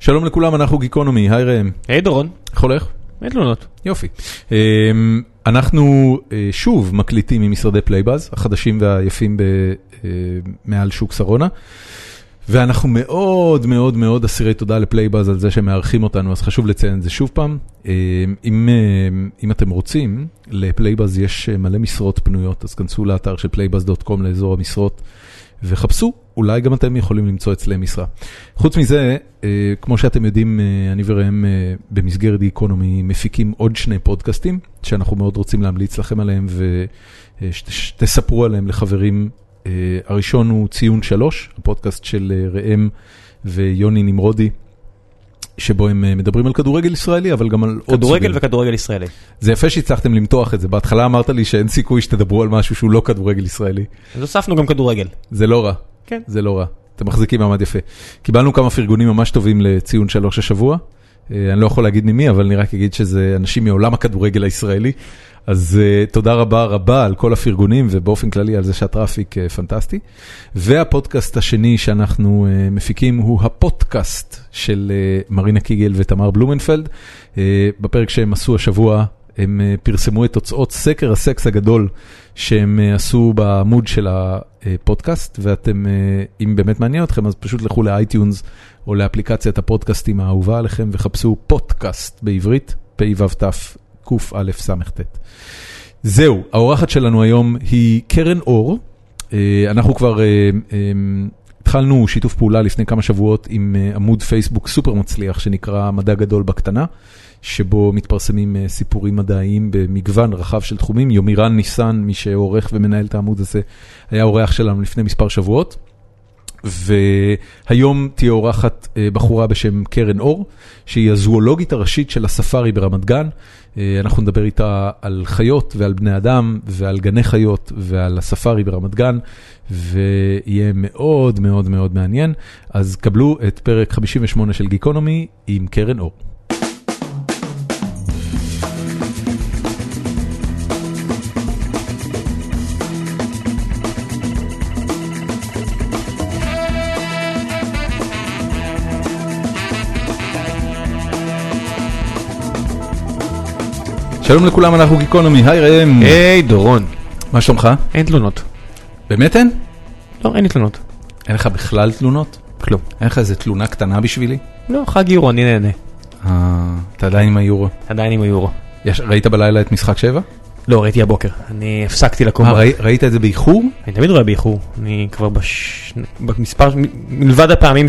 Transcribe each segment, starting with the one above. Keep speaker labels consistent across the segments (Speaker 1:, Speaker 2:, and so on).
Speaker 1: שלום לכולם, אנחנו גיקונומי, היי ראם.
Speaker 2: היי דורון,
Speaker 1: איך הולך?
Speaker 2: אין תלונות.
Speaker 1: יופי. אמ, אנחנו אה, שוב מקליטים ממשרדי פלייבאז, החדשים והיפים ב- אה, מעל שוק שרונה, ואנחנו מאוד מאוד מאוד אסירי תודה לפלייבאז על זה שהם מארחים אותנו, אז חשוב לציין את זה שוב פעם. אמ, אם, אמ, אם אתם רוצים, לפלייבאז יש אה, מלא משרות פנויות, אז כנסו לאתר של פלייבאז.קום לאזור המשרות. וחפשו, אולי גם אתם יכולים למצוא אצלם משרה. חוץ מזה, אה, כמו שאתם יודעים, אה, אני וראם אה, במסגרת גיקונומי מפיקים עוד שני פודקאסטים, שאנחנו מאוד רוצים להמליץ לכם עליהם ושתספרו עליהם לחברים. אה, הראשון הוא ציון שלוש, הפודקאסט של אה, ראם ויוני נמרודי. שבו הם אה, מדברים על כדורגל ישראלי, אבל גם על עוד סוגים.
Speaker 2: כדורגל וכדורגל ישראלי.
Speaker 1: זה יפה שהצלחתם למתוח את זה, בהתחלה אמרת לי שאין סיכוי שתדברו על משהו שהוא לא כדורגל ישראלי.
Speaker 2: אז הוספנו גם כדורגל.
Speaker 1: זה לא רע.
Speaker 2: כן.
Speaker 1: זה לא רע. אתם מחזיקים מעמד יפה. קיבלנו כמה פרגונים ממש טובים לציון שלוש השבוע. אה, אני לא יכול להגיד ממי, אבל אני רק אגיד שזה אנשים מעולם הכדורגל הישראלי. אז uh, תודה רבה רבה על כל הפרגונים ובאופן כללי על זה שהטראפיק uh, פנטסטי. והפודקאסט השני שאנחנו uh, מפיקים הוא הפודקאסט של uh, מרינה קיגל ותמר בלומנפלד. Uh, בפרק שהם עשו השבוע הם אה, פרסמו את תוצאות סקר הסקס הגדול שהם אה, עשו בעמוד של הפודקאסט, ואתם, אה, אם באמת מעניין אתכם, אז פשוט לכו לאייטיונס או לאפליקציית הפודקאסטים האהובה עליכם וחפשו פודקאסט בעברית, פו"ת זהו, האורחת שלנו היום היא קרן אור. אה, אנחנו כבר אה, אה, התחלנו שיתוף פעולה לפני כמה שבועות עם אה, עמוד פייסבוק סופר מצליח שנקרא מדע גדול בקטנה, שבו מתפרסמים אה, סיפורים מדעיים במגוון רחב של תחומים. יומירן ניסן, מי שעורך ומנהל את העמוד הזה, היה אורח שלנו לפני מספר שבועות. והיום תהיה אורחת אה, בחורה בשם קרן אור, שהיא הזואולוגית הראשית של הספארי ברמת גן. אה, אנחנו נדבר איתה על חיות ועל בני אדם ועל גני חיות ועל הספארי ברמת גן, ויהיה מאוד מאוד מאוד מעניין. אז קבלו את פרק 58 של גיקונומי עם קרן אור. שלום לכולם, אנחנו גיקונומי, היי ראם.
Speaker 2: היי דורון.
Speaker 1: מה שלומך?
Speaker 2: אין תלונות.
Speaker 1: באמת אין?
Speaker 2: לא, אין לי תלונות.
Speaker 1: אין לך בכלל תלונות?
Speaker 2: כלום.
Speaker 1: אין לך איזה תלונה קטנה בשבילי?
Speaker 2: לא, חג יורו, אני נהנה.
Speaker 1: אה, אתה עדיין עם היורו.
Speaker 2: עדיין עם היורו.
Speaker 1: יש- ראית בלילה את משחק שבע?
Speaker 2: לא, ראיתי הבוקר. אני הפסקתי לקום.
Speaker 1: מה,
Speaker 2: ב-
Speaker 1: ראי- ראית את זה באיחור?
Speaker 2: אני תמיד רואה באיחור. אני כבר בש... במספר... מ- מלבד הפעמים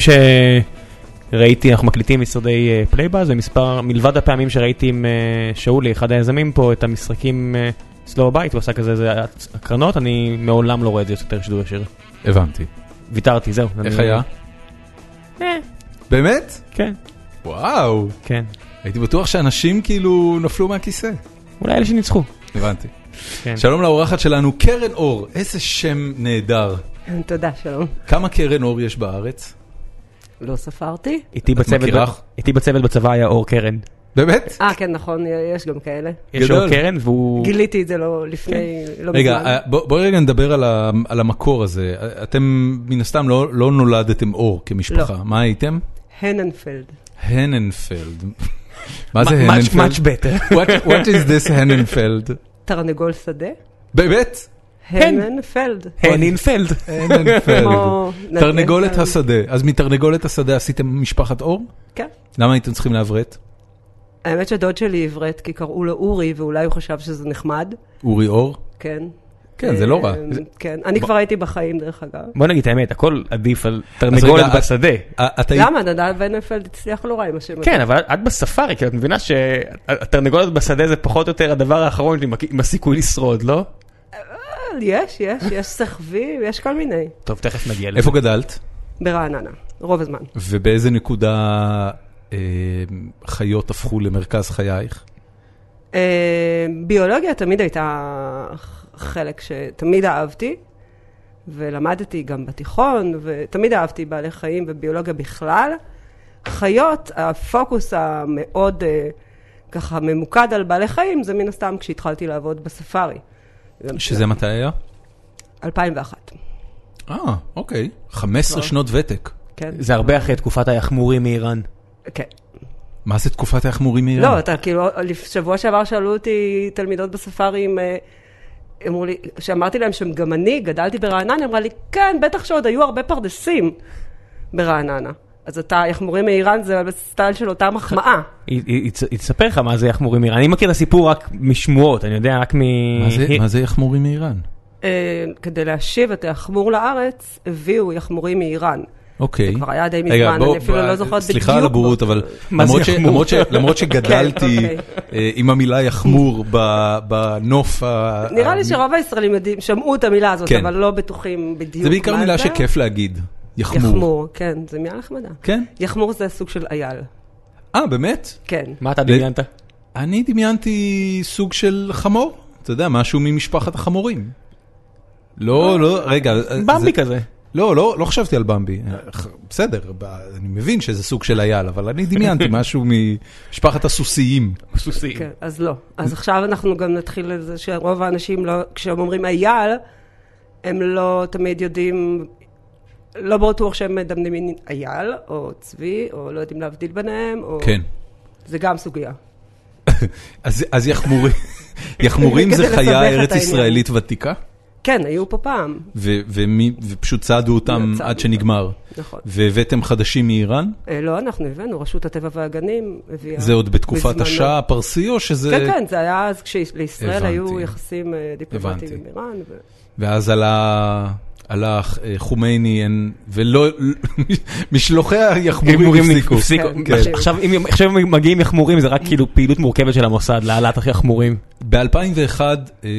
Speaker 2: שראיתי, אנחנו מקליטים משרדי אה, פלייבאז, ומספר... מלבד הפעמים שראיתי עם אה, שאולי, אחד היזמים פה, את המשחקים אה, אצלו בבית, הוא עשה כזה איזה הצ- הקרנות, אני מעולם לא רואה את זה יותר שידור ישיר.
Speaker 1: הבנתי.
Speaker 2: ויתרתי, זהו.
Speaker 1: איך
Speaker 2: אני-
Speaker 1: היה?
Speaker 2: אה,
Speaker 1: באמת?
Speaker 2: כן,
Speaker 1: וואו,
Speaker 2: כן.
Speaker 1: הייתי בטוח שאנשים כאילו נפלו מהכיסא.
Speaker 2: אולי אלה שניצחו.
Speaker 1: הבנתי.
Speaker 2: כן.
Speaker 1: שלום לאורחת שלנו, קרן אור, איזה שם נהדר.
Speaker 3: תודה, שלום.
Speaker 1: כמה קרן אור יש בארץ?
Speaker 3: לא ספרתי.
Speaker 2: איתי
Speaker 1: את
Speaker 2: בצוות,
Speaker 1: מכירה?
Speaker 2: ב- איתי בצוות בצבא היה אור קרן.
Speaker 1: באמת?
Speaker 3: אה, כן, נכון, יש גם כאלה.
Speaker 2: יש
Speaker 1: גדול.
Speaker 2: אור קרן והוא...
Speaker 3: גיליתי את זה לא לפני, לא
Speaker 1: רגע,
Speaker 3: מזמן.
Speaker 1: אה, בוא- בואי רגע נדבר על ה- על המקור הזה. אה, אתם מן הסתם לא לא נולדתם אור כמשפחה, מה הייתם?
Speaker 3: הננפלד.
Speaker 1: הננפלד. מה זה
Speaker 2: much- much
Speaker 1: הננפלד?
Speaker 2: better.
Speaker 1: What- What is this הננפלד?
Speaker 3: תרנגול שדה?
Speaker 1: באמת? כן.
Speaker 3: הננפלד.
Speaker 2: הנינפלד.
Speaker 1: הננפלד.
Speaker 3: כמו נדנפלד.
Speaker 1: תרנגולת השדה. אז מתרנגולת השדה עשיתם משפחת אור?
Speaker 3: כן.
Speaker 1: למה הייתם צריכים לעברת?
Speaker 3: האמת שדוד שלי עברת, כי קראו לו אורי, ואולי הוא חשב שזה נחמד.
Speaker 1: אורי אור?
Speaker 3: כן.
Speaker 1: כן, זה לא רע.
Speaker 3: אה, כן, אני כבר הייתי בחיים, דרך אגב.
Speaker 2: בוא נגיד את האמת, הכל עדיף על תרנגולת
Speaker 1: רגע, את-
Speaker 2: בשדה.
Speaker 1: אה, את היית-
Speaker 3: למה? נדב הננפלד הצליח לא רע עם השם הזה.
Speaker 2: כן, אבל את בספארי, כאילו, את מבינה שהתרנגולת בשדה זה פחות או יותר הדבר האחרון עם הכ- עם הסיכוי לשרוד, לא?
Speaker 3: אבל יש, יש, יש סחבים, יש כל מיני.
Speaker 2: טוב, תכף נגיע לזה.
Speaker 1: איפה גדלת?
Speaker 3: ברעננה, רוב הזמן.
Speaker 1: ובאיזה נקודה אה, חיות הפכו למרכז חייך?
Speaker 3: אה, ביולוגיה תמיד הייתה חלק שתמיד אהבתי, ולמדתי גם בתיכון, ותמיד אהבתי בעלי חיים וביולוגיה בכלל. חיות, הפוקוס המאוד אה, ככה ממוקד על בעלי חיים, זה מן הסתם כשהתחלתי לעבוד בספארי. גם
Speaker 1: שזה מתי היה?
Speaker 3: 2001,
Speaker 1: אה, אוקיי. 15 שנות ותק.
Speaker 3: כן.
Speaker 2: זה הרבה אחרי תקופת היחמורים מאיראן.
Speaker 3: כן.
Speaker 1: מה זה תקופת העכמורים מאיראן?
Speaker 3: לא, אתה כאילו, לפ- שבוע שעבר שאלו אותי תלמידות בספארי אם... אה, אמרו לי, שאמרתי להם שגם אני גדלתי ברעננה, אמרה לי, כן, בטח שעוד היו הרבה פרדסים ברעננה. אז אתה, יחמורים מאיראן זה סטייל של אותה מחמאה.
Speaker 2: היא- היא היא ת- היא תספר לך מה זה יחמורים מאיראן. אני מכיר את הסיפור רק משמועות, אני יודע רק מ...
Speaker 1: מה זה- מה זה עכמורים מאיראן?
Speaker 3: אה, כדי להשיב את היחמור לארץ, הביאו יחמורים מאיראן.
Speaker 1: אוקיי.
Speaker 3: זה כבר היה די
Speaker 1: רגע,
Speaker 3: מזמן,
Speaker 1: בוא-
Speaker 3: אני אפילו
Speaker 1: בוא-
Speaker 3: לא זוכרת
Speaker 1: סליחה על
Speaker 3: בדיוק
Speaker 1: הבורות, אבל
Speaker 2: מה
Speaker 1: למרות
Speaker 2: זה
Speaker 1: ש-
Speaker 2: יחמור?
Speaker 1: למרות ש- למרות שגדלתי
Speaker 3: כן,
Speaker 1: אה, עם המילה יחמור ב- בנוף ה...
Speaker 3: נראה לי
Speaker 1: ה-
Speaker 3: שרוב הישראלים יודעים, שמעו את המילה הזאת,
Speaker 1: אה, כן.
Speaker 3: אבל לא בטוחים בדיוק
Speaker 1: זה בעיקר
Speaker 3: מה
Speaker 1: מילה
Speaker 3: זה.
Speaker 1: שכיף להגיד, יחמור.
Speaker 3: יחמור, כן, זו מילה נחמדה.
Speaker 1: כן?
Speaker 3: יחמור זה סוג של אייל,
Speaker 1: אה, באמת?
Speaker 3: כן.
Speaker 2: מה אתה דמיינת?
Speaker 1: אני דמיינתי סוג של חמור, אתה יודע, משהו ממשפחת החמורים. לא, לא, רגע.
Speaker 2: במבי
Speaker 1: זה-
Speaker 2: כזה.
Speaker 1: לא, לא, לא חשבתי על במבי. בסדר, ב- אני מבין שזה סוג של אייל, אבל אני דמיינתי משהו ממשפחת הסוסיים.
Speaker 2: סוסי.
Speaker 3: כן, אז לא. אז עכשיו אנחנו גם נתחיל לזה שרוב האנשים, לא, כשהם אומרים אייל, הם לא תמיד יודעים, לא בטוח שהם מדמיינים אייל, או צבי, או לא יודעים להבדיל ביניהם, או...
Speaker 1: כן.
Speaker 3: זה גם סוגיה.
Speaker 1: אז אז יחמורים- יחמורים זה
Speaker 3: כדי
Speaker 1: חיה
Speaker 3: לסבך את
Speaker 1: ארץ ישראלית ותיקה,
Speaker 3: כן, היו פה פעם,
Speaker 1: ו- ומי- ופשוט צעדו אותם עד
Speaker 3: צעדו אותם.
Speaker 1: שנגמר.
Speaker 3: נכון.
Speaker 1: והבאתם חדשים מאיראן?
Speaker 3: אה, לא, אנחנו הבאנו, רשות הטבע והגנים הביאה...
Speaker 1: זה עוד בתקופת
Speaker 3: בזמנו.
Speaker 1: השאה הפרסי או שזה...
Speaker 3: כן, כן, זה היה אז כשלישראל היו
Speaker 1: הבנתי.
Speaker 3: יחסים אה, דיפלומטיים עם
Speaker 1: הבנתי.
Speaker 3: איראן. ו-
Speaker 1: ואז עלה, עלה אה, חומייני, אין- ולא, משלוחי היחמורים הפסיקו. כן.
Speaker 2: עכשיו- עכשיו אם עכשיו אם מגיעים יחמורים זה רק כאילו פעילות מורכבת של המוסד להעלאת יחמורים.
Speaker 1: ב-2001, אה,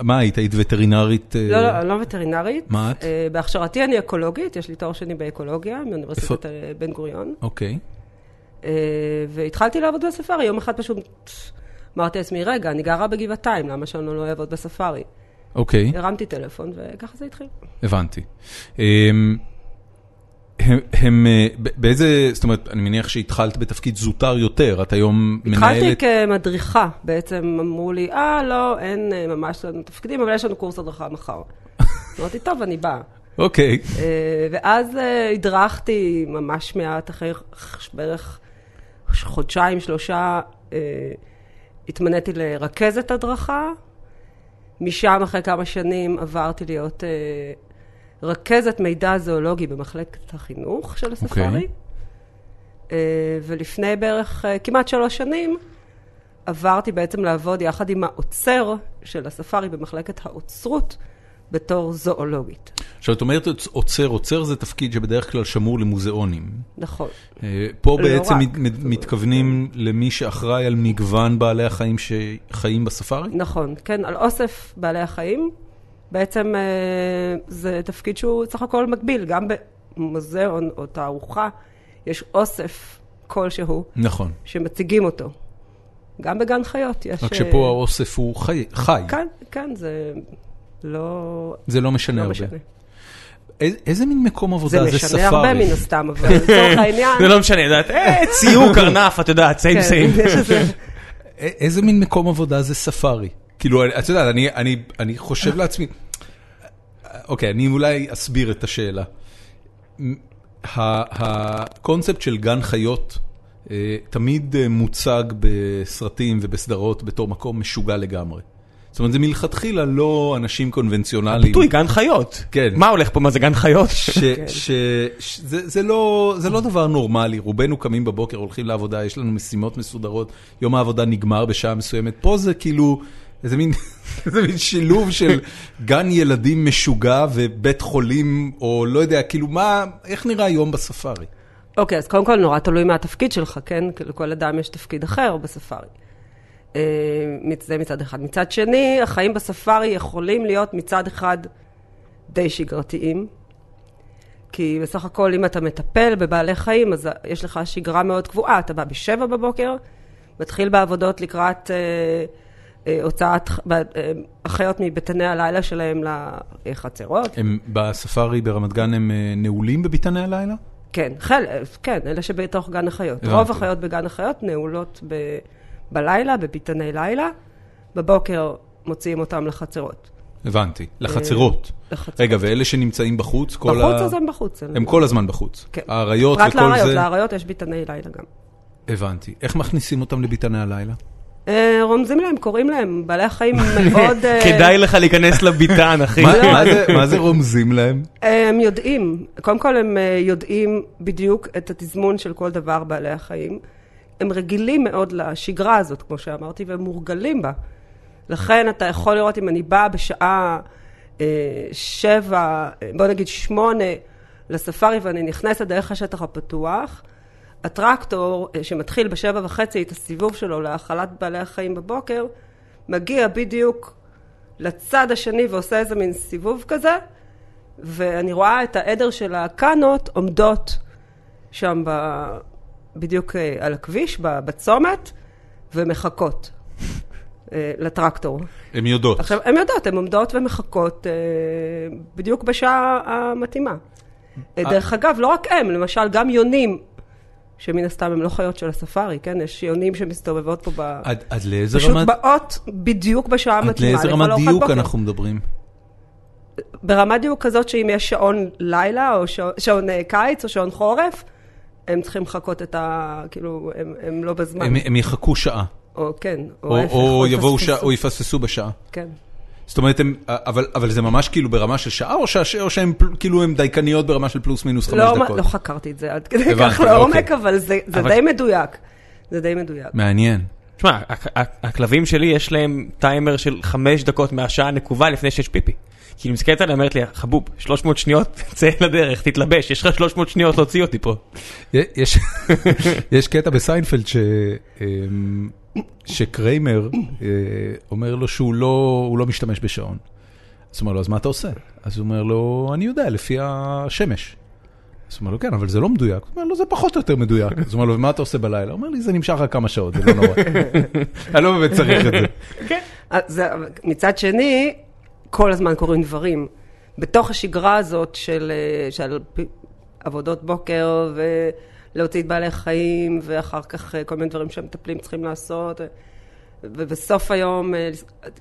Speaker 1: מה היית? היית וטרינרית? אה,
Speaker 3: לא, לא, אני לא וטרינרית.
Speaker 1: מה את?
Speaker 3: אה, בהכשרתי אני אקולוגית, יש לי תואר שני באקולוגיה מאוניברסיטת
Speaker 1: איפה?
Speaker 3: אה, בן גוריון.
Speaker 1: אוקיי.
Speaker 3: אה, והתחלתי לעבוד בספארי, יום אחד פשוט אמרתי לעצמי, רגע, אני גרה בגבעתיים, למה שאני לא אעבוד בספארי?
Speaker 1: אוקיי,
Speaker 3: הרמתי טלפון וככה זה התחיל.
Speaker 1: הבנתי. אה, הם, הם, אה, ב- באיזה, זאת אומרת, אני מניח שהתחלת בתפקיד זוטר יותר, את היום
Speaker 3: התחלתי כן.
Speaker 1: מנהלת...
Speaker 3: כמדריכה, בעצם אמרו לי, אה, לא, אין אה, ממש לנו תפקידים, אבל יש לנו קורס הדרכה מחר. אמרתי, טוב, אני באה.
Speaker 1: אוקיי,
Speaker 3: אה, ואז אה, הדרכתי ממש מעט אחרי ח- בערך חודשיים, שלושה, אה, התמניתי לרכזת הדרכה. משם, אחרי כמה שנים, עברתי להיות אה, רכזת מידע זואולוגי במחלקת החינוך של הספארי.
Speaker 1: אוקיי.
Speaker 3: אה, ולפני בערך אה, כמעט שלוש שנים, עברתי בעצם לעבוד יחד עם האוצר של הספארי במחלקת האוצרות בתור זואולוגית.
Speaker 1: עכשיו את אומרת עוצר, עוצר זה תפקיד שבדרך כלל שמור למוזיאונים.
Speaker 3: נכון.
Speaker 1: אה, פה
Speaker 3: לא
Speaker 1: בעצם
Speaker 3: רק.
Speaker 1: מת- מת- מתכוונים למי שאחראי על מגוון בעלי החיים שחיים בספארי?
Speaker 3: נכון, כן, על אוסף בעלי החיים. בעצם אה, זה תפקיד שהוא סך הכל מקביל, גם במוזיאון או תערוכה יש אוסף כלשהו
Speaker 1: נכון.
Speaker 3: שמציגים אותו. גם בגן חיות יש...
Speaker 1: רק
Speaker 3: אה,
Speaker 1: שפה האוסף הוא חי. חי.
Speaker 3: כן, כן, זה לא...
Speaker 1: זה לא משנה
Speaker 3: לא
Speaker 1: הרבה.
Speaker 3: משנה.
Speaker 1: איזה- איזה מין מקום עבודה
Speaker 3: זה
Speaker 1: זה ספארי?
Speaker 3: משנה הרבה מן הסתם, אבל לצורך העניין...
Speaker 2: זה לא משנה, את יודעת, אה, ציור קרנף, את יודעת, סיים
Speaker 3: כן,
Speaker 2: סיים.
Speaker 3: יש איזה-
Speaker 1: א- איזה מין מקום עבודה זה ספארי? כאילו, אני- את יודעת, אני- אני- אני חושב לעצמי... אוקיי, אני אולי אסביר את השאלה. מ- ה- הקונספט של גן חיות אה, תמיד אה, מוצג בסרטים ובסדרות בתור מקום משוגע לגמרי. זאת אומרת, זה מלכתחילה לא אנשים קונבנציונליים.
Speaker 2: ביטוי גן חיות.
Speaker 1: כן.
Speaker 2: מה הולך פה, מה זה גן חיות?
Speaker 1: ש,
Speaker 3: כן.
Speaker 1: ש, ש, זה, זה, לא, זה לא דבר נורמלי, רובנו קמים בבוקר, הולכים לעבודה, יש לנו משימות מסודרות, יום העבודה נגמר בשעה מסוימת. פה זה כאילו, איזה מין, איזה מין שילוב של גן ילדים משוגע ובית חולים, או לא יודע, כאילו מה, איך נראה יום בספארי?
Speaker 3: אוקיי, אז קודם כל נורא תלוי מה התפקיד שלך, כן? כי לכל אדם יש תפקיד אחר בספארי. אה, מצ- זה מצד אחד. מצד שני, החיים בספארי יכולים להיות מצד אחד די שגרתיים, כי בסך הכל אם אתה מטפל בבעלי חיים, אז יש לך שגרה מאוד קבועה. אתה בא בשבע בבוקר, מתחיל בעבודות לקראת אה, אה, הוצאת ח- ב- אה, החיות מביתני הלילה שלהם לחצרות.
Speaker 1: הם בספארי ברמת גן הם אה, נעולים בביתני הלילה?
Speaker 3: כן, חל, כן, אלה שבתוך גן החיות.
Speaker 1: הבנתי.
Speaker 3: רוב החיות בגן החיות נעולות ב, בלילה, בביתני לילה, בבוקר מוציאים אותם לחצרות.
Speaker 1: הבנתי, לחצרות.
Speaker 3: אה, לחצרות.
Speaker 1: רגע, ואלה שנמצאים בחוץ, כל
Speaker 3: בחוץ
Speaker 1: ה...
Speaker 3: אז הם בחוץ.
Speaker 1: הם כל הזמן בחוץ.
Speaker 3: כן.
Speaker 1: האריות וכל
Speaker 3: פרט
Speaker 1: זה...
Speaker 3: לאריות, לאריות יש ביתני לילה גם.
Speaker 1: הבנתי. איך מכניסים אותם לביתני הלילה?
Speaker 3: אה, רומזים להם, קוראים להם, בעלי החיים מאוד... אה,
Speaker 2: כדאי לך להיכנס לביתן, אחי.
Speaker 1: מה- מה זה- מה זה רומזים להם?
Speaker 3: אה, הם יודעים, קודם כל הם אה, יודעים בדיוק את התזמון של כל דבר בעלי החיים. הם רגילים מאוד לשגרה הזאת, כמו שאמרתי, והם מורגלים בה. לכן אתה יכול לראות אם אני באה בשעה אה, שבע, אה, בוא נגיד שמונה, לספארי ואני נכנסת דרך השטח הפתוח, הטרקטור אה, שמתחיל בשבע וחצי את הסיבוב שלו להאכלת בעלי החיים בבוקר, מגיע בדיוק לצד השני ועושה איזה מין סיבוב כזה, ואני רואה את העדר של הקאנות עומדות שם ב... בדיוק אה, על הכביש, ב- בצומת, ומחכות אה, לטרקטור.
Speaker 1: הן יודעות.
Speaker 3: עכשיו, הן יודעות, הן עומדות ומחכות אה, בדיוק בשעה המתאימה. אה, דרך אגב, לא רק הם, למשל גם יונים, שמן הסתם הם לא חיות של הספארי, כן? יש יונים שמסתובבות פה ב...
Speaker 1: עד עד לאיזה
Speaker 3: פשוט
Speaker 1: רמת...
Speaker 3: באות בדיוק בשעה
Speaker 1: עד
Speaker 3: המתאימה.
Speaker 1: לאיזה
Speaker 3: לכל
Speaker 1: רמת
Speaker 3: ארוחת
Speaker 1: דיוק
Speaker 3: בוקר.
Speaker 1: אנחנו מדברים?
Speaker 3: ברמת דיוק כזאת שאם יש שעון לילה, או שע- שעון אה, קיץ, או שעון חורף, הם צריכים לחכות את ה... כאילו, הם, הם לא בזמן.
Speaker 1: הם- הם יחכו שעה,
Speaker 3: או כן, או,
Speaker 1: או-
Speaker 3: ההפך,
Speaker 1: או יבואו
Speaker 3: יפספסו.
Speaker 1: שעה, או יפספסו בשעה.
Speaker 3: כן.
Speaker 1: זאת אומרת, הם- אבל אבל זה ממש כאילו ברמה של שעה, או שהש- או שהן פל- כאילו הן דייקניות ברמה של פלוס מינוס חמש
Speaker 3: לא,
Speaker 1: דקות?
Speaker 3: לא חקרתי את זה עד כדי
Speaker 1: הבנתי,
Speaker 3: כך לעומק,
Speaker 1: אוקיי.
Speaker 3: אבל זה, זה
Speaker 2: אבל-
Speaker 3: די מדויק. זה די מדויק.
Speaker 1: מעניין.
Speaker 2: תשמע, הכ- הכ- הכלבים שלי יש להם טיימר של חמש דקות מהשעה הנקובה לפני שיש פיפי. כאילו היא מסתכלת עליי, אומרת לי, חבוב, 300 שניות, צא לדרך, תתלבש, יש לך 300 שניות להוציא אותי פה.
Speaker 1: יש- יש קטע בסיינפלד ש- אמ, שקריימר אה, אומר לו שהוא לא, הוא לא משתמש בשעון. אז הוא אומר לו, אז מה אתה עושה? אז הוא אומר לו, אני יודע, לפי השמש. אז הוא אומר לו, כן, אבל זה לא מדויק. הוא אומר לו, זה פחות או יותר מדויק. אז הוא אומר לו, ומה אתה עושה בלילה? הוא אומר לי, זה נמשך רק כמה שעות, זה לא נורא. אני לא באמת צריך את זה.
Speaker 3: אז אה, זה- אבל מצד שני, כל הזמן קורים דברים. בתוך השגרה הזאת של, אה, של פ- עבודות בוקר ולהוציא את בעלי חיים, ואחר כך אה, כל מיני דברים שהמטפלים צריכים לעשות, אה, ובסוף היום אה,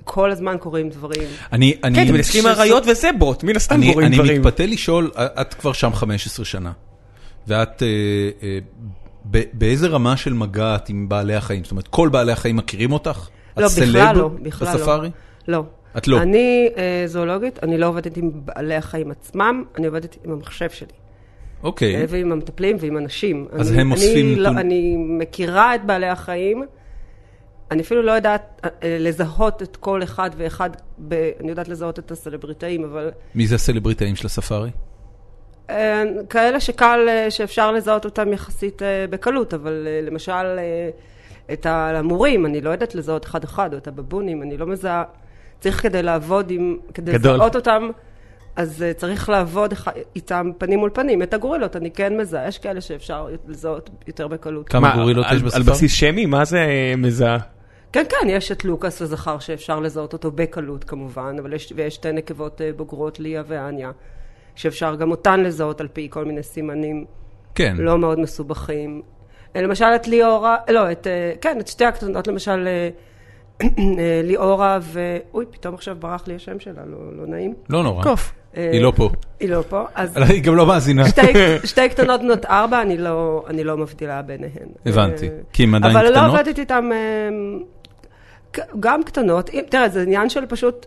Speaker 3: כל הזמן קורים דברים.
Speaker 1: אני, אני,
Speaker 2: כן, אתם מתעסקים עם אריות וזה בוט, מן הסתם
Speaker 1: אני,
Speaker 2: קוראים
Speaker 1: אני
Speaker 2: דברים.
Speaker 1: מתפתה לשאול, את כבר שם 15 שנה, ואת, אה, אה, ב, באיזה רמה של מגע את עם בעלי החיים? זאת אומרת, כל בעלי החיים מכירים אותך?
Speaker 3: לא,
Speaker 1: את
Speaker 3: בכלל
Speaker 1: סלב
Speaker 3: לא, בכלל לא.
Speaker 1: בספארי?
Speaker 3: לא.
Speaker 1: את לא.
Speaker 3: אני אה, זואולוגית, אני לא עובדת עם בעלי החיים עצמם, אני עובדת עם המחשב שלי.
Speaker 1: אוקיי.
Speaker 3: אה, ועם המטפלים ועם אנשים.
Speaker 1: אז
Speaker 3: אני,
Speaker 1: הם אוספים
Speaker 3: אני, לא,
Speaker 1: נתון-
Speaker 3: אני מכירה את בעלי החיים, אני אפילו לא יודעת אה, לזהות את כל אחד ואחד, ב, אני יודעת לזהות את הסלבריטאים, אבל
Speaker 1: מי זה הסלבריטאים של הספארי?
Speaker 3: אה, כאלה שקל, אה, שאפשר לזהות אותם יחסית אה, בקלות, אבל אה, למשל אה, את המורים, אני לא יודעת לזהות אחד-אחד, או את הבבונים, אני לא מזהה. צריך כדי לעבוד עם, כדי
Speaker 2: גדול.
Speaker 3: לזהות אותם, אז אה, צריך לעבוד אח- איתם פנים מול פנים. את הגורילות אני כן מזהה, יש כאלה שאפשר לזהות יותר בקלות.
Speaker 1: כמה
Speaker 2: מה,
Speaker 1: גורילות
Speaker 2: על-
Speaker 1: יש
Speaker 2: על
Speaker 1: בספארי?
Speaker 2: בסיס שמי? מה זה אה, מזהה?
Speaker 3: כן, כן, יש את לוקאס הזכר שאפשר לזהות אותו בקלות כמובן, אבל יש, ויש שתי נקבות אה, בוגרות, ליה ואניה, שאפשר גם אותן לזהות על פי כל מיני סימנים.
Speaker 1: כן.
Speaker 3: לא מאוד מסובכים. אה, למשל את ליאורה, לא, את, אה, כן, את שתי הקטנות, למשל אה, אה, ליאורה ו... אוי, פתאום עכשיו ברח לי השם שלה, לא, לא נעים.
Speaker 1: לא נורא.
Speaker 2: קוף.
Speaker 3: אה,
Speaker 1: היא לא פה.
Speaker 3: היא לא פה, אז
Speaker 1: אבל היא גם לא מאזינה.
Speaker 3: שתי, שתי קטנות בנות ארבע, אני לא, אני לא מבדילה ביניהן.
Speaker 1: הבנתי.
Speaker 3: אה,
Speaker 1: כי הן עדיין
Speaker 3: אבל
Speaker 1: קטנות?
Speaker 3: לא עובדת איתן, אה, ק- גם קטנות. אם- תראה, זה עניין של פשוט,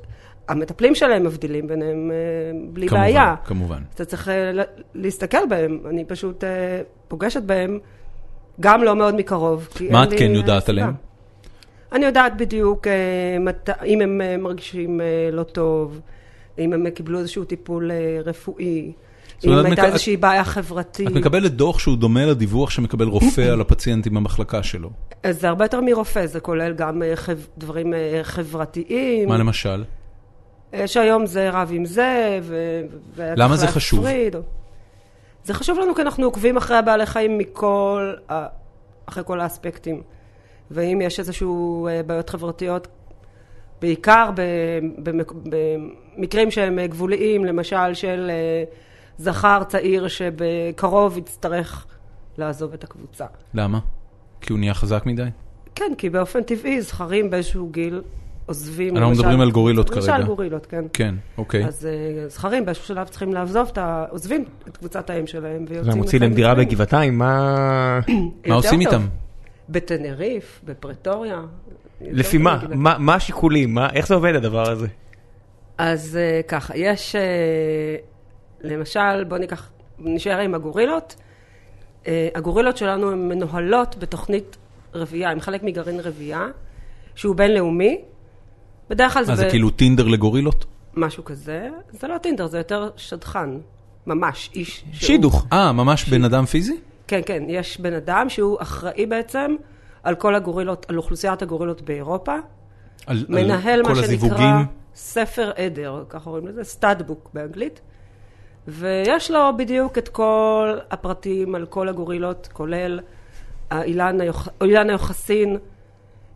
Speaker 3: המטפלים שלהם מבדילים ביניהם אה, בלי
Speaker 1: כמובן,
Speaker 3: בעיה.
Speaker 1: כמובן.
Speaker 3: אתה צריך אה, ל- להסתכל בהם, אני פשוט אה, פוגשת בהם, גם לא מאוד מקרוב. כי
Speaker 1: מה
Speaker 3: אין
Speaker 1: את
Speaker 3: לי,
Speaker 1: כן
Speaker 3: אה,
Speaker 1: יודעת
Speaker 3: סיבה.
Speaker 1: עליהם?
Speaker 3: אני יודעת בדיוק אה, מת- אם הם אה, מרגישים אה, לא טוב, אם הם קיבלו איזשהו טיפול אה, רפואי,
Speaker 1: זאת
Speaker 3: אם
Speaker 1: אומרת, את
Speaker 3: הייתה
Speaker 1: מק-
Speaker 3: איזושהי בעיה חברתית.
Speaker 1: את מקבלת דוח שהוא דומה לדיווח שמקבל רופא על הפציינטים במחלקה שלו.
Speaker 3: אז אה, זה הרבה יותר מרופא, זה כולל גם אה, חב- דברים אה, חברתיים.
Speaker 1: מה למשל?
Speaker 3: אה, שהיום זה רב עם זה, ו... והיה
Speaker 1: למה
Speaker 3: צריך
Speaker 1: זה חשוב?
Speaker 3: להפריד, או- זה חשוב לנו כי אנחנו עוקבים אחרי הבעלי חיים מכל, ה- אחרי כל האספקטים. ואם יש איזשהו אה, בעיות חברתיות, בעיקר ב- במק- במקרים שהם אה, גבוליים, למשל של אה, זכר צעיר שבקרוב יצטרך לעזוב את הקבוצה.
Speaker 1: למה? כי הוא נהיה חזק מדי?
Speaker 3: כן, כי באופן טבעי זכרים באיזשהו גיל עוזבים.
Speaker 1: אנחנו
Speaker 3: למשל-
Speaker 1: מדברים על גורילות כרגע.
Speaker 3: למשל גורילות, כן.
Speaker 1: כן, אוקיי.
Speaker 3: אז אה, זכרים באיזשהו שלב צריכים לעזוב את ה... עוזבים את קבוצת האם שלהם ויוצאים...
Speaker 2: אתה מוציא
Speaker 3: לחיים
Speaker 2: להם דירה
Speaker 3: אחרים.
Speaker 2: בגבעתיים, מה...
Speaker 3: יותר
Speaker 1: מה עושים
Speaker 3: טוב.
Speaker 1: איתם?
Speaker 3: בטנריף, בפרטוריה.
Speaker 2: לפי מה?
Speaker 3: לא,
Speaker 2: מה- מה השיקולים? מה- איך זה עובד הדבר הזה?
Speaker 3: אז אה, ככה, יש, אה, למשל, בוא ניקח, נשאר עם הגורילות. אה, הגורילות שלנו הן מנוהלות בתוכנית רבייה, הן חלק מגרעין רבייה, שהוא בינלאומי. בדרך כלל
Speaker 1: מה, זה
Speaker 3: ב-
Speaker 1: כאילו טינדר לגורילות?
Speaker 3: משהו כזה. זה לא טינדר, זה יותר שדכן. ממש, איש. שהוא-
Speaker 1: שידוך. אה, ממש בן אדם פיזי?
Speaker 3: כן, כן, יש בן אדם שהוא אחראי בעצם על כל הגורילות, על אוכלוסיית הגורילות באירופה.
Speaker 1: על- על
Speaker 3: מנהל מה
Speaker 1: כל
Speaker 3: שנקרא
Speaker 1: הזיווגים?
Speaker 3: ספר עדר, ככה קוראים לזה, סטאטבוק באנגלית. ויש לו בדיוק את כל הפרטים על כל הגורילות, כולל האילן היוח- אילן היוחסין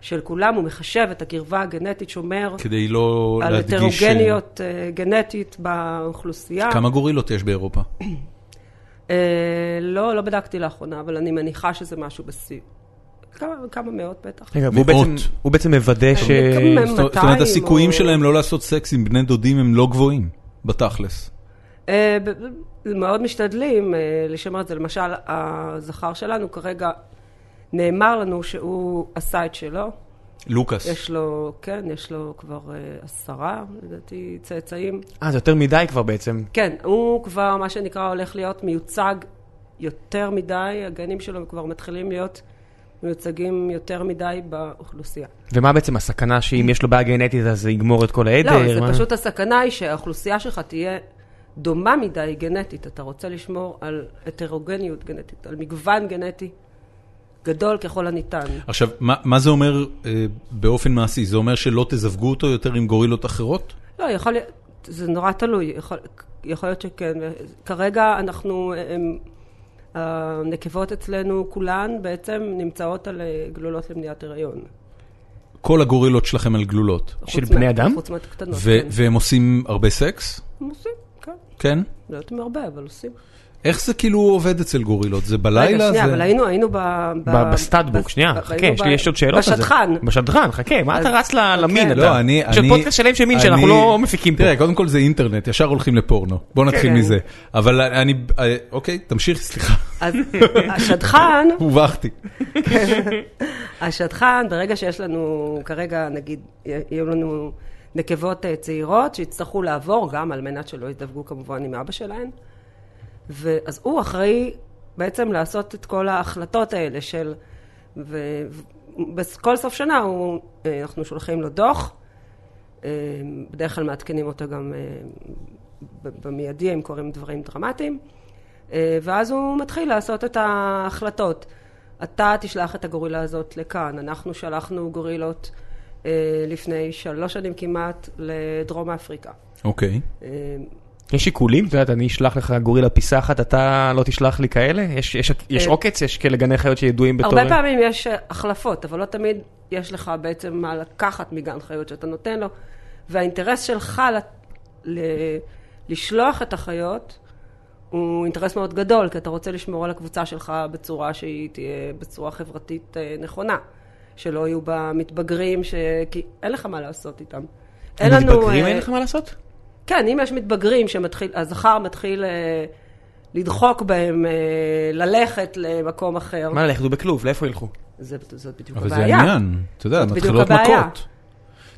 Speaker 3: של כולם, הוא מחשב את הקרבה הגנטית, שומר
Speaker 1: כדי לא
Speaker 3: על
Speaker 1: להדגיש... אה,
Speaker 3: הטרוגניות אה, גנטית באוכלוסייה.
Speaker 1: כמה גורילות יש באירופה?
Speaker 3: אה, לא, לא בדקתי לאחרונה, אבל אני מניחה שזה משהו בשיא. כמה, כמה מאות בטח.
Speaker 2: רגע,
Speaker 1: מאות.
Speaker 2: והוא בעצם- הוא בעצם מוודא ש... אה,
Speaker 3: כמה מאות.
Speaker 1: זאת אומרת,
Speaker 3: 200
Speaker 1: הסיכויים
Speaker 3: או-
Speaker 1: שלהם לא לעשות סקס עם בני דודים הם לא גבוהים, בתכלס.
Speaker 3: אה, ב- ב- מאוד משתדלים אה, לשמר את זה. למשל, הזכר שלנו כרגע, נאמר לנו שהוא עשה את שלו.
Speaker 1: לוקאס.
Speaker 3: יש לו, כן, יש לו כבר אה, עשרה, לדעתי, צאצאים.
Speaker 2: אה, זה יותר מדי כבר בעצם.
Speaker 3: כן, הוא כבר, מה שנקרא, הולך להיות מיוצג יותר מדי, הגנים שלו כבר מתחילים להיות מיוצגים יותר מדי באוכלוסייה.
Speaker 2: ומה בעצם הסכנה שאם יש לו בעיה גנטית אז זה יגמור את כל העדר?
Speaker 3: לא, זה
Speaker 2: מה?
Speaker 3: פשוט הסכנה היא שהאוכלוסייה שלך תהיה דומה מדי גנטית. אתה רוצה לשמור על הטרוגניות גנטית, על מגוון גנטי גדול ככל הניתן.
Speaker 1: עכשיו, מה, מה זה אומר אה, באופן מעשי? זה אומר שלא תזווגו אותו יותר עם גורילות אחרות?
Speaker 3: לא, יכול להיות, זה נורא תלוי, יכול, יכול להיות שכן. כרגע אנחנו, הם, הנקבות אצלנו כולן בעצם נמצאות על אה, גלולות למניעת הריון.
Speaker 1: כל הגורילות שלכם על גלולות.
Speaker 2: של
Speaker 3: חוץ
Speaker 2: בני
Speaker 3: מה-
Speaker 2: אדם?
Speaker 3: חוץ מהקטנות,
Speaker 1: ו-
Speaker 3: כן.
Speaker 1: והם עושים הרבה סקס?
Speaker 3: הם עושים, כן.
Speaker 1: כן?
Speaker 3: לא יודעת אם הרבה, אבל עושים.
Speaker 1: איך זה כאילו עובד אצל גורילות? זה בלילה?
Speaker 3: רגע, שנייה,
Speaker 1: זה...
Speaker 3: אבל היינו, היינו ב... ב-
Speaker 2: ב- בסטאטבוק,
Speaker 3: בס-
Speaker 2: שנייה,
Speaker 3: ב-
Speaker 2: חכה,
Speaker 3: היינו
Speaker 2: יש לי-
Speaker 3: ב-
Speaker 2: יש עוד שאלות על זה.
Speaker 3: בשטחן.
Speaker 2: בשדרן, חכה, מה אתה
Speaker 3: אז-
Speaker 2: רץ ל- למין?
Speaker 3: כן.
Speaker 2: אתה?
Speaker 1: לא, אני...
Speaker 2: יש עוד
Speaker 1: אני-
Speaker 2: פודקאסט שלם של מין
Speaker 1: אני-
Speaker 2: שאנחנו לא מפיקים פה.
Speaker 1: תראה, קודם כל זה אינטרנט, ישר הולכים לפורנו. בוא נתחיל
Speaker 3: כן.
Speaker 1: מזה. אבל אני... אה, אוקיי, תמשיך, סליחה,
Speaker 3: אז השדכן,
Speaker 1: הובכתי.
Speaker 3: השדכן, ברגע שיש לנו כרגע, נגיד, יהיו לנו נקבות אה, צעירות שיצטרכו לעבור, גם על מנת שלא ידווגו כמובן עם אבא שלהן, ואז הוא אחראי בעצם לעשות את כל ההחלטות האלה של... ובכל סוף שנה הוא, אה, אנחנו שולחים לו דוח, אה, בדרך כלל מעדכנים אותו גם אה, ב- במיידי אם קורים דברים דרמטיים, אה, ואז הוא מתחיל לעשות את ההחלטות. אתה תשלח את הגורילה הזאת לכאן, אנחנו שלחנו גורילות אה, לפני שלוש שנים כמעט לדרום אפריקה.
Speaker 1: אוקיי.
Speaker 3: אה,
Speaker 2: יש שיקולים? את יודעת, אני אשלח לך גורילה פיסה אחת, אתה לא תשלח לי כאלה? יש- יש- יש
Speaker 3: אה,
Speaker 2: עוקץ? יש כאלה גני חיות שידועים בתור...
Speaker 3: הרבה פעמים יש אה, החלפות, אבל לא תמיד יש לך בעצם מה לקחת מגן חיות שאתה נותן לו, והאינטרס שלך ל... ל... לשלוח את החיות הוא אינטרס מאוד גדול, כי אתה רוצה לשמור על הקבוצה שלך בצורה שהיא תהיה בצורה חברתית אה, נכונה, שלא יהיו בה מתבגרים, ש... כי אין לך מה לעשות איתם. אין לנו...
Speaker 2: מתבגרים
Speaker 3: אה,
Speaker 2: אין לך מה לעשות?
Speaker 3: כן, אם יש מתבגרים שמתחיל, הזכר מתחיל אה, לדחוק בהם, אה, ללכת למקום אחר.
Speaker 2: מה ללכת? הוא בכלוב, לאיפה ילכו?
Speaker 3: זה, זאת בדיוק
Speaker 1: אבל זה
Speaker 3: הבעיה.
Speaker 1: העניין, אתה יודע,
Speaker 3: זאת בדיוק
Speaker 1: מתחילות
Speaker 3: הבעיה.
Speaker 1: מכות.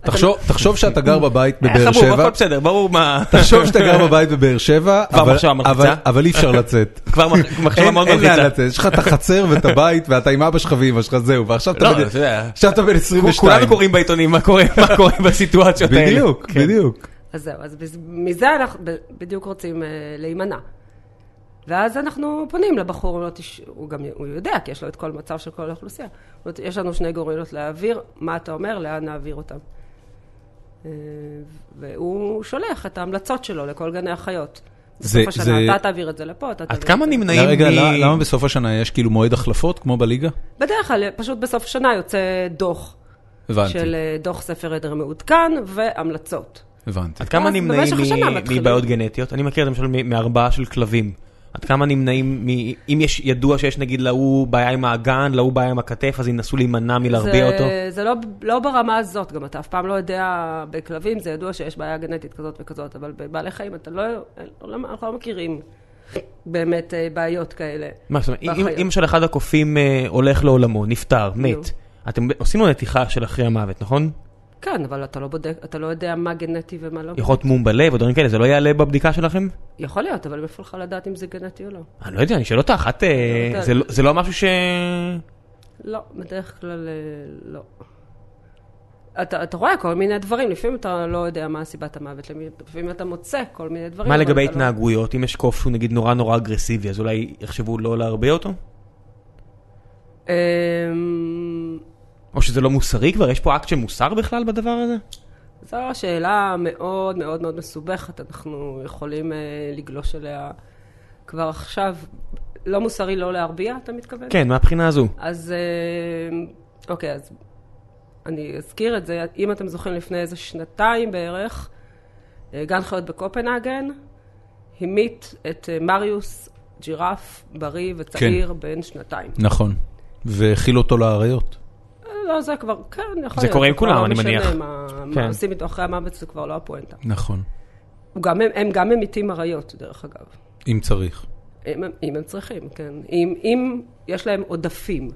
Speaker 1: תחשוב- תחשוב שאתה גר בבית
Speaker 2: היה
Speaker 1: בבאר
Speaker 2: חמור,
Speaker 1: שבע,
Speaker 2: אה, הכל בסדר, ברור מה...
Speaker 1: תחשוב שאתה גר בבית בבאר שבע,
Speaker 2: כבר
Speaker 1: אבל-
Speaker 2: מחשבה מלחיצה.
Speaker 1: אבל- אבל אי אפשר לצאת.
Speaker 2: כבר מח- מחשבה
Speaker 1: אין
Speaker 2: מאוד
Speaker 1: אין לאן
Speaker 2: מלחיצה.
Speaker 1: לצאת, יש לך את החצר ואת הבית ואתה עם אבא שלך ואימא שלך, זהו, ועכשיו אתה
Speaker 2: לא,
Speaker 1: בן-
Speaker 2: אתה יודע.
Speaker 1: עכשיו אתה בן 22.
Speaker 2: כולנו קוראים בעיתונים מה קורה מה קורה בסיטואציות האלה.
Speaker 1: בדיוק,
Speaker 2: כן.
Speaker 1: בדיוק.
Speaker 3: אז זהו, אז בז- מזה אנחנו ב- בדיוק רוצים אה, להימנע. ואז אנחנו פונים לבחור, הוא, לא תש... הוא גם הוא יודע, כי יש לו את כל מצב של כל האוכלוסייה. הוא לא ת- יש לנו שני גורילות להעביר, מה אתה אומר, לאן נעביר אותם? אה, והוא שולח את ההמלצות שלו לכל גני החיות.
Speaker 1: זה-
Speaker 3: בסוף השנה,
Speaker 1: זה-
Speaker 3: אתה תעביר את זה לפה, אתה תעביר את
Speaker 2: עד
Speaker 3: זה.
Speaker 2: כמה נמנעים
Speaker 1: לא, רגע,
Speaker 2: מ...
Speaker 1: ל- למה בסוף השנה יש כאילו מועד החלפות כמו בליגה?
Speaker 3: בדרך כלל, פשוט בסוף השנה יוצא דוח,
Speaker 1: הבנתי,
Speaker 3: של אה, דוח ספר עדר מעודכן והמלצות.
Speaker 1: הבנתי.
Speaker 2: עד כמה
Speaker 3: אז
Speaker 2: נמנעים
Speaker 3: במשך השנה
Speaker 2: מ-
Speaker 3: מתחילים.
Speaker 2: מבעיות גנטיות? אני מכיר למשל מ- מהרבעה של כלבים. עד כמה נמנעים, מ- אם יש ידוע שיש נגיד להוא בעיה עם האגן, להוא בעיה עם הכתף, אז ינסו להימנע מלהרביע
Speaker 3: זה-
Speaker 2: אותו?
Speaker 3: זה לא, לא ברמה הזאת, גם אתה אף פעם לא יודע, בכלבים זה ידוע שיש בעיה גנטית כזאת וכזאת, אבל בבעלי חיים אתה לא, לא, אנחנו לא מכירים באמת אה, בעיות כאלה.
Speaker 2: מה זאת אומרת, אם-
Speaker 3: בחיות.
Speaker 2: אם של אחד הקופים אה, הולך לעולמו, נפטר, מת, אתם ב- עושים לו נתיחה של אחרי המוות, נכון?
Speaker 3: כן, אבל אתה לא בודק, אתה לא יודע מה גנטי ומה לא.
Speaker 2: יכול להיות מום בלב ודברים כאלה, זה לא יעלה בבדיקה שלכם?
Speaker 3: יכול להיות, אבל מאיפה לך לדעת אם זה גנטי או לא?
Speaker 2: אני לא יודע, אני שואל אותה אחת, אה,
Speaker 3: לא יודע.
Speaker 2: זה לא- זה לא משהו ש...
Speaker 3: לא, בדרך כלל אה, לא. אתה, אתה רואה כל מיני דברים, לפעמים אתה לא יודע מה סיבת המוות, למי- לפעמים אתה מוצא כל מיני דברים.
Speaker 2: מה
Speaker 3: אבל
Speaker 2: לגבי
Speaker 3: אתה לא-
Speaker 2: התנהגויות? אם יש קוף שהוא נגיד נורא נורא אגרסיבי, אז אולי יחשבו לא להרבה אותו?
Speaker 3: אמ,
Speaker 2: או שזה לא מוסרי כבר? יש פה אקט של מוסר בכלל בדבר הזה?
Speaker 3: זו שאלה מאוד מאוד מאוד מסובכת, אנחנו יכולים אה, לגלוש אליה כבר עכשיו. לא מוסרי לא להרביע, אתה מתכוון?
Speaker 2: כן, מהבחינה הזו.
Speaker 3: אז אה, אוקיי, אז אני אזכיר את זה. אם אתם זוכרים, לפני איזה שנתיים בערך, אה, גן חיות בקופנהגן המית את אה, מריוס, ג'ירף, בריא וצעיר,
Speaker 2: כן.
Speaker 3: בן שנתיים.
Speaker 1: נכון. והאכיל אותו לאריות.
Speaker 3: אה, לא, זה כבר, כן, יכול להיות.
Speaker 2: זה קורה עם
Speaker 3: כבר
Speaker 2: כולם,
Speaker 3: לא
Speaker 2: אני
Speaker 3: משנה
Speaker 2: מניח.
Speaker 3: מה,
Speaker 2: כן.
Speaker 3: מה עושים איתו אחרי המוות זה כבר לא הפואנטה.
Speaker 1: נכון.
Speaker 3: הוא גם, הם גם ממיתים אריות, דרך אגב.
Speaker 1: אם צריך.
Speaker 3: אם הם, אם הם צריכים, כן. אם, אם יש להם עודפים.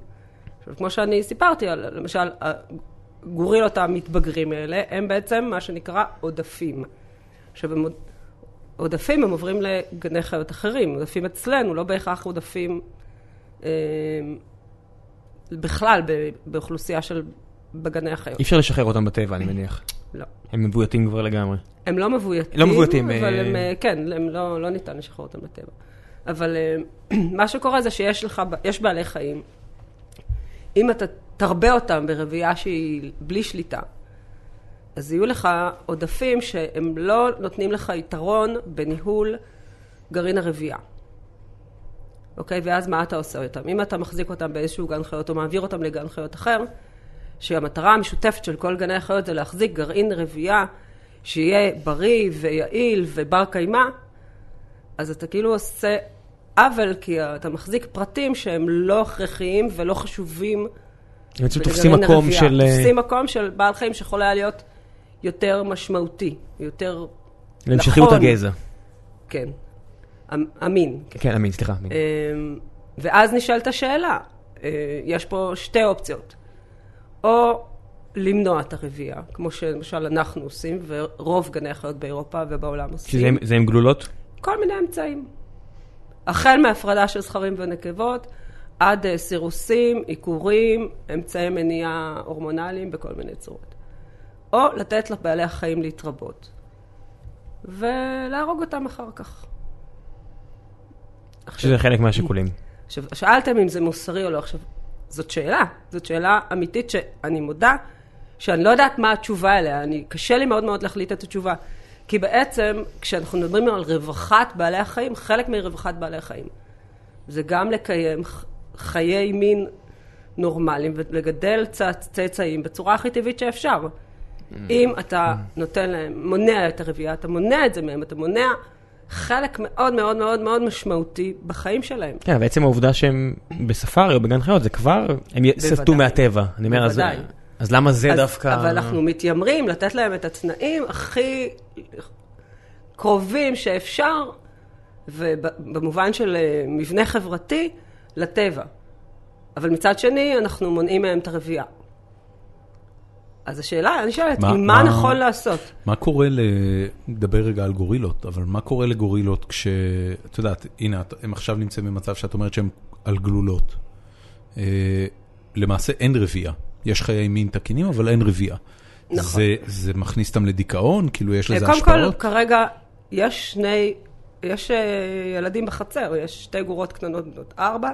Speaker 3: עכשיו, כמו שאני סיפרתי, על- למשל, הגורילות המתבגרים האלה, הם בעצם מה שנקרא עודפים. עכשיו, הם עוד- עודפים, הם עוברים לגני חיות אחרים. עודפים אצלנו, לא בהכרח עודפים אה, בכלל ב- באוכלוסייה של, בגני החיות.
Speaker 2: אי אפשר לשחרר אותם בטבע, אני מניח.
Speaker 3: לא.
Speaker 2: הם מבויתים כבר לגמרי.
Speaker 3: הם לא מבויתים.
Speaker 2: לא מבויתים,
Speaker 3: אבל
Speaker 2: אה.
Speaker 3: הם, אה, כן, הם לא, לא ניתן לשחרר אותם לטבע. אבל אה, מה שקורה זה שיש לך, ב- יש בעלי חיים. אם אתה תרבה אותם ברבייה שהיא בלי שליטה, אז יהיו לך עודפים שהם לא נותנים לך יתרון בניהול גרעין הרבייה. אוקיי? ואז מה אתה עושה איתם? אם אתה מחזיק אותם באיזשהו גן חיות או מעביר אותם לגן חיות אחר, שהמטרה המשותפת של כל גני החיות זה להחזיק גרעין רבייה שיהיה בריא ויעיל ובר קיימא, אז אתה כאילו עושה עוול, כי אתה מחזיק פרטים שהם לא הכרחיים ולא חשובים
Speaker 2: הם בעצם
Speaker 3: ולגרעין
Speaker 2: תופסים מקום
Speaker 3: הרבייה.
Speaker 2: של... אה,
Speaker 3: תופסים מקום של בעל חיים שיכול היה להיות יותר משמעותי, יותר
Speaker 2: להמשכיות
Speaker 3: נכון.
Speaker 2: הגזע.
Speaker 3: כן, אמ- אמין.
Speaker 2: כן, אמין, סליחה. אמין.
Speaker 3: אמ, ואז נשאלת השאלה, אה, יש פה שתי אופציות. או למנוע את הרבייה, כמו שלמשל אנחנו עושים, ורוב גני החיות באירופה ובעולם עושים.
Speaker 2: שזה עם- זה עם
Speaker 3: כן.
Speaker 2: גלולות?
Speaker 3: כל מיני אמצעים. החל מהפרדה של זכרים ונקבות, עד אה, סירוסים, עיקורים, אמצעי מניעה הורמונליים בכל מיני צורות. או לתת לבעלי החיים להתרבות, ולהרוג אותם אחר כך.
Speaker 2: שזה חלק מהשיקולים.
Speaker 3: עכשיו, שאלתם אם זה מוסרי או לא. עכשיו, זאת שאלה. זאת שאלה אמיתית שאני מודה שאני לא יודעת מה התשובה אליה. אני, קשה לי מאוד מאוד להחליט את התשובה. כי בעצם, כשאנחנו מדברים על רווחת בעלי החיים, חלק מרווחת בעלי החיים זה גם לקיים ח- חיי מין נורמליים ולגדל צ- צאצאים בצורה הכי טבעית שאפשר. אם אתה נותן להם, מונע את הרבייה, אתה מונע את זה מהם, אתה מונע חלק מאוד מאוד מאוד מאוד משמעותי בחיים שלהם.
Speaker 2: כן, בעצם העובדה שהם בספארי או בגן חיות, זה כבר, הם י- סטו מהטבע. אני אומר, אז-
Speaker 3: בוודאי.
Speaker 2: אז למה זה
Speaker 1: כן,
Speaker 3: אז-
Speaker 2: דווקא...
Speaker 3: אבל אנחנו מתיימרים לתת להם את התנאים הכי קרובים שאפשר, ובמובן של אה, מבנה חברתי, לטבע. אבל מצד שני, אנחנו מונעים מהם את הרבייה. אז השאלה, אני שואלת,
Speaker 1: מה-
Speaker 3: עם מה,
Speaker 1: מה-
Speaker 3: נכון לעשות?
Speaker 1: מה קורה ל... נדבר רגע על גורילות, אבל מה קורה לגורילות כש... את יודעת, הנה, את- הם עכשיו נמצאים במצב שאת אומרת שהם על גלולות. אה, למעשה אין רבייה. יש חיי מין תקינים, אבל אין רבייה.
Speaker 3: נכון.
Speaker 1: זה, זה מכניס אותם לדיכאון? כאילו, יש לזה
Speaker 3: אה, קודם כל,
Speaker 1: השפעות?
Speaker 3: כרגע יש שני, יש אה, ילדים בחצר, יש שתי גורות קטנות בנות ארבע.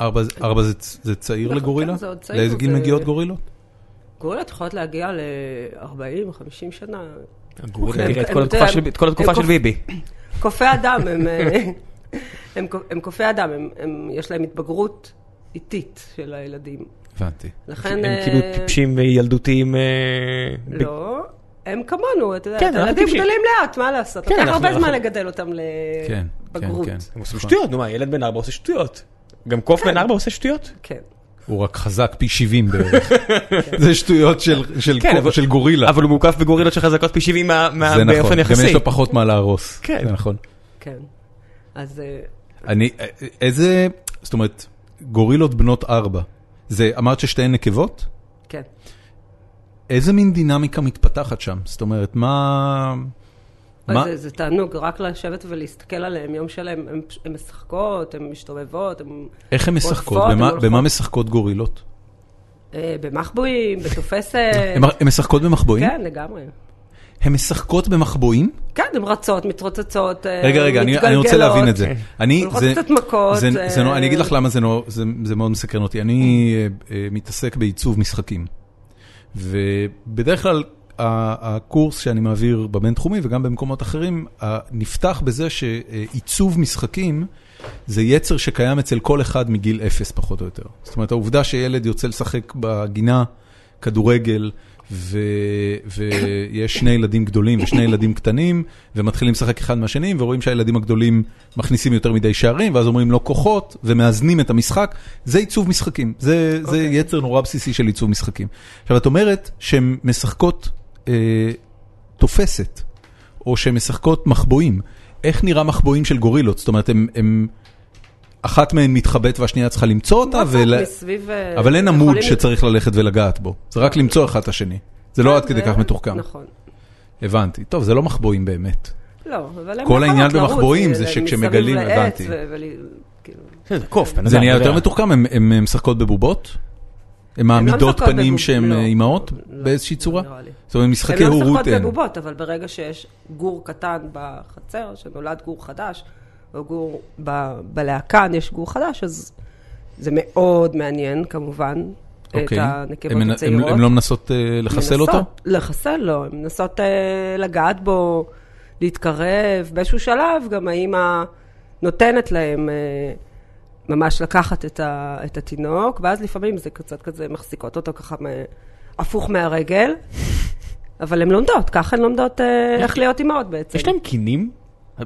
Speaker 1: ארבע, זה- ארבע זה, צ- זה צעיר
Speaker 3: נכון,
Speaker 1: לגורילה?
Speaker 3: כן, זה עוד צעיר,
Speaker 1: לאיזה גיל
Speaker 3: זה-
Speaker 1: מגיעות גורילות?
Speaker 3: גורות יכולות להגיע ל-40-50 שנה.
Speaker 2: הגורילה,
Speaker 3: הם-
Speaker 2: תראה, את
Speaker 3: הם-
Speaker 2: כל התקופה
Speaker 3: הם-
Speaker 2: של- את כל
Speaker 3: כן, הם
Speaker 2: התקופה של
Speaker 3: קופ-
Speaker 2: ביבי.
Speaker 3: קופי אדם הם, אה, הם, קו- הם קופי אדם, הם, הם, יש להם התבגרות איטית של הילדים.
Speaker 1: הבנתי.
Speaker 3: לכן...
Speaker 2: הם
Speaker 3: אה,
Speaker 2: כאילו טיפשים וילדותיים... אה, ב-
Speaker 3: לא, הם כמונו, אתה יודע,
Speaker 2: כן, אנחנו
Speaker 3: הילדים
Speaker 2: טיפשים.
Speaker 3: גדלים לאט, מה לעשות?
Speaker 2: כן,
Speaker 3: לוקח
Speaker 2: אנחנו-
Speaker 3: הרבה זמן
Speaker 2: אנחנו-
Speaker 3: לגדל אותם
Speaker 1: כן,
Speaker 3: לבגרות.
Speaker 1: כן, כן.
Speaker 2: הם עושים שטויות, נו מה, ילד בן ארבע עושה שטויות. גם קוף בן ארבע עושה שטויות?
Speaker 3: כן.
Speaker 1: הוא רק חזק פי 70 בערך. זה שטויות של, של,
Speaker 2: כן,
Speaker 1: קו-
Speaker 2: אבל-
Speaker 1: של גורילה.
Speaker 2: אבל הוא מוקף בגורילות שחזקות פי 70 מה- מה-
Speaker 1: לא. זה נכון,
Speaker 2: באופן
Speaker 1: גם יש
Speaker 2: יחסי.
Speaker 1: לו פחות מה להרוס.
Speaker 2: כן.
Speaker 1: זה נכון.
Speaker 3: כן. אז אה,
Speaker 1: אני, א- א- איזה, זאת אומרת, גורילות בנות ארבע, זה, אמרת ששתיהן נקבות?
Speaker 3: כן.
Speaker 1: איזה מין דינמיקה מתפתחת שם? זאת אומרת, מה... מה?
Speaker 3: מה? זה, זה תענוג, רק לשבת ולהסתכל עליהם יום שלם, הן פש- הן משחקות, הן משתובבות, הן
Speaker 1: איך הן משחקות?
Speaker 3: רודפות,
Speaker 1: במה-
Speaker 3: הן
Speaker 1: במה
Speaker 3: הולכות.
Speaker 1: משחקות גורילות?
Speaker 3: אה, במחבואים, בתופסת.
Speaker 1: הן הן משחקות במחבואים?
Speaker 3: אה. כן, לגמרי.
Speaker 1: הן משחקות במחבואים?
Speaker 3: כן, הן רצות, מתרוצצות, אה,
Speaker 1: רגע, רגע, אני, אני רוצה
Speaker 3: מתגלגלות. כן.
Speaker 1: להבין את זה. אני,
Speaker 3: הולכות
Speaker 1: זה,
Speaker 3: קצת מכות,
Speaker 1: זה, זה, נו-
Speaker 3: אה,
Speaker 1: אני אגיד לך למה זה, נו- זה, זה מאוד מסקרן אותי. אני אה, אה, מתעסק בעיצוב משחקים. ובדרך כלל ה- הקורס שאני מעביר בבינתחומי וגם במקומות אחרים, ה- נפתח בזה שעיצוב משחקים זה יצר שקיים אצל כל אחד מגיל אפס פחות או יותר. זאת אומרת, העובדה שילד יוצא לשחק בגינה, כדורגל, ו... ויש שני ילדים גדולים ושני ילדים קטנים, ומתחילים לשחק אחד מהשני, ורואים שהילדים הגדולים מכניסים יותר מדי שערים, ואז אומרים לו כוחות, ומאזנים את המשחק. זה עיצוב משחקים, זה, okay. זה יצר נורא בסיסי של עיצוב משחקים. עכשיו, את אומרת שהן משחקות אה, תופסת, או שהן משחקות מחבואים. איך נראה מחבואים של גורילות? זאת אומרת, הם, הם, אחת מהן מתחבאת והשנייה צריכה למצוא אותה,
Speaker 3: רצות
Speaker 1: ול...
Speaker 3: מסביב, אה,
Speaker 1: אבל אין עמוד
Speaker 3: יכולים-
Speaker 1: שצריך ללכת ולגעת בו, זה רק למצוא אחד את השני. זה לא עד
Speaker 3: כן,
Speaker 1: כדי כך
Speaker 3: זה-
Speaker 1: מתוחכם.
Speaker 3: נכון.
Speaker 1: הבנתי. טוב, זה לא מחבואים באמת.
Speaker 3: לא, אבל הם
Speaker 1: כל העניין
Speaker 3: יכולות לרוץ,
Speaker 1: במחבואים זה
Speaker 3: אה,
Speaker 1: שכשמגלים,
Speaker 3: מסביב
Speaker 1: הבנתי.
Speaker 3: לעץ ו- ול- כאילו,
Speaker 2: זה קוף, בן אדם.
Speaker 1: זה נהיה
Speaker 2: אתה יודע.
Speaker 1: יותר מתוחכם? הם- הם משחקות בבובות? הן מעמידות
Speaker 3: לא משחקות
Speaker 1: פנים
Speaker 3: בבוב-
Speaker 1: שהן
Speaker 3: לא.
Speaker 1: אה, אימהות
Speaker 3: לא,
Speaker 1: באיזושהי
Speaker 3: לא
Speaker 1: צורה?
Speaker 3: נראה לי.
Speaker 1: זאת אומרת,
Speaker 3: הן
Speaker 1: משחקי
Speaker 3: לא
Speaker 1: הורות
Speaker 3: משחקות
Speaker 1: אין.
Speaker 3: בבובות, אבל ברגע שיש גור קטן בחצר, שנולד גור חדש, או גור ב- בלהקן יש גור חדש, אז זה מאוד מעניין כמובן, אה, את
Speaker 1: אוקיי. הם-
Speaker 3: הנקבות
Speaker 1: הם-
Speaker 3: הצעירות.
Speaker 1: הם לא מנסות אה, לחסל
Speaker 3: מנסות
Speaker 1: אותו?
Speaker 3: לחסל, לא. הן מנסות אה, לגעת בו, להתקרב. באיזשהו שלב גם האימא נותנת להם אה, ממש לקחת את, ה, את התינוק, ואז לפעמים זה קצת כזה מחזיקות אותו ככה מ, הפוך מהרגל, אבל הן לומדות, ככה הן לומדות אה, איך להיות אימהות בעצם.
Speaker 2: יש להם קינים?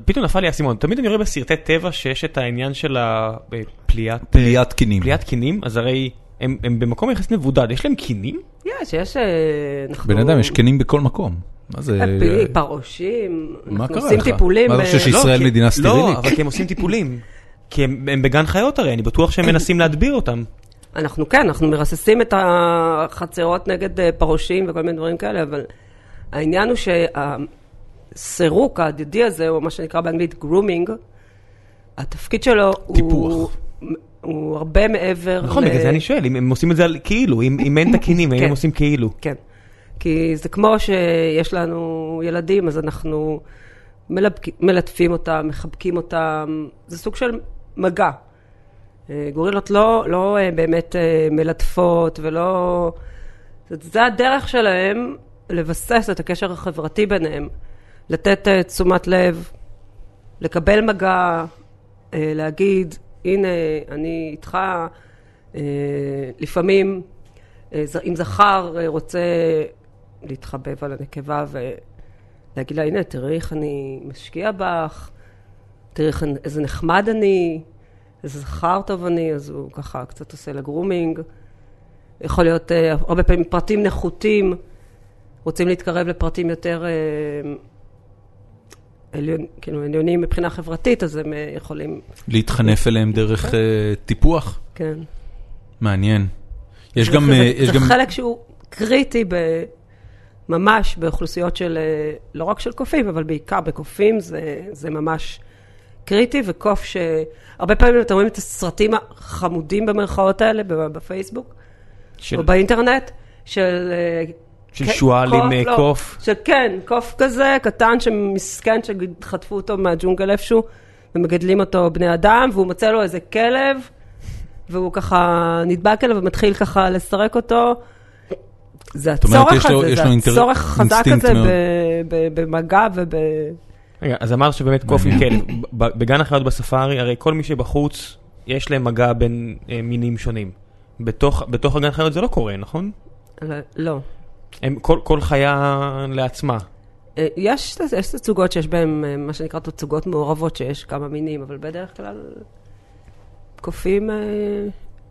Speaker 2: פתאום נפל לי האסימון, תמיד אני רואה בסרטי טבע שיש את העניין של הפליאת...
Speaker 1: פליית קינים.
Speaker 2: פליאת קינים, אז הרי הם הם במקום יחסית מבודד, יש להם קינים?
Speaker 3: יש, יש, אה, אנחנו...
Speaker 1: בן אדם, יש קנים בכל מקום. מה זה? אה,
Speaker 3: אפי, פרעושים,
Speaker 1: מה
Speaker 3: אנחנו
Speaker 1: קרה
Speaker 3: עושים
Speaker 1: לך?
Speaker 3: טיפולים. אה,
Speaker 1: מה אתה
Speaker 3: ב-
Speaker 1: חושב שיש-
Speaker 2: לא,
Speaker 1: ישראל
Speaker 2: כי-
Speaker 1: מדינה סטרילית.
Speaker 2: לא, אבל כי הם עושים טיפולים. כי הם הם בגן חיות הרי, אני בטוח שהם מנסים להדביר אותם.
Speaker 3: אנחנו כן, אנחנו מרססים את החצרות נגד אה, פרעושים וכל מיני דברים כאלה, אבל העניין הוא שהסירוק ההדדי הזה, או מה שנקרא באנגלית גרומינג, התפקיד שלו הוא...
Speaker 1: טיפוח.
Speaker 3: הוא הרבה מעבר
Speaker 2: נכון, בגלל זה אני שואל, אם הם עושים את זה על כאילו, אם אם אין את הקינים, האם
Speaker 3: כן.
Speaker 2: הם עושים כאילו.
Speaker 3: כן. כי זה כמו שיש לנו ילדים, אז אנחנו מלבק... מלטפים אותם, מחבקים אותם, זה סוג של מגע. אה, גורילות לא, לא אה, באמת אה, מלטפות ולא... זאת- זה הדרך שלהם לבסס את הקשר החברתי ביניהם, לתת אה, תשומת לב, לקבל מגע, אה, להגיד, הנה, אני איתך, אה, לפעמים, אה, ז- אם זכר אה, רוצה להתחבב על הנקבה ולהגיד לה, הנה, תראי איך אני משקיע בך, תראי איך, אני- איזה נחמד אני, איזה זכר טוב אני, אז הוא ככה קצת עושה לה גרומינג. יכול להיות אה, הרבה פעמים פרטים נחותים, רוצים להתקרב לפרטים יותר אה, עליון, כאילו עליונים מבחינה חברתית, אז הם אה, יכולים,
Speaker 1: להתחנף אליהם דרך אה, טיפוח?
Speaker 3: כן.
Speaker 1: מעניין. יש
Speaker 3: זה
Speaker 1: גם...
Speaker 3: חלק-
Speaker 1: אה, יש
Speaker 3: זה
Speaker 1: גם-
Speaker 3: חלק שהוא קריטי ב... ממש באוכלוסיות של, אה, לא רק של קופים, אבל בעיקר בקופים, זה, זה ממש קריטי, וקוף ש... הרבה פעמים אתם רואים את הסרטים החמודים במרכאות האלה ב- בפייסבוק,
Speaker 2: של-
Speaker 3: או באינטרנט, של... אה,
Speaker 2: של
Speaker 3: כן,
Speaker 2: שועל עם אה,
Speaker 3: לא,
Speaker 2: קוף.
Speaker 3: שכן, קוף כזה, קטן, שמסכן, שחטפו אותו מהג'ונגל איפשהו, ומגדלים אותו בני אדם, והוא מוצא לו איזה כלב, והוא ככה נדבק אליו ומתחיל ככה לסרק אותו. זה
Speaker 1: אומרת,
Speaker 3: הצורך
Speaker 1: יש לו-
Speaker 3: הזה,
Speaker 1: יש
Speaker 3: זה
Speaker 1: לו אינטר-
Speaker 3: הצורך החזק
Speaker 1: אינסטינקט
Speaker 3: הזה
Speaker 1: מאוד.
Speaker 3: ב- ב- במגע וב...
Speaker 2: רגע, אז אמרת שבאמת קוף עם כלב. ב- בגן החיות בספארי, הרי כל מי שבחוץ, יש להם מגע בין אה, מינים שונים. בתוך בתוך הגן חיות זה לא קורה, נכון?
Speaker 3: לא.
Speaker 2: הם, כל, כל חיה לעצמה.
Speaker 3: אה, יש, יש תצוגות שיש בהן, אה, מה שנקרא תצוגות מעורבות, שיש כמה מינים, אבל בדרך כלל קופים אה,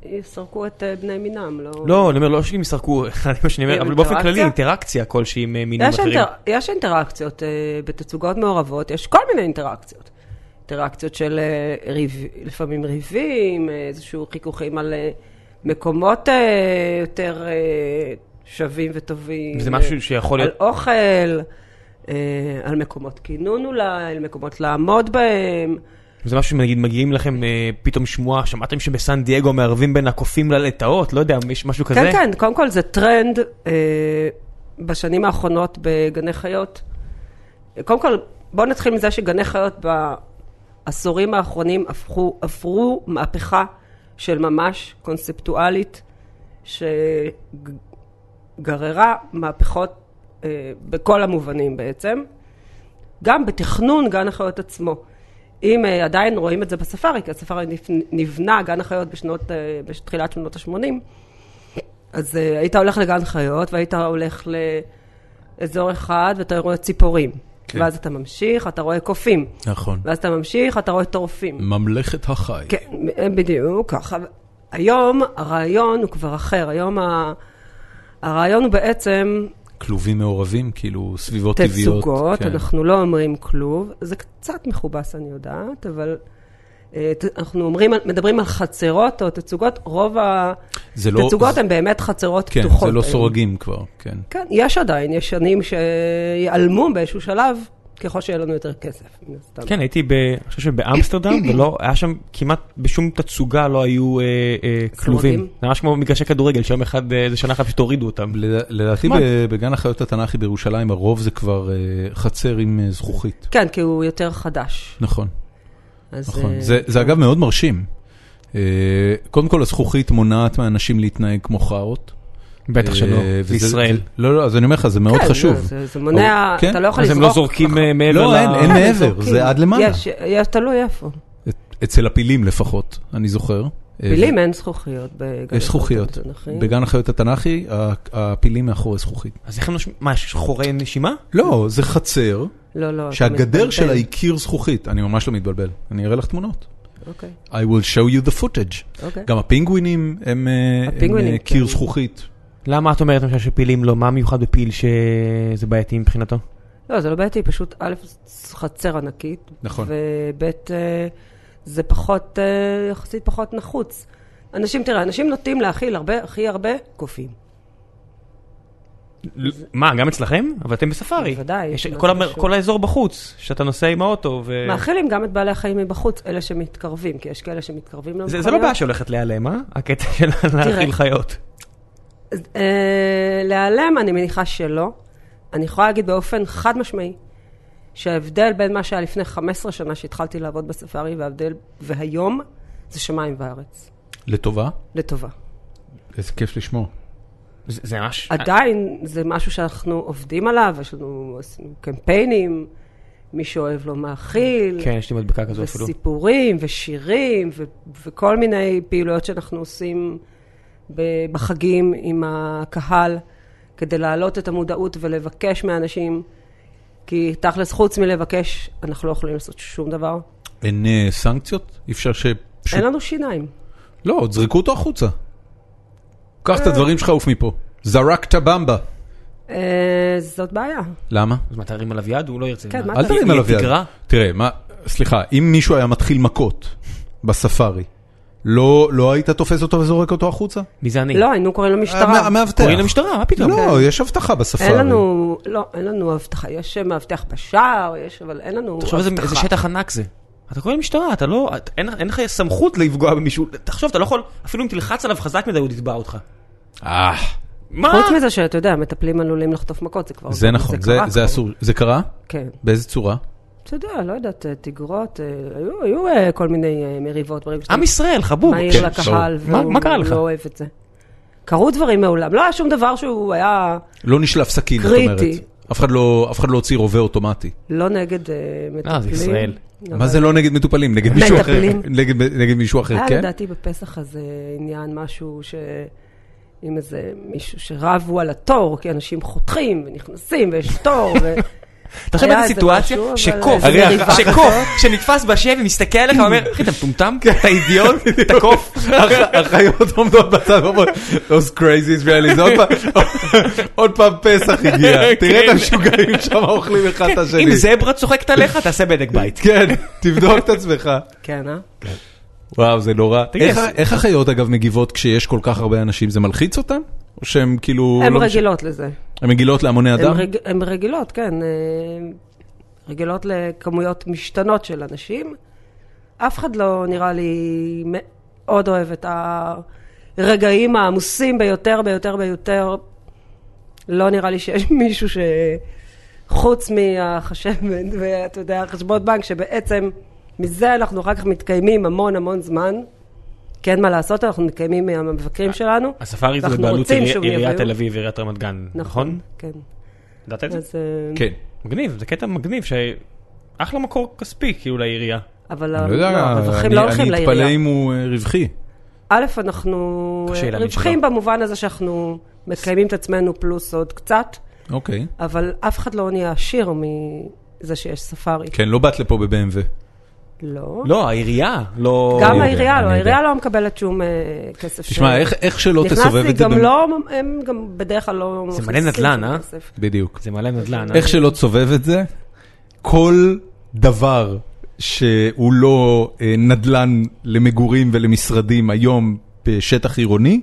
Speaker 3: יסרקו את אה, בני מינם, לא...
Speaker 2: לא, אני אומר, לא שהם ישחקו אחד עם השני,
Speaker 3: כן,
Speaker 2: אבל באופן
Speaker 3: אינטראקציה?
Speaker 2: כללי אינטראקציה כלשהי עם אה, מינים
Speaker 3: יש,
Speaker 2: אחרים.
Speaker 3: אינטר... יש אינטראקציות אה, בתצוגות מעורבות, יש כל מיני אינטראקציות. אינטראקציות של אה, ריב, לפעמים ריבים, אה, איזשהו חיכוכים על אה, מקומות אה, יותר אה, שווים וטובים.
Speaker 2: זה
Speaker 3: אה,
Speaker 2: משהו שיכול
Speaker 3: על
Speaker 2: להיות...
Speaker 3: אוכל, אה, על מקומות כינון אולי, על מקומות לעמוד בהם.
Speaker 2: זה משהו שנגיד מגיעים לכם אה, פתאום שמועה, שמעתם שבסן דייגו מערבים בין הקופים ללטאות, לא יודע, יש משהו כזה?
Speaker 3: כן, כן, קודם כל זה טרנד אה, בשנים האחרונות בגני חיות. קודם כל, בואו נתחיל מזה שגני חיות בעשורים האחרונים הפכו, עברו מהפכה של ממש קונספטואלית, שגררה מהפכות אה, בכל המובנים בעצם. גם בתכנון גן החיות עצמו. אם אה, עדיין רואים את זה בספארי, כי הספארי נפ- נבנה, גן החיות בשנות, אה, בתחילת שנות ה-80, אז uh, היית הולך לגן חיות, והיית הולך לאזור אחד, ואתה רואה ציפורים.
Speaker 1: כן.
Speaker 3: כן. ואז אתה ממשיך, אתה רואה קופים.
Speaker 1: נכון.
Speaker 3: ואז אתה ממשיך, אתה רואה טורפים.
Speaker 1: ממלכת החי.
Speaker 3: כן, בדיוק, ככה. היום הרעיון הוא כבר אחר. היום ה... הרעיון הוא בעצם
Speaker 1: כלובים מעורבים, כאילו סביבות טבעיות.
Speaker 3: תצוגות,
Speaker 1: כן.
Speaker 3: אנחנו לא אומרים כלוב, זה קצת מכובס אני יודעת, אבל אה, ת- אנחנו אומרים, על- מדברים על חצרות או תצוגות, רוב
Speaker 1: זה לא-
Speaker 3: התצוגות הן באמת חצרות
Speaker 1: כן,
Speaker 3: פתוחות.
Speaker 1: זה לא
Speaker 3: היום.
Speaker 1: סורגים כבר, כן.
Speaker 3: כן, יש עדיין, יש שנים שיעלמו באיזשהו שלב, ככל שיהיה לנו יותר כסף. מן הסתם.
Speaker 2: כן, הייתי, ב, אני חושב שבאמסטרדם, ולא, היה שם כמעט בשום תצוגה לא היו אה, אה, כלובים. זה ממש כמו מגרשי כדורגל, שיום אחד, אה, איזה שנה אחת פשוט הורידו אותם.
Speaker 1: ל- לדעתי
Speaker 2: נחמד.
Speaker 1: ב- בגן החיות התנ"כי בירושלים, הרוב זה כבר אה, חצר עם אה, זכוכית.
Speaker 3: כן, כי הוא יותר חדש.
Speaker 1: נכון,
Speaker 3: אז,
Speaker 1: נכון.
Speaker 3: אה,
Speaker 1: זה זה אגב מאוד מרשים. אה, קודם כל, הזכוכית מונעת מאנשים להתנהג כמו חאות.
Speaker 2: בטח שלא,
Speaker 1: אה, וזה-
Speaker 2: בישראל.
Speaker 1: לא, לא, אז אני אומר לך, זה מאוד
Speaker 3: כן,
Speaker 1: חשוב.
Speaker 3: זה- זה- זה מונע,
Speaker 1: כן?
Speaker 3: אתה לא יכול
Speaker 2: אז
Speaker 3: לזרוק.
Speaker 2: הם לא זורקים אה, מעבר
Speaker 1: לא,
Speaker 2: ל...
Speaker 1: אין, אין
Speaker 3: כן,
Speaker 1: מעבר,
Speaker 3: זורקים.
Speaker 1: זה עד למעלה. אה,
Speaker 3: יש, יש, תלוי איפה.
Speaker 1: את- אצל הפילים לפחות, אני זוכר. אה,
Speaker 3: פילים נכון. אין זכוכיות. בגן
Speaker 1: יש זכוכיות.
Speaker 3: החיות התנ"כי.
Speaker 1: בגן החיות התנ"כי, ה- הפילים מאחורי זכוכית.
Speaker 2: אז איך הם נושמים? מה, יש חורי נשימה?
Speaker 1: לא, זה חצר,
Speaker 3: לא, לא. אתה
Speaker 1: שהגדר
Speaker 3: מתבלבל.
Speaker 1: שלה היא קיר זכוכית. אני ממש לא מתבלבל, אני אראה לך תמונות.
Speaker 3: אוקיי,
Speaker 1: I will show you the footage.
Speaker 3: אוקיי.
Speaker 1: גם הפינגווינים הם אה, הם,
Speaker 3: הפינגווינים,
Speaker 1: אה, קיר
Speaker 3: כן.
Speaker 1: זכוכית.
Speaker 2: למה את אומרת למשל שפילים לא? מה מיוחד בפיל שזה בעייתי מבחינתו?
Speaker 3: לא, זה לא בעייתי, פשוט א', ז- חצר ענקית.
Speaker 1: נכון.
Speaker 3: וב', אה, זה פחות, אה, יחסית פחות נחוץ. אנשים, תראה, אנשים נוטים להאכיל הרבה, הכי הרבה קופים.
Speaker 2: מה, גם אצלכם? אבל אתם בספארי.
Speaker 3: בוודאי,
Speaker 2: יש-
Speaker 3: מה
Speaker 2: כל
Speaker 3: זה
Speaker 2: המר-
Speaker 3: קשור?
Speaker 2: כל האזור בחוץ, שאתה נוסע עם האוטו, ו...
Speaker 3: מאכילים גם את בעלי החיים מבחוץ, אלה שמתקרבים, כי יש כאלה שמתקרבים למכוניות.
Speaker 2: זה זה לא בעיה שהולכת להיעלם, אה? הקטע של להאכיל חיות.
Speaker 3: אז, אה, להיעלם, אני מניחה שלא. אני יכולה להגיד באופן חד משמעי, שההבדל בין מה שהיה לפני 15 שנה שהתחלתי לעבוד בספארי, וההבדל, והיום, זה שמיים וארץ.
Speaker 1: לטובה?
Speaker 3: לטובה.
Speaker 1: איזה כיף לשמוע.
Speaker 2: זה זה ממש...
Speaker 3: עדיין זה משהו שאנחנו עובדים עליו, יש לנו עשינו קמפיינים, מי שאוהב לא מאכיל,
Speaker 2: כן, יש לי מדבקה כזו אפילו.
Speaker 3: וסיפורים ושירים ו- וכל מיני פעילויות שאנחנו עושים ב- בחגים עם הקהל, כדי להעלות את המודעות ולבקש מאנשים, כי תכלס, חוץ מלבקש, אנחנו לא יכולים לעשות שום דבר.
Speaker 1: אין אה, סנקציות? אי אפשר שפשוט...
Speaker 3: אין לנו שיניים.
Speaker 1: לא, זרקו אותו החוצה. קח את הדברים שלך, עוף מפה. זרקת במבה.
Speaker 3: אה, זאת בעיה.
Speaker 2: כן.
Speaker 1: למה?
Speaker 2: אז מה, תרים עליו יד? הוא לא ירצה.
Speaker 3: כן, מה
Speaker 1: אל
Speaker 3: אתה-
Speaker 1: תרים
Speaker 2: היא
Speaker 1: עליו יד.
Speaker 2: תגרע?
Speaker 1: תראה, מה, סליחה, אם מישהו היה מתחיל מכות בספארי, לא, לא היית תופס אותו וזורק אותו החוצה?
Speaker 2: מי זה אני?
Speaker 3: לא, היינו קוראים
Speaker 1: המ-
Speaker 3: למשטרה.
Speaker 1: המאבטח.
Speaker 2: קוראים למשטרה, מה פתאום?
Speaker 1: לא, יש אבטחה
Speaker 3: כן. אין
Speaker 1: בספארי.
Speaker 3: לנו, לא, אין לנו אבטחה. יש אה, מאבטח בשער, יש, אבל אין לנו
Speaker 2: תחשוב איזה איזה
Speaker 3: אבטחה.
Speaker 2: שטח ענק זה. אתה קורא למשטרה, אתה לא... את- אין אין לך סמכות לפגוע במישהו. תחשוב, אתה לא יכול... אפילו אם תלחץ עליו חזק מדי, הוא יתבע אותך.
Speaker 1: אה,
Speaker 2: מה?
Speaker 3: חוץ מזה שאתה יודע, מטפלים עלולים לחטוף מכות, אוקיי, זה כבר...
Speaker 1: זה נכון, זה-
Speaker 3: קרה
Speaker 1: זה
Speaker 3: כבר.
Speaker 1: אסור. זה קרה?
Speaker 3: כן.
Speaker 1: באיזה צורה?
Speaker 3: אתה יודע, לא יודעת, אה, תגרות, אה, היו- היו אה, כל מיני אה, מריבות ברגע שאתה
Speaker 2: עם ישראל, חבוב.
Speaker 1: כן,
Speaker 3: מהיר לקהל,
Speaker 1: ברור.
Speaker 2: מה- מה קרה
Speaker 3: והוא
Speaker 2: לך?
Speaker 3: לא אוהב את זה. קרו דברים מעולם, לא היה שום דבר שהוא היה
Speaker 1: לא נשלף סכין, את
Speaker 3: קריטי.
Speaker 1: אומרת. אף אחד לא- אף אחד לא הוציא רובה אוטומטי.
Speaker 3: לא נגד אה, מטפלים.
Speaker 2: ישראל.
Speaker 3: אבל-
Speaker 1: מה זה לא נגד מטופלים? נגד מישהו אחר.
Speaker 3: מטפלים.
Speaker 1: נגד- נגד מישהו אחר,
Speaker 3: היה
Speaker 1: כן?
Speaker 3: אה, לדעתי בפסח הזה עניין משהו ש... עם איזה מישהו שרבו על התור, כי אנשים חותכים ונכנסים ויש תור, ו...
Speaker 4: תחשוב
Speaker 3: היה
Speaker 4: באיזה
Speaker 3: איזה
Speaker 4: סיטואציה
Speaker 3: משהו, אבל
Speaker 4: שקוף,
Speaker 3: איזה
Speaker 1: הרי
Speaker 4: שקוף,
Speaker 1: אחר-
Speaker 4: שקוף, שנתפס בשבי, מסתכל עליך ואומר, אחי, אתה מטומטם?
Speaker 3: כן,
Speaker 4: אתה אידיוט? אתה קוף?
Speaker 1: החיות עומדות בצד ואומרות, those crazy Israelis, עוד פעם- עוד פעם פסח
Speaker 3: כן.
Speaker 1: הגיע, תראה את המשוגעים שם אוכלים אחד את השני.
Speaker 4: אם זברה צוחקת עליך, תעשה בדק בית.
Speaker 1: כן, תבדוק את עצמך.
Speaker 3: כן, אה?
Speaker 1: וואו, זה נורא.
Speaker 4: תגיד,
Speaker 1: איך-
Speaker 4: אז-
Speaker 1: איך החיות אגב מגיבות כשיש כל כך הרבה אנשים? זה מלחיץ אותם? או שהן כאילו...
Speaker 3: הן
Speaker 1: לא מש-
Speaker 3: רגילות לזה.
Speaker 1: הן רגילות להמוני
Speaker 3: הן
Speaker 1: אדם?
Speaker 3: רג- הן רגילות, כן. אה, רגילות לכמויות משתנות של אנשים. אף אחד לא נראה לי מאוד אוהב את הרגעים העמוסים ביותר, ביותר, ביותר. לא נראה לי שיש מישהו ש... חוץ מהחשבת ואתה יודע, חשבון בנק, שבעצם מזה אנחנו אחר כך מתקיימים המון המון זמן. כי אין מה לעשות, אנחנו מתקיימים
Speaker 1: אה,
Speaker 3: מהמבקרים שלנו.
Speaker 2: הספארי זה
Speaker 3: ואנחנו
Speaker 2: בבעלות
Speaker 3: רוצים
Speaker 2: עירי-
Speaker 3: שהם
Speaker 2: עיריית
Speaker 3: יביאו.
Speaker 2: תל אביב ועיריית רמת גן, נכון?
Speaker 3: כן.
Speaker 2: ידעת את זה?
Speaker 3: אז... אה,
Speaker 1: כן.
Speaker 2: מגניב, זה קטע מגניב, שאחלה מקור כספי כאילו לעירייה.
Speaker 3: אבל
Speaker 1: אני לא יודע,
Speaker 3: לא, הרווחים
Speaker 1: אני-
Speaker 3: לא הולכים
Speaker 1: אני אתפלא
Speaker 3: לעירייה.
Speaker 1: אם הוא אה, רווחי.
Speaker 3: א', אנחנו
Speaker 2: קשה להאמין
Speaker 3: רווחים
Speaker 2: שלא.
Speaker 3: במובן הזה שאנחנו מקיימים את עצמנו פלוס עוד קצת,
Speaker 1: אוקיי.
Speaker 3: אבל אף אחד לא נהיה עשיר מזה שיש ספארי.
Speaker 1: כן, לא באת לפה ב-BMW.
Speaker 3: לא.
Speaker 2: לא, העירייה, לא...
Speaker 3: גם
Speaker 1: יודע,
Speaker 3: העירייה לא,
Speaker 1: אני יודע.
Speaker 3: העירייה לא מקבלת שום אה, כסף.
Speaker 1: תשמע,
Speaker 3: ש-
Speaker 1: איך- איך שלא
Speaker 3: נכנס
Speaker 1: תסובב
Speaker 3: לי
Speaker 1: את זה...
Speaker 3: גם
Speaker 1: במ-
Speaker 3: לא, הם גם בדרך כלל לא...
Speaker 2: מלא
Speaker 3: מכניסים
Speaker 2: נדל"ן,
Speaker 3: שום
Speaker 2: אה?
Speaker 3: כסף.
Speaker 1: בדיוק.
Speaker 2: זה מלא נדל"ן. אה?
Speaker 1: איך שלא תסובב את זה, כל דבר שהוא לא אה, נדלן למגורים ולמשרדים היום בשטח עירוני,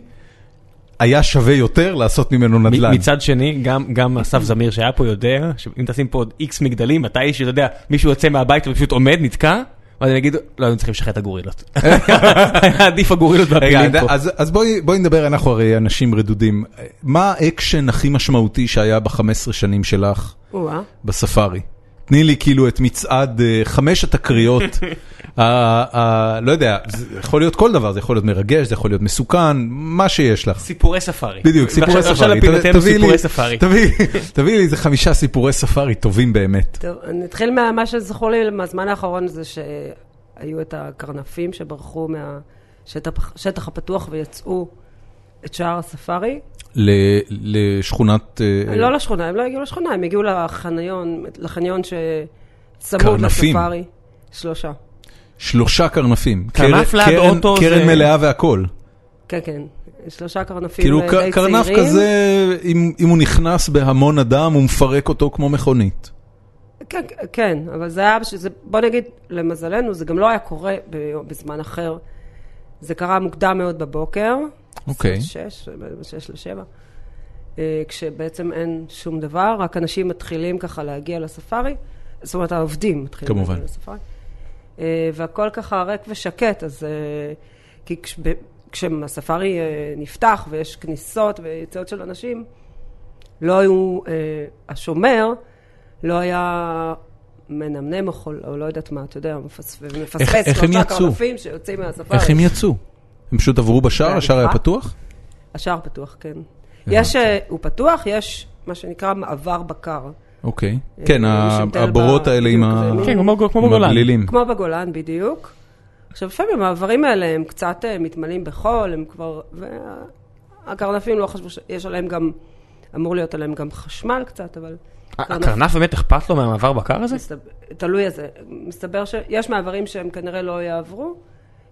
Speaker 1: היה שווה יותר לעשות ממנו
Speaker 2: מ-
Speaker 1: נדלן.
Speaker 2: מצד שני, גם, גם אסף זמיר שהיה פה יודע, שאם תשים פה עוד איקס מגדלים, מתי שאתה יודע, מישהו יוצא מהבית ופשוט עומד, נתקע, ואז הם יגידו, לא, היינו צריכים לשחרר את הגורילות. היה עדיף הגורילות
Speaker 1: רגע,
Speaker 2: והפילים
Speaker 1: אז-
Speaker 2: פה.
Speaker 1: אז, אז בואי, בואי נדבר, אנחנו הרי אנשים רדודים. מה האקשן הכי משמעותי שהיה ב-15 שנים שלך
Speaker 3: או-אה.
Speaker 1: בספארי? תני לי כאילו את מצעד אה, חמש התקריות, ה- ה- לא יודע, זה יכול להיות כל דבר, זה יכול להיות מרגש, זה יכול להיות מסוכן, מה שיש לך.
Speaker 2: סיפורי ספארי.
Speaker 1: בדיוק, סיפורי
Speaker 2: ועכשיו-
Speaker 1: ספארי.
Speaker 2: עכשיו לפינתנו
Speaker 1: תביא לי-
Speaker 2: סיפורי ספארי.
Speaker 1: תביא- תביא לי איזה חמישה סיפורי ספארי טובים באמת.
Speaker 3: טוב, נתחיל ממה שזכור לי מהזמן האחרון, זה שהיו את הקרנפים שברחו מהשטח הפתוח ויצאו את שער הספארי.
Speaker 1: ל- לשכונת... אה,
Speaker 3: לא לשכונה, הם לא הגיעו לשכונה, הם הגיעו לחניון, לחניון שצמוד
Speaker 1: קרנפים.
Speaker 3: לספארי. שלושה.
Speaker 1: שלושה קרנפים.
Speaker 2: קרנף
Speaker 1: קרן-
Speaker 2: ליד
Speaker 1: קרן-
Speaker 2: אוטו
Speaker 1: קרן
Speaker 2: זה-
Speaker 1: מלאה והכול.
Speaker 3: כן, כן. שלושה קרנפים אה,
Speaker 1: כאילו
Speaker 3: די
Speaker 1: ק-
Speaker 3: צעירים.
Speaker 1: קרנף כזה, אם אם הוא נכנס בהמון אדם, הוא מפרק אותו כמו מכונית.
Speaker 3: כן, כן, אבל זה היה, זה, בוא נגיד, למזלנו, זה גם לא היה קורה ב- בזמן אחר. זה קרה מוקדם מאוד בבוקר.
Speaker 1: אוקיי.
Speaker 3: שש, בין שש לשבע. אה, כשבעצם אין שום דבר, רק אנשים מתחילים ככה להגיע לספארי. זאת אומרת, העובדים מתחילים
Speaker 1: כמובן.
Speaker 3: להגיע לספארי. אה, והכל ככה ריק ושקט, אז... אה, כי כש- ב- כשהספארי אה, נפתח ויש כניסות ויציאות של אנשים, לא היו, אה, השומר לא היה מנמנם או חול, או לא יודעת מה, אתה יודע, מפס-
Speaker 1: איך-
Speaker 3: מפספס
Speaker 1: איך הם
Speaker 3: שלושה
Speaker 1: יצאו?
Speaker 3: קרנפים שיוצאים מהספארי.
Speaker 1: איך הם יצאו? הם פשוט עברו בשער,
Speaker 3: זה
Speaker 1: השער היה
Speaker 3: הליכה?
Speaker 1: פתוח?
Speaker 3: השער פתוח, כן.
Speaker 1: הבנתי.
Speaker 3: יש, אה, הוא פתוח, יש מה שנקרא מעבר בקר.
Speaker 1: אוקיי. כן,
Speaker 3: אה,
Speaker 1: ה-
Speaker 3: יש הבדל
Speaker 1: הבורות
Speaker 3: ב-
Speaker 1: האלה עם
Speaker 3: בדיוק,
Speaker 1: ה-
Speaker 3: זה מין-
Speaker 2: כן, כמו- כמו
Speaker 1: עם
Speaker 2: בגולן.
Speaker 1: הגלילים.
Speaker 3: כמו בגולן בדיוק. עכשיו, לפעמים המעברים האלה הם קצת אה, מתמלאים בחול, הם כבר... והקרנפים לא חשבו שיש עליהם גם... אמור להיות עליהם גם חשמל קצת, אבל...
Speaker 2: הקרנף באמת אכפת לו מהמעבר בקר הזה?
Speaker 3: מסתבר- תלוי איזה. מסתבר שיש מעברים שהם כנראה לא יעברו,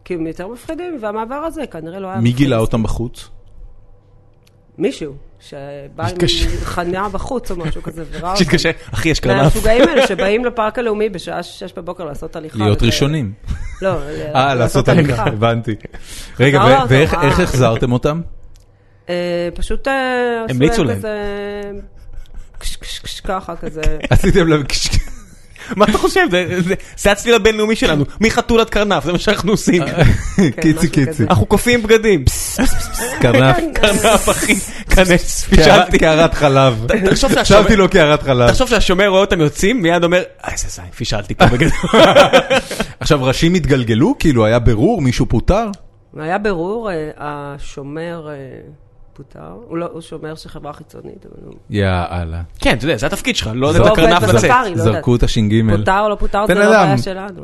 Speaker 3: כי הם יותר מפחידים, והמעבר הזה כנראה לא היה...
Speaker 1: מי
Speaker 3: מפחיד.
Speaker 1: גילה אותם
Speaker 3: אה,
Speaker 1: בחוץ?
Speaker 3: מישהו, שבא עם
Speaker 2: התקשר.
Speaker 3: חניה בחוץ או משהו כזה, וראה אותם.
Speaker 2: שיתקשר, אחי, יש קרנף.
Speaker 3: מהמשוגעים האלה שבאים לפארק הלאומי בשעה שש בבוקר לעשות הליכה.
Speaker 1: להיות
Speaker 3: וזה-
Speaker 1: ראשונים.
Speaker 3: לא,
Speaker 1: אה, לעשות הליכה, הבנתי. רגע,
Speaker 3: לא,
Speaker 1: ו-
Speaker 3: זה
Speaker 1: ואיך
Speaker 3: רע.
Speaker 1: איך החזרתם אותם?
Speaker 3: אה, פשוט אה, עשו
Speaker 2: המליצו להם.
Speaker 3: להם כזה... קש, קש, קש, ככה כזה.
Speaker 1: עשיתם להם...
Speaker 3: כן,
Speaker 2: מה אתה חושב? זה- זה- זה הצליל הבינלאומי שלנו, מחתול עד קרנף, זה מה שאנחנו עושים.
Speaker 1: קיצי
Speaker 3: משהו
Speaker 1: קיצי.
Speaker 3: כזה.
Speaker 2: אנחנו קופאים בגדים. פס, פס,
Speaker 1: קרנף.
Speaker 3: כן,
Speaker 2: קרנף, אחי,
Speaker 1: כן.
Speaker 2: כנס,
Speaker 1: קערת-
Speaker 2: פישלתי.
Speaker 1: קערת חלב.
Speaker 2: תחשוב שהשומר-
Speaker 1: חשבתי לו קערת חלב.
Speaker 2: תחשוב שהשומר רואה אותם יוצאים, מיד אומר, "אה, איזה זין, פישלתי פה בגדול.
Speaker 1: עכשיו, ראשים התגלגלו? כאילו, היה ברור? מישהו פוטר?
Speaker 3: היה בירור, אה, השומר אה, פוטר, הוא לא- הוא שומר של חברה חיצונית, אבל הוא...
Speaker 1: יאללה.
Speaker 2: כן, אתה יודע, זה התפקיד שלך, לא לתת
Speaker 1: זה
Speaker 3: הוא
Speaker 1: בקרנף
Speaker 3: עובד
Speaker 2: לקרנף לצאת.
Speaker 3: בספארי, אה, לא יודעת.
Speaker 1: זרקו את הש"ג.
Speaker 3: פוטר או לא פוטר, זה
Speaker 1: בן
Speaker 3: לא
Speaker 1: אדם.
Speaker 3: בעיה שלנו.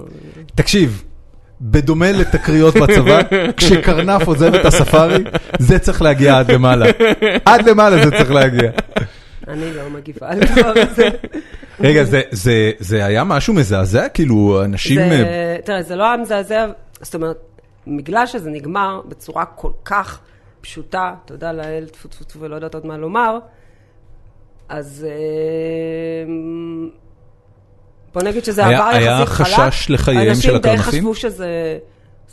Speaker 1: תקשיב, בדומה לתקריות בצבא, כשקרנף עוזב את הספארי, זה צריך להגיע עד למעלה. עד למעלה זה צריך להגיע.
Speaker 3: אני לא מגיבה על הדבר הזה.
Speaker 1: רגע, זה- זה- זה היה משהו מזעזע? כאילו, אנשים... אה,
Speaker 3: זה, תראה, זה לא היה מזעזע, זאת אומרת, בגלל שזה נגמר בצורה כל כך פשוטה, תודה לאל, טפו טפו טפו, ולא יודעת עוד מה לומר, אז אה, בוא נגיד שזה
Speaker 1: היה-
Speaker 3: עבר יחסית
Speaker 1: היה
Speaker 3: חלק.
Speaker 1: חשש לחייהם של
Speaker 3: אנשים די
Speaker 1: הקרנפים?
Speaker 3: חשבו שזה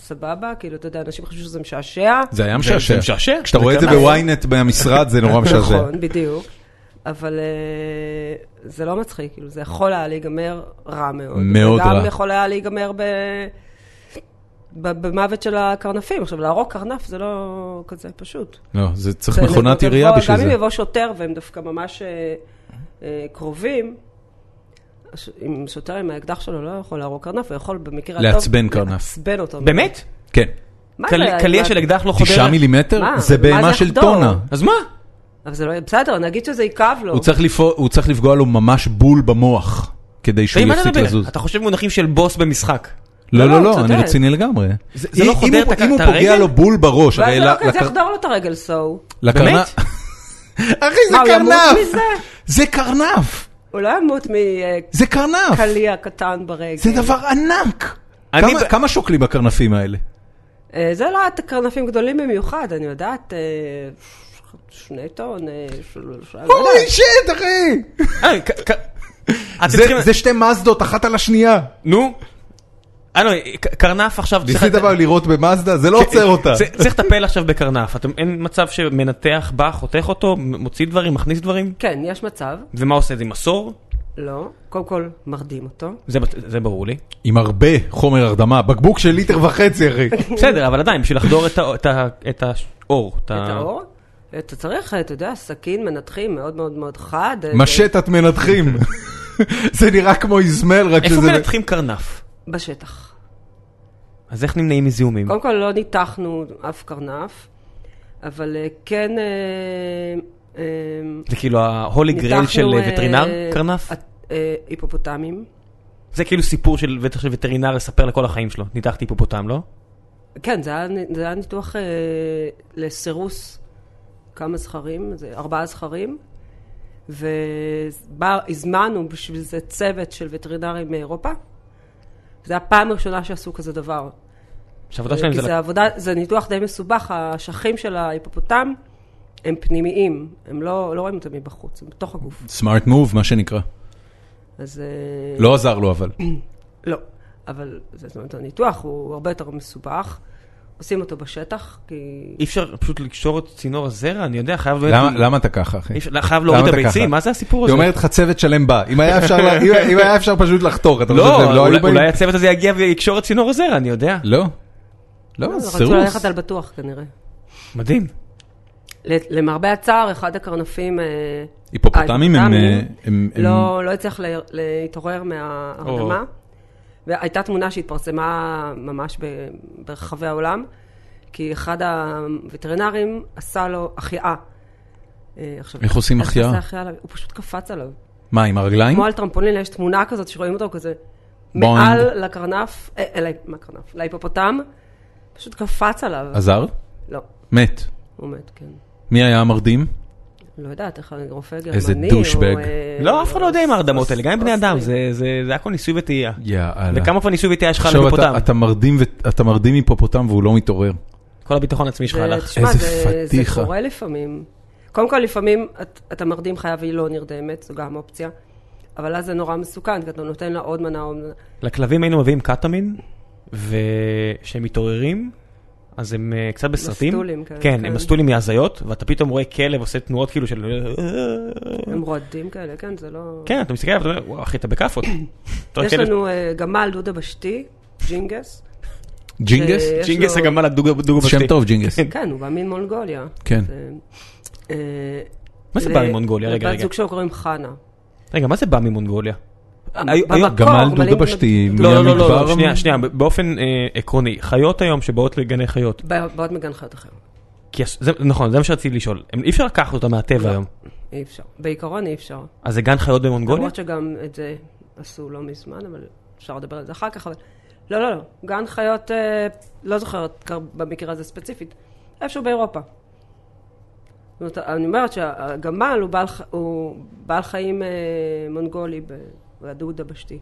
Speaker 3: סבבה, כאילו, אתה יודע, אנשים חשבו שזה משעשע.
Speaker 1: זה היה
Speaker 2: זה
Speaker 1: משעשע.
Speaker 2: משעשע.
Speaker 1: כן. כשאתה רואה את זה
Speaker 3: גם-
Speaker 1: בוויינט מהמשרד, זה נורא משעשע.
Speaker 3: נכון, בדיוק. אבל אה, זה לא מצחיק, כאילו, זה יכול היה להיגמר רע מאוד.
Speaker 1: מאוד
Speaker 3: זה
Speaker 1: רע.
Speaker 3: גם יכול היה להיגמר ב... ב- במוות של הקרנפים. עכשיו, להרוג קרנף זה לא כזה פשוט.
Speaker 1: לא, זה צריך
Speaker 3: זה
Speaker 1: מכונת
Speaker 3: נגיד,
Speaker 1: עירייה
Speaker 3: יבוא-
Speaker 1: בשביל
Speaker 3: גם אם
Speaker 1: זה.
Speaker 3: יבוא שוטר והם דווקא ממש אה, אה, קרובים, הש- אם שוטר עם האקדח שלו לא יכול להרוג קרנף, הוא יכול במקרה הטוב...
Speaker 1: לעצבן קרנף.
Speaker 3: לעצבן אותו.
Speaker 2: באמת?
Speaker 1: כן.
Speaker 3: מה זה?
Speaker 2: קל- קליע של אקדח לא חודר?
Speaker 1: תשעה מילימטר?
Speaker 3: מה?
Speaker 1: זה
Speaker 3: מה
Speaker 1: בהמה
Speaker 3: זה
Speaker 1: של
Speaker 3: יחדור?
Speaker 1: טונה.
Speaker 2: אז מה?
Speaker 3: אבל זה לא יהיה בסדר, נגיד שזה יכאב לו.
Speaker 1: הוא צריך לפו- הוא צריך לפגוע לו ממש בול במוח, כדי שהוא
Speaker 2: ועם מה
Speaker 1: יפסיק
Speaker 2: אתה מדבר?
Speaker 1: לזוז.
Speaker 2: אתה חושב במונחים של בוס במשחק.
Speaker 1: לא,
Speaker 3: לא,
Speaker 1: לא,
Speaker 3: הוא
Speaker 1: לא, אני
Speaker 3: צודק.
Speaker 1: רציני לגמרי. אה,
Speaker 2: זה לא
Speaker 1: אם-
Speaker 2: חודר
Speaker 1: אם הוא-
Speaker 2: את ה-
Speaker 1: אם הוא
Speaker 2: את
Speaker 1: פוגע
Speaker 2: הרגל? אוקיי,
Speaker 1: לו בול בראש,
Speaker 3: ואז
Speaker 1: הרי
Speaker 3: זה
Speaker 1: ל-
Speaker 3: לא כזה
Speaker 1: לקר-
Speaker 3: יחדור לו את הרגל, סו.
Speaker 1: לקרנף... אחי, זה
Speaker 3: מה, הוא ימות
Speaker 1: קרנף!
Speaker 3: מזה?
Speaker 1: זה קרנף!
Speaker 3: הוא לא ימות
Speaker 1: זה קרנף!
Speaker 3: מקליע קטן ברגל.
Speaker 1: זה דבר ענק!
Speaker 2: אני
Speaker 1: כמה-
Speaker 2: ב-
Speaker 1: כמה שוקלים הקרנפים האלה?
Speaker 3: אה, זה לא היה קרנפים גדולים במיוחד, אני יודעת, אה, ש- שני טון, אה, שלושה, לא יודעת.
Speaker 1: הולי שיט, אחי!
Speaker 2: אה, ק- ק- אתם
Speaker 1: זה-
Speaker 2: צריכים...
Speaker 1: זה שתי מזדות, אחת על השנייה.
Speaker 2: נו. אה, לא, ק- קרנף עכשיו... צריך-
Speaker 1: ניסית פעם לראות במאזדה, זה
Speaker 2: כן,
Speaker 1: לא עוצר אותה.
Speaker 2: צ- צריך לטפל עכשיו בקרנף. אתם- אין מצב שמנתח בא, חותך אותו, מ- מוציא דברים, מכניס דברים?
Speaker 3: כן, יש מצב,
Speaker 2: ומה עושה את זה עם מסור?
Speaker 3: לא. קודם כל, מרדים אותו.
Speaker 2: זה בט- זה ברור לי.
Speaker 1: עם הרבה חומר הרדמה, בקבוק של ליטר וחצי, אחי.
Speaker 2: בסדר, אבל עדיין, בשביל לחדור את ה- את ה- את האור. את ה-
Speaker 3: את האור. אתה צריך, אתה יודע, סכין מנתחים מאוד מאוד מאוד חד. אה,
Speaker 1: משטת מנתחים. זה נראה כמו איזמל, רק
Speaker 2: איפה
Speaker 1: שזה...
Speaker 2: מנתחים קרנף?
Speaker 3: בשטח.
Speaker 2: אז איך נמנעים מזיהומים?
Speaker 3: קודם כל, לא ניתחנו אף קרנף, אבל אה, כן... אה, אה,
Speaker 2: זה כאילו ההולי גרייל של
Speaker 3: ניתחנו, אה,
Speaker 2: וטרינר קרנף?
Speaker 3: אה, אה, היפופוטמים.
Speaker 2: זה כאילו סיפור של בטח של וטרינר לספר לכל החיים שלו. ניתחתי היפופוטם, לא?
Speaker 3: כן, זה היה, זה היה ניתוח אה, לסירוס כמה זכרים, זה ארבעה זכרים, והזמנו בשביל זה צוות של וטרינרים מאירופה. זו הפעם הראשונה שעשו כזה דבר.
Speaker 2: שהעבודה שלהם
Speaker 3: אה,
Speaker 2: זה...
Speaker 3: כי
Speaker 2: לא-
Speaker 3: זה, עבודה, זה ניתוח די מסובך, האשכים של ההיפופוטם הם פנימיים, הם לא, לא רואים אותם מבחוץ, הם בתוך הגוף.
Speaker 1: סמארט מוב, מה שנקרא.
Speaker 3: אז... אה,
Speaker 1: לא עזר לו, אבל.
Speaker 3: לא, אבל זה זאת אומרת, הניתוח הוא הרבה יותר מסובך. עושים אותו בשטח, כי...
Speaker 2: אי אפשר פשוט לקשור את צינור הזרע? אני יודע, חייב...
Speaker 1: למה- למה אתה ככה, אחי?
Speaker 2: אי אפשר- חייב להוריד את
Speaker 1: למה אתה
Speaker 2: הביצים?
Speaker 1: ככה?
Speaker 2: מה זה הסיפור
Speaker 1: היא
Speaker 2: הזה?
Speaker 1: אומרת לך צוות שלם בא. אם היה אפשר לה- אם- אם היה אפשר פשוט לחתוך, אתה חושב שהם
Speaker 2: לא,
Speaker 1: לא
Speaker 2: אולי-
Speaker 1: היו באים?
Speaker 2: אולי הצוות הזה יגיע ויקשור את צינור הזרע, אני יודע.
Speaker 1: לא. לא, זה
Speaker 3: רצו
Speaker 1: סירוס.
Speaker 3: ללכת על בטוח כנראה.
Speaker 2: מדהים.
Speaker 3: ל- למרבה הצער, אחד הקרנפים... אה,
Speaker 1: היפופוטמים הם,
Speaker 3: ההיפופוטמים,
Speaker 1: אה, הם- הם-
Speaker 3: לא לא הצליח לה- להתעורר מההרדמה.
Speaker 2: או.
Speaker 3: והייתה תמונה שהתפרסמה ממש ב- ברחבי העולם, כי אחד הווטרינרים עשה לו החייאה. אה, עכשיו,
Speaker 1: איך עושים החייאה?
Speaker 3: עשה לו? הוא פשוט קפץ עליו.
Speaker 1: מה, עם הרגליים?
Speaker 3: כמו על טרמפולין, יש תמונה כזאת שרואים אותו כזה
Speaker 1: בונג.
Speaker 3: מעל לקרנף, אה, אה, לא, מה קרנף? להיפופוטם, פשוט קפץ עליו.
Speaker 1: עזר?
Speaker 3: לא,
Speaker 1: מת.
Speaker 3: הוא מת, כן.
Speaker 1: מי היה המרדים?
Speaker 3: לא יודעת, איך רופא גרמני,
Speaker 1: איזה
Speaker 3: או,
Speaker 1: דושבג.
Speaker 3: אה,
Speaker 2: לא, אף אחד לא יודע עם ההרדמות האלה, גם עם בני
Speaker 3: אוסטרי.
Speaker 2: אדם, זה- זה זה הכל ניסוי וטעייה.
Speaker 1: יאללה.
Speaker 2: וכמה כבר ניסוי וטעייה שלך על
Speaker 1: עכשיו אתה-
Speaker 2: היפופוטם?
Speaker 1: אתה מרדים ו- אתה מרדים היפופוטם והוא לא מתעורר.
Speaker 2: כל הביטחון העצמי שלך
Speaker 3: זה-
Speaker 2: הלך.
Speaker 3: תשמע,
Speaker 1: איזה
Speaker 3: זה-
Speaker 1: פדיחה.
Speaker 3: זה קורה לפעמים. קודם כל, לפעמים את- אתה מרדים חיה והיא לא נרדמת, זו גם אופציה. אבל אז זה נורא מסוכן, כי אתה נותן לה עוד מנה, עוד מנה.
Speaker 2: לכלבים היינו מביאים קטמין, וכשהם מתעוררים, אז הם אה, קצת בסרטים.
Speaker 3: מסטולים כאלה,
Speaker 2: כן, הם
Speaker 3: כן.
Speaker 2: מסטולים מהזיות, ואתה פתאום רואה כלב עושה תנועות כאילו של...
Speaker 3: הם רועדים כאלה, כן, זה לא...
Speaker 2: כן, אתה מסתכל עליו, ואתה אומר, וואו, אחי, אתה בכאפות. אתה רואה
Speaker 3: יש
Speaker 2: כלב-
Speaker 3: לנו אה, גמל דודה בשתי, ג'ינגס.
Speaker 1: ג'ינגס?
Speaker 3: אה, יש
Speaker 2: ג'ינגס
Speaker 3: לו-
Speaker 2: הגמל הדוגו בשתי.
Speaker 1: שם טוב, ג'ינגס.
Speaker 3: כן, הוא בא מן מונגוליה.
Speaker 1: כן.
Speaker 3: זה- אה,
Speaker 2: מה זה
Speaker 3: ל-
Speaker 2: בא ממונגוליה? רגע,
Speaker 3: לבת
Speaker 2: רגע.
Speaker 3: זוג שלו קוראים חנה.
Speaker 2: רגע, מה זה בא ממונגוליה? אה, היו-
Speaker 3: במקור,
Speaker 2: היו-
Speaker 1: גמל
Speaker 3: אבל
Speaker 1: דודה
Speaker 3: אם-
Speaker 1: בשתי,
Speaker 2: לא, לא, לא,
Speaker 1: מהמדבר?
Speaker 2: לא, לא, שנייה, שנייה, באופן אה, עקרוני, חיות היום שבאות לגני חיות,
Speaker 3: בא- באות מגן חיות אחר.
Speaker 2: כי אס- זה- נכון, זה מה שרציתי לשאול, הם- אי אפשר לקחת אותם מהטבע היום,
Speaker 3: אי אפשר. בעיקרון אי אפשר.
Speaker 2: אז זה גן חיות במונגוליה?
Speaker 3: למרות שגם את זה עשו לא מזמן, אבל אפשר לדבר על זה אחר כך, אבל... לא, לא, לא. גן חיות, אה, לא זוכרת כר- במקרה הזה ספציפית. איפשהו באירופה. זאת אומרת, אני אומרת שהגמל הוא בעל, ח- הוא בעל חיים אה, מונגולי, ב- והדוד הבשתי.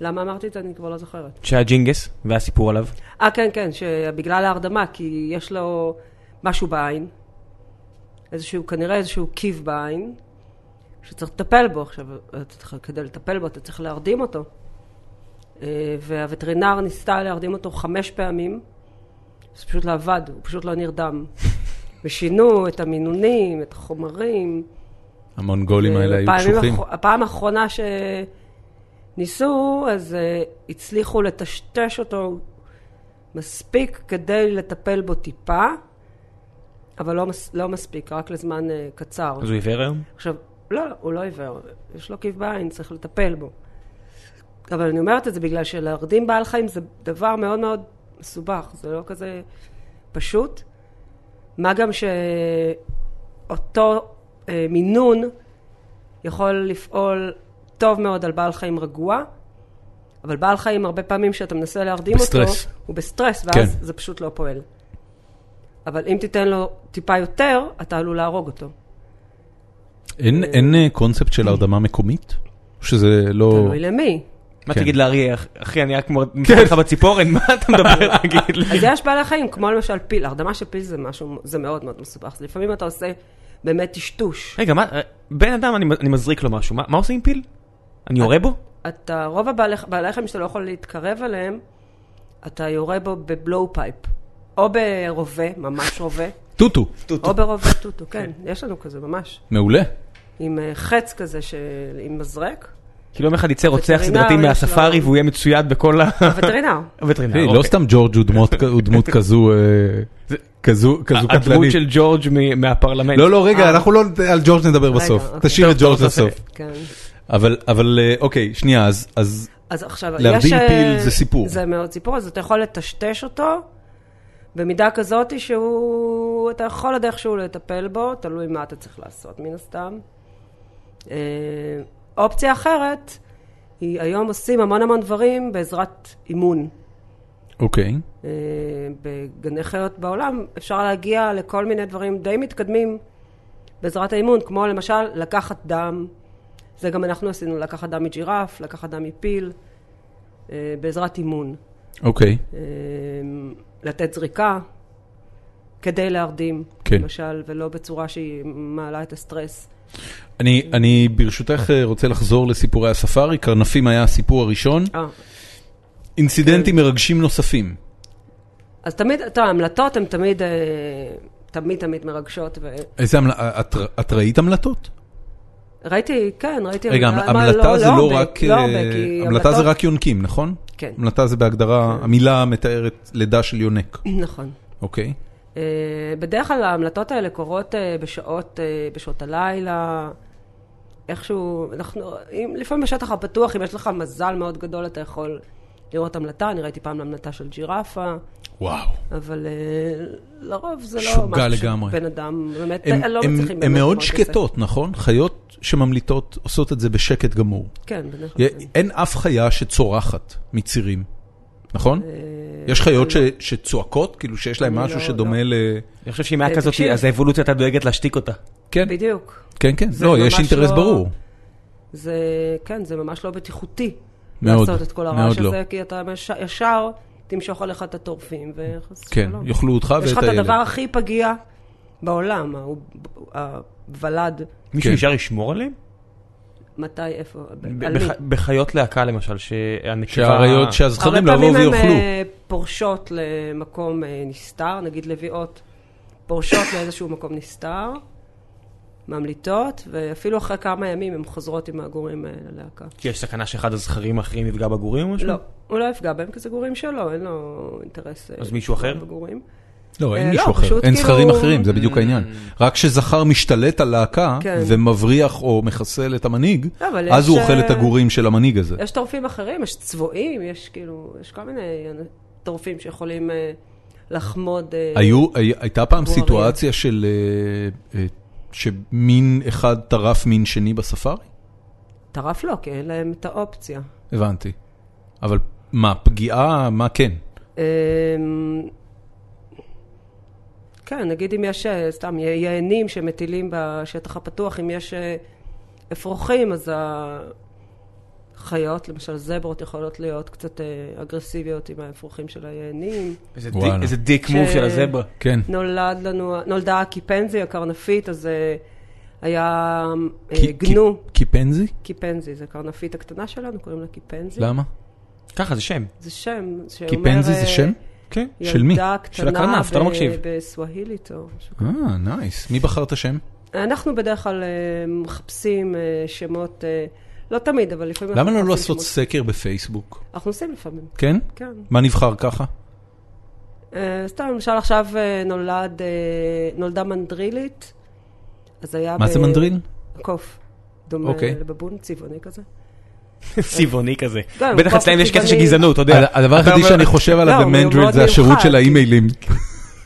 Speaker 3: למה אמרתי את זה? אני כבר לא זוכרת.
Speaker 2: שהיה ג'ינגס, והיה סיפור עליו.
Speaker 3: אה, כן, כן, שבגלל ההרדמה, כי יש לו משהו בעין, איזשהו, כנראה איזשהו קיב בעין, שצריך לטפל בו עכשיו, אתה צריך- כדי לטפל בו אתה צריך להרדים אותו. אה, והווטרינר ניסתה להרדים אותו חמש פעמים, זה פשוט לא עבד, הוא פשוט לא נרדם. ושינו את המינונים, את החומרים.
Speaker 1: המונגולים האלה היו
Speaker 3: הפעמים
Speaker 1: קשוחים.
Speaker 3: האחר- הפעם האחרונה שניסו, אז אה, הצליחו לטשטש אותו מספיק כדי לטפל בו טיפה, אבל לא, מס, לא מספיק, רק לזמן אה, קצר.
Speaker 2: אז הוא עיוור היום?
Speaker 3: עכשיו, לא, לא, הוא לא עיוור, יש לו כיף בעין, צריך לטפל בו. אבל אני אומרת את זה בגלל שלהרדים בעל חיים זה דבר מאוד מאוד מסובך, זה לא כזה פשוט. מה גם שאותו אה, מינון יכול לפעול טוב מאוד על בעל חיים רגוע, אבל בעל חיים הרבה פעמים כשאתה מנסה להרדים
Speaker 1: בסטרס.
Speaker 3: אותו, הוא בסטרס, ואז
Speaker 1: כן.
Speaker 3: זה פשוט לא פועל. אבל אם תיתן לו טיפה יותר, אתה עלול להרוג אותו.
Speaker 1: אין- אין אה, קונספט של הרדמה מקומית? או שזה לא...
Speaker 3: תלוי למי.
Speaker 2: מה
Speaker 1: כן.
Speaker 2: תגיד לאריה, "אח- אחי, אני רק מפתח לך בציפורן, מה אתה מדבר, תגיד לי?
Speaker 3: אז יש בעלי חיים, כמו למשל פיל, הרדמה של פיל זה משהו, זה מאוד מאוד מסובך. אז לפעמים אתה עושה באמת טשטוש.
Speaker 2: רגע, מה, בן אדם, אני- אני מזריק לו משהו, מה מה עושים עם פיל? אני יורה בו?
Speaker 3: אתה, רוב הבעלי בעלי חיים שאתה לא יכול להתקרב אליהם, אתה יורה בו בבלואו פייפ. או ברובה, ממש רובה,
Speaker 1: טוטו,
Speaker 3: או ברובה טוטו, כן, יש לנו כזה ממש.
Speaker 1: מעולה.
Speaker 3: עם אה, חץ כזה, של- עם מזרק.
Speaker 2: כאילו יום אחד יצא רוצח
Speaker 3: הווטרינר
Speaker 2: סדרתי
Speaker 3: יש לו-
Speaker 2: מהספארי והוא יהיה מצויד בכל ה...
Speaker 3: הווטרינר.
Speaker 2: הווטרינר,
Speaker 1: היי, לא
Speaker 2: אוקיי.
Speaker 1: סתם ג'ורג' הוא דמות כ- הוא דמות כזו אה, כזו כזו
Speaker 2: ה- הדמות
Speaker 1: קטלנית.
Speaker 2: של ג'ורג' מ- מהפרלמנט.
Speaker 1: לא, לא, רגע, אנחנו לא על ג'ורג' נדבר בסוף.
Speaker 3: אוקיי.
Speaker 1: תשאיר את
Speaker 2: טוב,
Speaker 1: ג'ורג'
Speaker 2: טוב,
Speaker 1: לסוף.
Speaker 3: כן.
Speaker 1: אבל, אבל אה, אוקיי, שנייה, אז, אז
Speaker 3: אז עכשיו,
Speaker 1: להרדים
Speaker 3: יש,
Speaker 1: פיל
Speaker 3: אה,
Speaker 1: זה סיפור.
Speaker 3: זה מאוד סיפור, אז אתה יכול לטשטש אותו במידה כזאת שהוא, אתה יכול עוד איכשהו לטפל בו, תלוי מה אתה צריך לעשות מן הסתם. אה, אופציה אחרת, היא היום עושים המון המון דברים בעזרת אימון.
Speaker 1: אוקיי,
Speaker 3: אה, בגני חיות בעולם אפשר להגיע לכל מיני דברים די מתקדמים בעזרת האימון, כמו למשל לקחת דם, זה גם אנחנו עשינו, לקחת דם מג'ירף, לקחת דם מפיל, אה, בעזרת אימון.
Speaker 1: אוקיי,
Speaker 3: אה, לתת זריקה כדי להרדים,
Speaker 1: כן.
Speaker 3: למשל, ולא בצורה שהיא מעלה את הסטרס.
Speaker 1: אני, אני ברשותך אה, רוצה לחזור לסיפורי הספארי, קרנפים היה הסיפור הראשון,
Speaker 3: אה,
Speaker 1: אינסידנטים מרגשים נוספים.
Speaker 3: אז תמיד, טוב, ההמלטות הן תמיד, אה, תמיד תמיד מרגשות. ו...
Speaker 1: איזה המל... אה, את, את ראית המלטות?
Speaker 3: ראיתי, כן, ראיתי...
Speaker 1: רגע,
Speaker 3: המלטה-
Speaker 1: המ-
Speaker 3: מה,
Speaker 1: המלטה זה לא
Speaker 3: הרבה,
Speaker 1: רק,
Speaker 3: לא
Speaker 1: אה,
Speaker 3: הרבה, כי
Speaker 1: המלטה זה
Speaker 3: המלטות-
Speaker 1: רק יונקים, נכון?
Speaker 3: כן.
Speaker 1: המלטה זה בהגדרה, המילה מתארת לידה של יונק,
Speaker 3: נכון.
Speaker 1: אוקיי?
Speaker 3: אה, בדרך כלל ההמלטות האלה קורות אה, בשעות, אה, בשעות הלילה, איכשהו, אנחנו, אם, לפעמים בשטח הפתוח, אם יש לך מזל מאוד גדול, אתה יכול לראות המלטה, אני ראיתי פעם המלטה של ג'ירפה,
Speaker 1: וואו.
Speaker 3: אבל אה, לרוב זה לא
Speaker 1: שוגע
Speaker 3: משהו
Speaker 1: לגמרי.
Speaker 3: שבן אדם, באמת,
Speaker 1: הן
Speaker 3: לא
Speaker 1: הם,
Speaker 3: מצליחים
Speaker 1: הם
Speaker 3: באמת
Speaker 1: מאוד
Speaker 3: לראות את זה.
Speaker 1: שקטות, נכון? חיות שממליטות עושות את זה בשקט גמור.
Speaker 3: כן, בדרך כלל. כן.
Speaker 1: יה- אין אף חיה שצורחת מצירים, נכון? יש חיות ש- שצועקות, כאילו שיש להן
Speaker 3: אה, לא. אני
Speaker 1: משהו
Speaker 3: לא-
Speaker 1: שדומה ל...
Speaker 2: אני חושב שאם היה
Speaker 3: אה,
Speaker 2: כזאת,
Speaker 3: תקשיב.
Speaker 2: אז האבולוציה הייתה דואגת להשתיק אותה.
Speaker 1: כן,
Speaker 3: בדיוק.
Speaker 1: כן, כן.
Speaker 3: זה
Speaker 1: לא, יש
Speaker 3: ממש
Speaker 1: אינטרס
Speaker 3: לא-
Speaker 1: ברור.
Speaker 3: זה, כן, זה ממש לא בטיחותי.
Speaker 1: מאוד,
Speaker 3: לעשות את כל הרעש
Speaker 1: מאוד
Speaker 3: הזה,
Speaker 1: לא.
Speaker 3: כי אתה מש- ישר תמשוך עליך את הטורפים, וחס
Speaker 1: כן,
Speaker 3: ושלום.
Speaker 1: יאכלו אותך
Speaker 3: לא- יש לך
Speaker 1: ואת
Speaker 3: את
Speaker 1: הילד.
Speaker 3: הדבר הכי פגיע בעולם, ה- הוולד,
Speaker 2: מישהו
Speaker 1: כן.
Speaker 2: נשאר לשמור עליהם?
Speaker 3: מתי, איפה,
Speaker 2: ב-
Speaker 3: על מי.
Speaker 2: בח- בחיות להקה למשל, שהנקבה...
Speaker 1: שהאריות, שהזכרים לרוב
Speaker 3: הרבה פעמים
Speaker 1: יאכלו.
Speaker 3: הן אה, פורשות למקום אה, נסתר, נגיד לביאות פורשות לאיזשהו מקום נסתר, ממליטות, ואפילו אחרי כמה ימים הן חוזרות עם הגורים אה, ללהקה.
Speaker 2: כי יש סכנה שאחד הזכרים האחרים יפגע בגורים או משהו?
Speaker 3: לא, הוא לא יפגע בהם, כי זה גורים שלו, אין לו אינטרס... אה,
Speaker 2: אז מישהו אחר?
Speaker 3: בגורים.
Speaker 1: לא, אין
Speaker 3: אה, לא,
Speaker 1: מישהו אחר,
Speaker 3: פשוט
Speaker 1: אין
Speaker 3: כאילו-
Speaker 1: זכרים אחרים, זה בדיוק העניין. רק כשזכר משתלט על להקה
Speaker 3: כן.
Speaker 1: ומבריח או מחסל את המנהיג,
Speaker 3: לא, אבל
Speaker 1: אז
Speaker 3: יש,
Speaker 1: הוא אוכל
Speaker 3: אה,
Speaker 1: את הגורים של המנהיג הזה.
Speaker 3: יש טורפים אחרים, יש צבועים, יש כאילו, יש כל מיני טורפים שיכולים אה, לחמוד. אה,
Speaker 1: היו, הי- הייתה פעם
Speaker 3: גורים.
Speaker 1: סיטואציה של... אה, אה, שמין אחד טרף מין שני בספארי?
Speaker 3: טרף לא, כי אין להם את האופציה.
Speaker 1: הבנתי. אבל מה, פגיעה, מה כן?
Speaker 3: אמ, כן, נגיד אם יש, אה, סתם, י- יענים שמטילים בשטח הפתוח, אם יש אה, אפרוחים, אז החיות, למשל זברות, יכולות להיות קצת אה, אגרסיביות עם האפרוחים של היענים.
Speaker 4: איזה
Speaker 1: וואלה.
Speaker 4: דיק- איזה דיק מוב
Speaker 3: ש-
Speaker 4: של הזברה.
Speaker 1: כן.
Speaker 3: נולד לנו, נולדה הקיפנזי הקרנפית, אז אה, היה אה,
Speaker 1: כי-
Speaker 3: גנו.
Speaker 1: כי- קיפנזי?
Speaker 3: קיפנזי, זו קרנפית הקטנה שלנו, קוראים לה קיפנזי.
Speaker 1: למה?
Speaker 4: ככה, זה שם.
Speaker 3: זה שם. שאומר,
Speaker 1: קיפנזי
Speaker 3: אה,
Speaker 1: זה שם?
Speaker 4: כן.
Speaker 1: של מי?
Speaker 3: ילדה
Speaker 4: של הקרנף, אתה לא
Speaker 3: ב-
Speaker 4: מקשיב.
Speaker 3: בסווהילית או משהו
Speaker 1: אה, נייס. מי בחר את השם?
Speaker 3: אנחנו בדרך כלל אה, מחפשים אה, שמות, אה, לא תמיד, אבל לפעמים...
Speaker 1: למה
Speaker 3: אנחנו
Speaker 1: לא
Speaker 3: מחפשים
Speaker 1: לעשות סקר בפייסבוק?
Speaker 3: שמות. אנחנו עושים לפעמים,
Speaker 1: כן?
Speaker 3: כן.
Speaker 1: מה נבחר ככה?
Speaker 3: אה, סתם, למשל עכשיו אה, נולד, אה, נולדה מנדרילית, אז היה...
Speaker 1: מה
Speaker 3: ב-
Speaker 1: זה מנדריל?
Speaker 3: קוף. דומה
Speaker 1: אוקיי.
Speaker 3: לבבון צבעוני כזה.
Speaker 4: צבעוני כזה.
Speaker 3: גם,
Speaker 4: בטח
Speaker 3: כוח
Speaker 4: אצלהם יש קטע של
Speaker 3: לא, צבעוני.
Speaker 4: גזענות, אתה יודע.
Speaker 1: הד- הדבר היחידי שאני חושב עליו
Speaker 3: לא, הוא
Speaker 1: במנדריל
Speaker 3: מאוד
Speaker 1: זה השירות
Speaker 3: מיוחד,
Speaker 1: של
Speaker 3: כי- כן.
Speaker 1: האימיילים.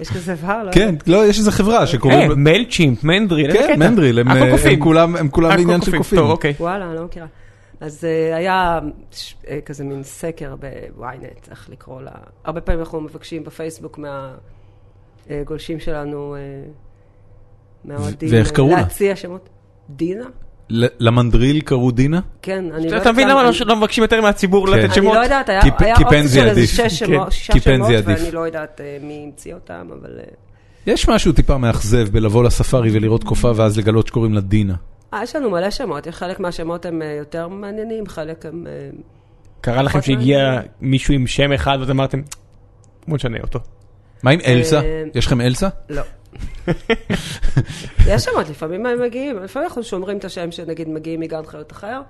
Speaker 3: יש כזה זוהר, לא?
Speaker 1: כן, לא, יש איזה חברה שקוראים...
Speaker 4: אה, מייל צ'ימפ, מנדריל, איזה
Speaker 1: כן,
Speaker 4: קטע.
Speaker 1: מנדריל, הם
Speaker 4: הכל
Speaker 1: הם
Speaker 4: קופים.
Speaker 1: כולם- הם
Speaker 3: לא
Speaker 1: כולם
Speaker 4: הכל
Speaker 1: עניין של קופים.
Speaker 4: טוב, אוקיי.
Speaker 3: וואלה, אני לא מכירה. אז אה, היה ש- אה, כזה מין סקר בוויינט, איך לקרוא לה. הרבה פעמים אנחנו מבקשים בפייסבוק מהגולשים שלנו, אה, מהאוהדים,
Speaker 1: ואיך
Speaker 3: אה,
Speaker 1: קראו לה?
Speaker 3: להציע שמות. דינה?
Speaker 1: ל- למנדריל קראו דינה?
Speaker 3: כן, אני לא
Speaker 4: אתה מבין
Speaker 3: יודעת-
Speaker 4: למה לא- לא מבקשים יותר מהציבור
Speaker 1: כן.
Speaker 4: לתת
Speaker 3: אני
Speaker 4: שמות?
Speaker 3: לא יודעת, היה
Speaker 1: קיפ-
Speaker 3: היה
Speaker 1: קיפנזי
Speaker 3: אופציה של איזה
Speaker 1: עדיף.
Speaker 3: שש שמות,
Speaker 1: כן,
Speaker 3: שישה
Speaker 1: קיפנזי
Speaker 3: שמות,
Speaker 1: עדיף.
Speaker 3: ואני לא יודעת אה, מי המציא אותם, אבל... אה,
Speaker 1: יש משהו טיפה מאכזב בלבוא לספארי ולראות קופה ואז לגלות שקוראים לה דינה.
Speaker 3: אה, יש לנו מלא שמות, חלק מהשמות הם אה, יותר מעניינים, חלק הם... אה,
Speaker 4: קרה לכם
Speaker 3: פחות
Speaker 4: שהגיע
Speaker 3: מעניין.
Speaker 4: מישהו עם שם אחד ואתם אמרתם, בוא נשנה אותו.
Speaker 1: מה עם אלסה?
Speaker 3: אה,
Speaker 1: יש לכם אלסה?
Speaker 3: לא. יש שמות, לפעמים הם מגיעים, לפעמים אנחנו שומרים את השם שנגיד מגיעים מגן חיות אחר,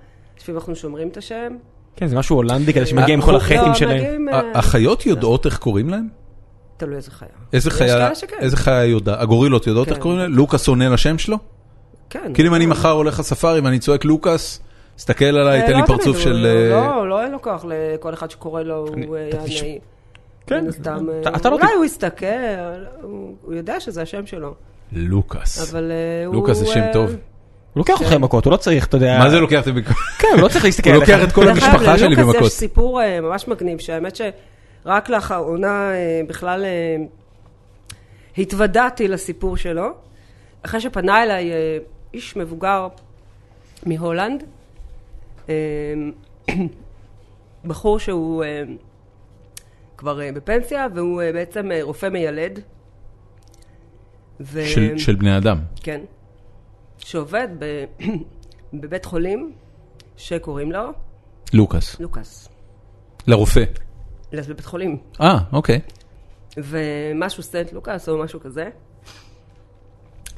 Speaker 3: לפעמים אנחנו שומרים את השם.
Speaker 4: כן, זה משהו הולנדי כזה
Speaker 1: אה,
Speaker 4: שמגיע עם כל
Speaker 1: לא,
Speaker 4: החטים
Speaker 3: לא,
Speaker 4: שלהם.
Speaker 3: מגיעים, אה,
Speaker 1: ה- החיות יודעות איך קוראים להם?
Speaker 3: תלוי איזה חיה.
Speaker 1: איזה
Speaker 3: יש
Speaker 1: חיה,
Speaker 3: כאלה שכן.
Speaker 1: איזה חיה יודע? הגורילות יודעות
Speaker 3: כן.
Speaker 1: איך קוראים להם? לוקאס עונה לשם שלו?
Speaker 3: כן.
Speaker 1: כאילו אם אני מחר הולך לספארי ואני צועק לוקאס, תסתכל עליי,
Speaker 3: אה,
Speaker 1: תן
Speaker 3: לא
Speaker 1: לי
Speaker 3: תמיד,
Speaker 1: פרצוף
Speaker 3: הוא-
Speaker 1: של... אה,
Speaker 3: לא, לא, אין לו כוח לכל אחד שקורא לו, הוא אה, יענה.
Speaker 4: כן,
Speaker 3: מן הסתם,
Speaker 4: אתה-
Speaker 3: אה,
Speaker 4: אתה לא
Speaker 3: אולי הוא יסתכל, הוא הוא יודע שזה השם שלו,
Speaker 1: לוקאס.
Speaker 3: אבל אה, הוא...
Speaker 1: לוקאס זה שם
Speaker 3: אה,
Speaker 1: טוב.
Speaker 4: הוא לוקח אותך עם מכות, הוא לא צריך, אתה יודע...
Speaker 1: מה זה לוקח את הביקורת?
Speaker 4: כן, הוא לא צריך להסתכל
Speaker 1: הוא
Speaker 4: עליך.
Speaker 1: לוקח את כל
Speaker 3: דרך אגב,
Speaker 1: המשפחה שלי
Speaker 3: ללוקאס
Speaker 1: במכות.
Speaker 3: יש סיפור אה, ממש מגניב, שהאמת שרק לאחרונה אה, בכלל אה, התוודעתי לסיפור שלו, אחרי שפנה אליי אה, איש מבוגר מהולנד, אה, בחור שהוא אה, כבר אה, בפנסיה, והוא אה, בעצם אה, רופא מיילד. ו-
Speaker 1: של- של בני אדם.
Speaker 3: כן. שעובד ב... בבית חולים שקוראים לו
Speaker 1: לוקאס.
Speaker 3: לוקאס.
Speaker 1: לרופא.
Speaker 3: אז בבית חולים.
Speaker 1: אה, אוקיי.
Speaker 3: ומשהו סנט לוקאס או משהו כזה.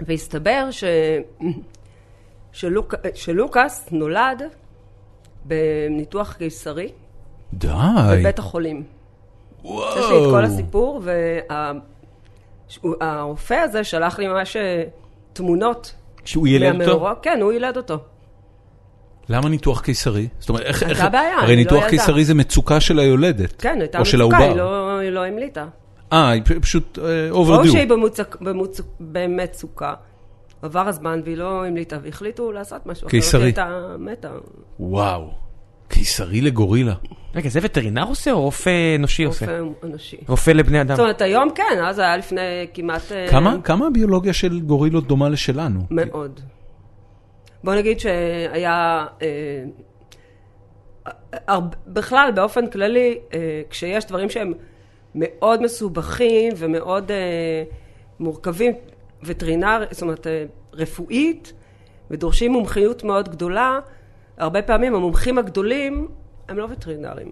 Speaker 3: והסתבר ש... שלוק... שלוקאס נולד בניתוח קיסרי
Speaker 1: די.
Speaker 3: בבית החולים.
Speaker 1: וואו.
Speaker 3: יש לי את כל הסיפור, והרופא הזה שלח לי ממש אה, תמונות
Speaker 4: שהוא ילד אותו?
Speaker 3: מהמאורע- כן, הוא ילד אותו.
Speaker 1: למה ניתוח קיסרי? זאת אומרת, איך...
Speaker 3: הייתה
Speaker 1: איך-
Speaker 3: בעיה, אני
Speaker 1: הרי
Speaker 3: לא
Speaker 1: ניתוח
Speaker 3: ילדה.
Speaker 1: קיסרי זה מצוקה של היולדת.
Speaker 3: כן, הייתה
Speaker 1: או של
Speaker 3: מצוקה, היא
Speaker 1: העובר.
Speaker 3: לא, היא לא המליטה.
Speaker 1: אה, היא פ- פשוט
Speaker 3: או
Speaker 1: אוברדיו.
Speaker 3: שהיא במצוק, במצוק, במצוקה. עבר הזמן והיא לא המליטה, והחליטו לעשות משהו. אחרת
Speaker 1: קיסרי.
Speaker 3: היא הייתה מתה.
Speaker 1: וואו. קיסרי לגורילה.
Speaker 3: אה.
Speaker 4: רגע, זה וטרינר עושה או רופא אנושי עושה?
Speaker 3: רופא אנושי.
Speaker 4: רופא לבני אדם.
Speaker 3: זאת אומרת, היום כן, אז היה לפני כמעט... אה,
Speaker 1: כמה, כמה הביולוגיה של גורילות דומה לשלנו?
Speaker 3: מאוד. בוא נגיד שהיה... אה, הרבה- בכלל, באופן כללי, אה, כשיש דברים שהם מאוד מסובכים ומאוד אה, מורכבים, וטרינר, זאת אומרת, אה, רפואית, ודורשים מומחיות מאוד גדולה, הרבה פעמים המומחים הגדולים הם לא וטרינרים.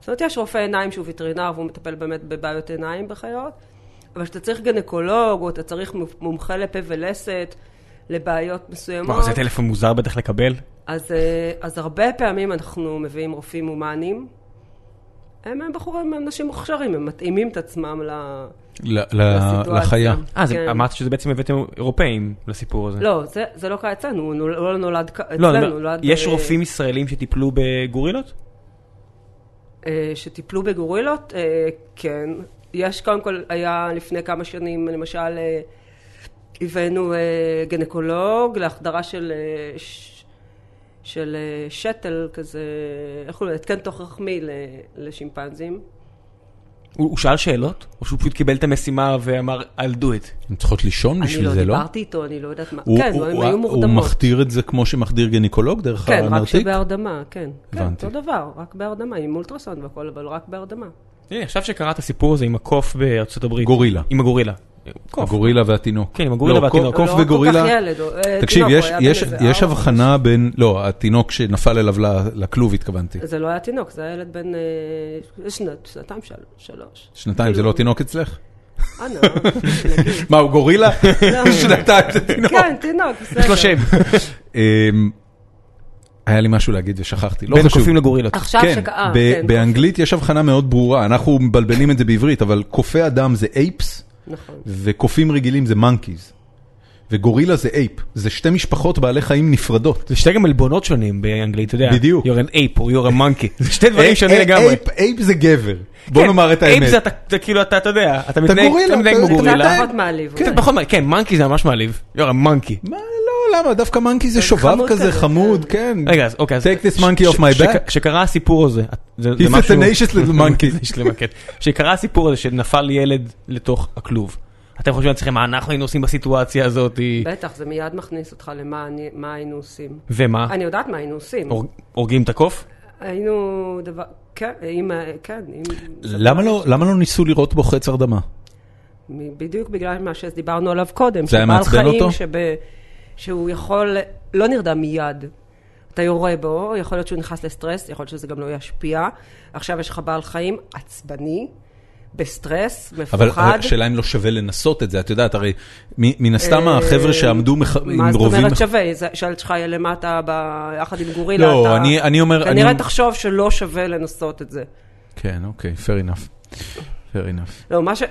Speaker 3: זאת אומרת, יש רופא עיניים שהוא וטרינר והוא מטפל באמת בבעיות עיניים בחיות, אבל כשאתה צריך גנקולוג, או אתה צריך מומחה לפה ולסת, לבעיות מסוימות.
Speaker 2: לא,
Speaker 4: וואו, זה טלפון מוזר בטח לקבל.
Speaker 3: אז, אה, אז הרבה פעמים אנחנו מביאים רופאים הומניים. הם, הם בחורים, הם אנשים מוכשרים, הם מתאימים את עצמם ל-
Speaker 1: ל- ל-
Speaker 3: לסיטואציה.
Speaker 1: לחיה.
Speaker 4: אה, זה-
Speaker 3: כן.
Speaker 4: אמרת שזה בעצם הבאתם אירופאים לסיפור הזה.
Speaker 3: לא, זה, זה לא קרה אצלנו, הוא נול- לא נולד כ- אצלנו,
Speaker 4: לא, אני אומר,
Speaker 3: נולד...
Speaker 4: יש
Speaker 3: אה,
Speaker 4: רופאים ישראלים שטיפלו בגורילות?
Speaker 3: אה, שטיפלו בגורילות, אה, כן. יש, קודם כל, היה לפני כמה שנים, למשל, אה, הבאנו אה, גנקולוג להחדרה של, אה, ש- של אה, שתל כזה, איך קוראים לזה, התקן תוך רחמי ל- לשימפנזים.
Speaker 2: הוא הוא שאל שאלות, או שהוא פשוט קיבל את המשימה ואמר, I'll do it?
Speaker 1: הן צריכות לישון
Speaker 3: אני
Speaker 1: בשביל
Speaker 3: לא
Speaker 1: זה, לא?
Speaker 3: דיברתי איתו, אני לא יודעת מה.
Speaker 1: הוא-
Speaker 3: כן,
Speaker 1: הוא-
Speaker 3: הם
Speaker 1: הוא-
Speaker 3: היו
Speaker 1: הוא
Speaker 3: מורדמות.
Speaker 1: מכתיר את זה כמו שמכתיר גינקולוג דרך
Speaker 3: כן, רק
Speaker 1: הנרתיק?
Speaker 3: שבהרדמה, כן. כן,
Speaker 1: הבנתי.
Speaker 3: אותו דבר, רק בהרדמה, עם אולטרסאונד והכל, אבל רק בהרדמה.
Speaker 2: הנה, עכשיו שקראת את הסיפור הזה עם הקוף בארצות הברית.
Speaker 1: גורילה.
Speaker 2: עם הגורילה. קוף.
Speaker 1: הגורילה והתינוק.
Speaker 2: כן, עם הגורילה
Speaker 1: לא,
Speaker 2: והתינוק.
Speaker 1: קוף
Speaker 3: לא
Speaker 1: וגורילה.
Speaker 3: כל כך ילד, או, אה,
Speaker 1: תקשיב,
Speaker 3: תינוק,
Speaker 1: יש-
Speaker 3: הוא היה בן
Speaker 1: יש-
Speaker 3: איזה
Speaker 1: יש
Speaker 3: ארבע.
Speaker 1: הבחנה בין, לא, התינוק שנפל אליו ל- לכלוב התכוונתי.
Speaker 3: זה לא היה תינוק, זה היה ילד בן אה, שנת- שנתיים, של- שלוש. אה,
Speaker 1: שנתיים
Speaker 3: כאילו-
Speaker 1: זה לא תינוק אצלך?
Speaker 3: אנא,
Speaker 1: מה, הוא גורילה? שנתיים זה תינוק.
Speaker 3: לא. כן, תינוק, בסדר.
Speaker 2: יש לו שם.
Speaker 1: אמ, היה לי משהו להגיד ושכחתי, לא
Speaker 2: בין
Speaker 1: חשוב.
Speaker 2: קופים לגורילות.
Speaker 3: עכשיו
Speaker 1: כן,
Speaker 3: שקעה,
Speaker 1: ב-
Speaker 3: כן.
Speaker 1: באנגלית יש הבחנה מאוד ברורה, אנחנו מבלבלים את זה בעברית, אבל קופי אדם זה אייפס,
Speaker 3: נכון.
Speaker 1: וקופים רגילים זה monkeys, וגורילה זה אייפ, זה שתי משפחות בעלי חיים נפרדות.
Speaker 2: זה שתי גם עלבונות שונים באנגלית, אתה יודע.
Speaker 1: בדיוק. אה,
Speaker 2: You're an ape or you're a monkey. זה שתי דברים שונים
Speaker 1: אי-
Speaker 2: לגמרי.
Speaker 1: אייפ- אייפ זה גבר, בוא
Speaker 2: כן,
Speaker 1: נאמר את
Speaker 2: ape
Speaker 1: האמת.
Speaker 2: זה אתה- אתה כאילו, אתה אתה יודע, אתה מתנהג
Speaker 1: גורילה,
Speaker 2: אתה מתנהג
Speaker 1: אתה-
Speaker 2: כמו
Speaker 1: אתה
Speaker 2: גורילה.
Speaker 1: אתה-
Speaker 3: קצת פחות מעליב.
Speaker 2: כן,
Speaker 3: אולי.
Speaker 2: פחות מעליב. כן, מנקי זה ממש מעליב. יואר, מנקי.
Speaker 1: מה, לא, למה, דווקא monkey זה שובב
Speaker 3: כן, חמוד
Speaker 1: כזה,
Speaker 3: כזה,
Speaker 1: חמוד, כן.
Speaker 2: רגע, אז אוקיי. אז-
Speaker 1: Take this
Speaker 2: ש-
Speaker 1: monkey
Speaker 2: ש-
Speaker 1: off my
Speaker 2: ש-
Speaker 1: back.
Speaker 2: כשקרה הסיפור הזה, זה זה
Speaker 1: He's a
Speaker 2: משהו...
Speaker 1: tenacious little monkey.
Speaker 2: יש להם הקטע. כשקרה הסיפור הזה שנפל ילד לתוך הכלוב, אתם חושבים לעצמכם מה אנחנו היינו עושים בסיטואציה הזאת,
Speaker 3: בטח, זה מיד מכניס אותך למה אני- מה היינו עושים.
Speaker 2: ומה?
Speaker 3: אני יודעת מה היינו עושים.
Speaker 2: הורג- הורגים את הקוף?
Speaker 3: היינו דבר, כן, אם, ה- כן, אם...
Speaker 1: למה לא- למה לא ניסו לראות בו חץ הרדמה?
Speaker 3: מ- בדיוק בגלל מה שדיברנו עליו קודם.
Speaker 1: זה היה
Speaker 3: שבעל
Speaker 1: מעצבן
Speaker 3: חיים
Speaker 1: אותו?
Speaker 3: שב- שהוא יכול, לא נרדם מיד. אתה יורה בו, יכול להיות שהוא נכנס לסטרס, יכול להיות שזה גם לא ישפיע. עכשיו יש לך בעל חיים עצבני, בסטרס,
Speaker 1: אבל
Speaker 3: מפוחד.
Speaker 1: השאלה אם לא שווה לנסות את זה, את יודעת, הרי מ- מן הסתם החבר'ה שעמדו מח-
Speaker 3: אה, מה
Speaker 1: עם
Speaker 3: זאת
Speaker 1: רובים...
Speaker 3: אומרת
Speaker 1: מח-
Speaker 3: שווה? זה- שהילד שלך יהיה למטה ב- יחד עם גורילה,
Speaker 1: לא,
Speaker 3: אתה
Speaker 1: אני- אני אומר-
Speaker 3: כנראה
Speaker 1: אני-
Speaker 3: תחשוב שלא שווה לנסות את זה.
Speaker 1: כן, אוקיי, fair enough. fair enough.
Speaker 3: לא, מה ש...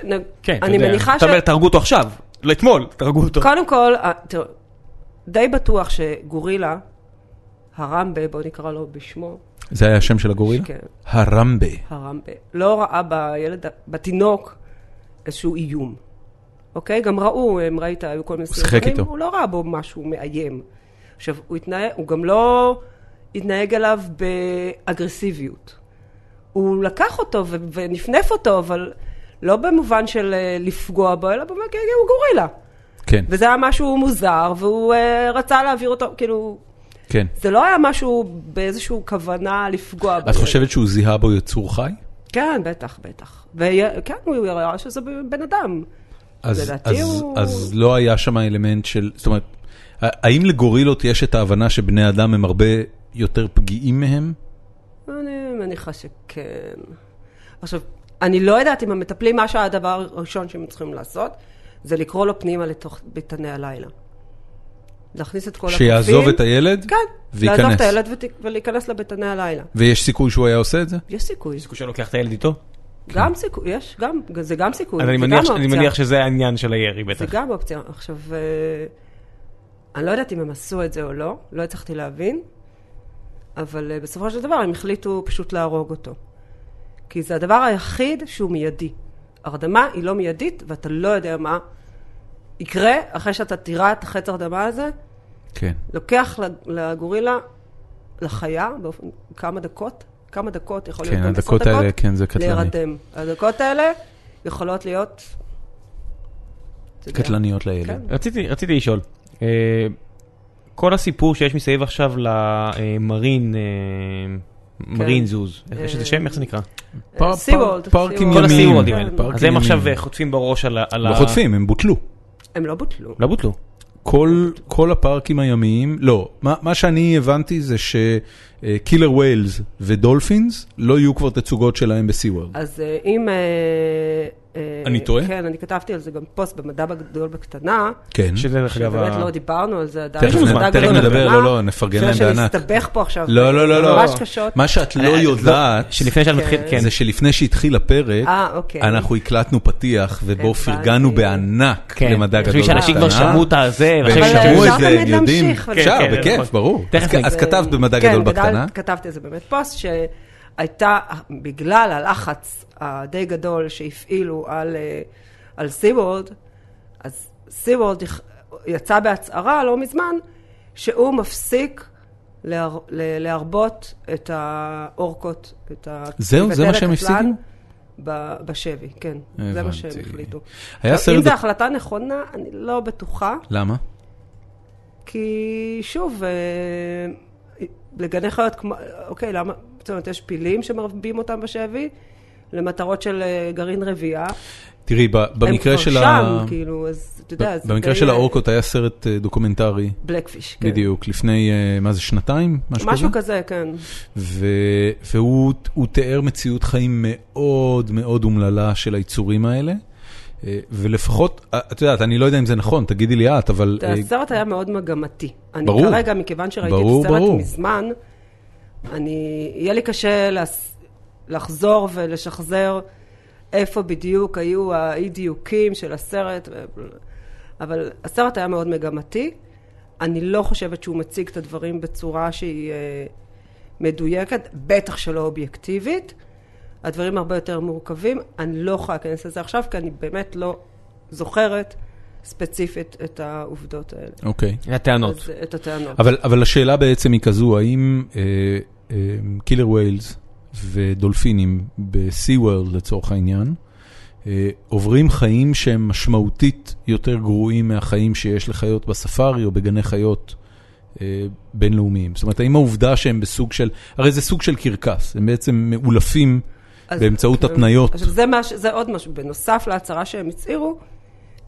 Speaker 2: כן, אתה
Speaker 3: אני
Speaker 2: יודע.
Speaker 3: מניחה ש...
Speaker 2: אתה אומר, תהרגו אותו עכשיו, לא אתמול, תהרגו אותו.
Speaker 3: קודם כל, אה, תראו, די בטוח שגורילה, הרמבה, בואו נקרא לו בשמו,
Speaker 1: זה היה השם של הגורילה?
Speaker 3: כן.
Speaker 1: הרמבה.
Speaker 3: הרמבה, לא ראה בילד, ה- בתינוק, איזשהו איום. אוקיי? גם ראו, הם ראית, היו כל מיני
Speaker 1: שיחק איתו.
Speaker 3: הוא לא ראה בו משהו מאיים. עכשיו, הוא התנהג, הוא גם לא התנהג אליו באגרסיביות. הוא לקח אותו ו- ונפנף אותו, אבל לא במובן של אה, לפגוע בו, אלא במובן, כי הוא גורילה.
Speaker 1: כן,
Speaker 3: וזה היה משהו מוזר, והוא אה, רצה להעביר אותו, כאילו,
Speaker 1: כן.
Speaker 3: זה לא היה משהו באיזושהי כוונה לפגוע בו.
Speaker 1: את חושבת שהוא זיהה בו יצור חי?
Speaker 3: כן, בטח, בטח. וכן, הוא הראה שזה ב- בן אדם.
Speaker 1: אז,
Speaker 3: לדעתי
Speaker 1: אז,
Speaker 3: הוא-
Speaker 1: אז לא היה שם אלמנט של, זאת אומרת, ה- האם לגורילות יש את ההבנה שבני אדם הם הרבה יותר פגיעים מהם?
Speaker 3: אני מניחה שכן. עכשיו, אני לא יודעת אם המטפלים, מה שהדבר הראשון שהם צריכים לעשות, זה לקרוא לו פנימה לתוך ביתני הלילה. להכניס את כל הקופים.
Speaker 1: שיעזוב את הילד?
Speaker 3: כן, לעזוב
Speaker 1: וייכנס.
Speaker 3: את הילד ות- ולהיכנס לביתני הלילה.
Speaker 1: ויש סיכוי שהוא היה עושה את זה?
Speaker 3: יש סיכוי.
Speaker 2: סיכוי שלא לוקח את הילד איתו?
Speaker 3: כן. גם סיכוי, יש, גם, זה גם סיכוי.
Speaker 2: אז אני
Speaker 3: זה גם
Speaker 2: מניח- אני
Speaker 3: אופציה.
Speaker 2: מניח שזה העניין של הירי
Speaker 3: זה
Speaker 2: בטח.
Speaker 3: גם אופציה. עכשיו, אה, אני לא יודעת אם הם עשו את זה או לא, לא הצלחתי להבין, אבל אה, בסופו של דבר הם החליטו פשוט להרוג אותו. כי זה הדבר היחיד שהוא מיידי. הרדמה היא לא מיידית, ואתה לא יודע מה יקרה אחרי שאתה תירה את החץ הרדמה הזה,
Speaker 1: כן.
Speaker 3: לוקח לג- לגורילה, לחיה, באופן, כמה דקות, כמה דקות, יכול להיות
Speaker 1: כן,
Speaker 3: גם עשר
Speaker 1: הדקות האלה, כן, זה קטלני.
Speaker 3: להירדם. הדקות האלה יכולות להיות... אתה יודע,
Speaker 1: קטלניות לילד.
Speaker 3: כן.
Speaker 2: רציתי, רציתי לשאול, אה, כל הסיפור שיש מסביב עכשיו למרין, אה,
Speaker 3: כן.
Speaker 2: מרין זוז, איך יש
Speaker 3: אה,
Speaker 2: לזה שם? איך זה נקרא?
Speaker 1: פאר-
Speaker 3: Sea
Speaker 1: פאר-
Speaker 3: World,
Speaker 1: פארקים
Speaker 3: Sea
Speaker 1: ימיים.
Speaker 2: כל
Speaker 3: World.
Speaker 1: כן.
Speaker 2: הסיורדים האלה.
Speaker 1: פארקים
Speaker 3: כן,
Speaker 2: אז הם
Speaker 1: ימיים.
Speaker 2: עכשיו אה, חוטפים בראש על ה... על
Speaker 1: לא
Speaker 2: ה-
Speaker 1: חוטפים, הם בוטלו.
Speaker 3: הם לא בוטלו.
Speaker 2: לא בוטלו.
Speaker 1: כן. כל, כל הפארקים הימיים, לא, מה, מה שאני הבנתי זה שקילר ווילס ודולפינס לא יהיו כבר תצוגות שלהם בסי וורד.
Speaker 3: אז אה, אם... אה, אה,
Speaker 1: אני טועה?
Speaker 3: כן, אני כתבתי על זה גם פוסט במדע בגדול בקטנה,
Speaker 1: כן.
Speaker 2: שזה דרך אגב...
Speaker 3: שבאמת
Speaker 2: ה-
Speaker 3: לא דיברנו על זה עדיין.
Speaker 1: תכף
Speaker 3: במדע
Speaker 1: נ-
Speaker 3: גדול
Speaker 1: תכף נדבר,
Speaker 3: בקטנה,
Speaker 1: לא, לא, נפרגן להם
Speaker 3: זה
Speaker 1: בענק.
Speaker 3: שנסתבך פה עכשיו.
Speaker 1: לא, לא, לא, לא.
Speaker 3: ממש קשות.
Speaker 1: מה שאת לא
Speaker 2: אה,
Speaker 1: יודעת,
Speaker 2: שלפני שאת מתחיל, כן.
Speaker 1: זה שלפני שהתחיל הפרק,
Speaker 3: אה, אוקיי.
Speaker 1: אנחנו הקלטנו פתיח, ובו
Speaker 3: הבנתי.
Speaker 1: פרגנו בענק
Speaker 2: כן.
Speaker 1: למדע גדול.
Speaker 2: חושבים שאנשים כבר
Speaker 1: בקטנה.
Speaker 2: שמעו את הזה,
Speaker 1: והם
Speaker 3: אבל
Speaker 1: שמעו את
Speaker 3: אפשר
Speaker 1: זה,
Speaker 3: תמיד
Speaker 1: הם יודעים.
Speaker 3: להמשיך ולדבר.
Speaker 1: אפשר,
Speaker 2: כן, כן,
Speaker 1: בכיף,
Speaker 2: נכון.
Speaker 1: ברור.
Speaker 2: תכף
Speaker 1: אז-
Speaker 2: נגיד.
Speaker 1: אז כתבת במדע
Speaker 3: כן,
Speaker 1: גדול
Speaker 3: בגדל-
Speaker 1: בקטנה.
Speaker 3: כתבתי על זה באמת פוסט, שהייתה, בגלל הלחץ הדי גדול שהפעילו על, אה, על סיוורד, אז סיוורד יכ- יצא בהצהרה לא מזמן, שהוא מפסיק להר, ל- להרבות את האורקות, את ה...
Speaker 1: זהו, זה מה
Speaker 3: בדלק
Speaker 1: שהם
Speaker 3: אטלן.
Speaker 1: הפסיקו?
Speaker 3: ב- בשבי, כן. זה מה שהם
Speaker 1: הבנתי.
Speaker 3: החליטו.
Speaker 1: היה
Speaker 3: עכשיו, אם
Speaker 1: סרט...
Speaker 3: זו
Speaker 1: דוק-
Speaker 3: החלטה נכונה, אני לא בטוחה,
Speaker 1: למה?
Speaker 3: כי שוב, אה, לגני חיות, כמו- אוקיי, למה, זאת אומרת, יש פילים שמרבים אותם בשבי, למטרות של אה, גרעין רביעייה.
Speaker 1: תראי, ב- במקרה של
Speaker 3: הם כבר
Speaker 1: ה...
Speaker 3: שם, כאילו, אז אתה יודע,
Speaker 1: ב- במקרה של האורקות היה סרט אה, דוקומנטרי,
Speaker 3: בלקפיש, כן.
Speaker 1: בדיוק, לפני, אה, מה זה, שנתיים?
Speaker 3: משהו כזה, כן.
Speaker 1: ו- והוא הוא תיאר מציאות חיים מאוד מאוד אומללה של היצורים האלה. אה, ולפחות, אה, את יודעת, אני לא יודע אם זה נכון, תגידי לי את, אבל... אה,
Speaker 3: הסרט היה מאוד מגמתי. אני
Speaker 1: ברור.
Speaker 3: כרגע, מכיוון שראיתי
Speaker 1: ברור,
Speaker 3: את הסרט
Speaker 1: ברור.
Speaker 3: מזמן, אני, יהיה לי קשה לס- לחזור ולשחזר איפה בדיוק היו האי-דיוקים של הסרט, אבל הסרט היה מאוד מגמתי. אני לא חושבת שהוא מציג את הדברים בצורה שהיא אה, מדויקת, בטח שלא אובייקטיבית. הדברים הרבה יותר מורכבים. אני לא יכולה להיכנס לזה עכשיו, כי אני באמת לא זוכרת ספציפית את העובדות האלה.
Speaker 1: אוקיי.
Speaker 2: הטענות.
Speaker 3: אז את הטענות.
Speaker 1: אבל, אבל השאלה בעצם היא כזו, האם אה, קילר ווילס ודולפינים בסי וורלד לצורך העניין, אה, עוברים חיים שהם משמעותית יותר גרועים מהחיים שיש לחיות בספארי או בגני חיות אה, בינלאומיים? זאת אומרת, האם העובדה שהם בסוג של, הרי זה סוג של קרקס, הם בעצם מאולפים
Speaker 3: אז-
Speaker 1: באמצעות
Speaker 3: כן.
Speaker 1: התניות.
Speaker 3: עכשיו, זה, מה, ש- זה עוד משהו. בנוסף להצהרה שהם הצהירו,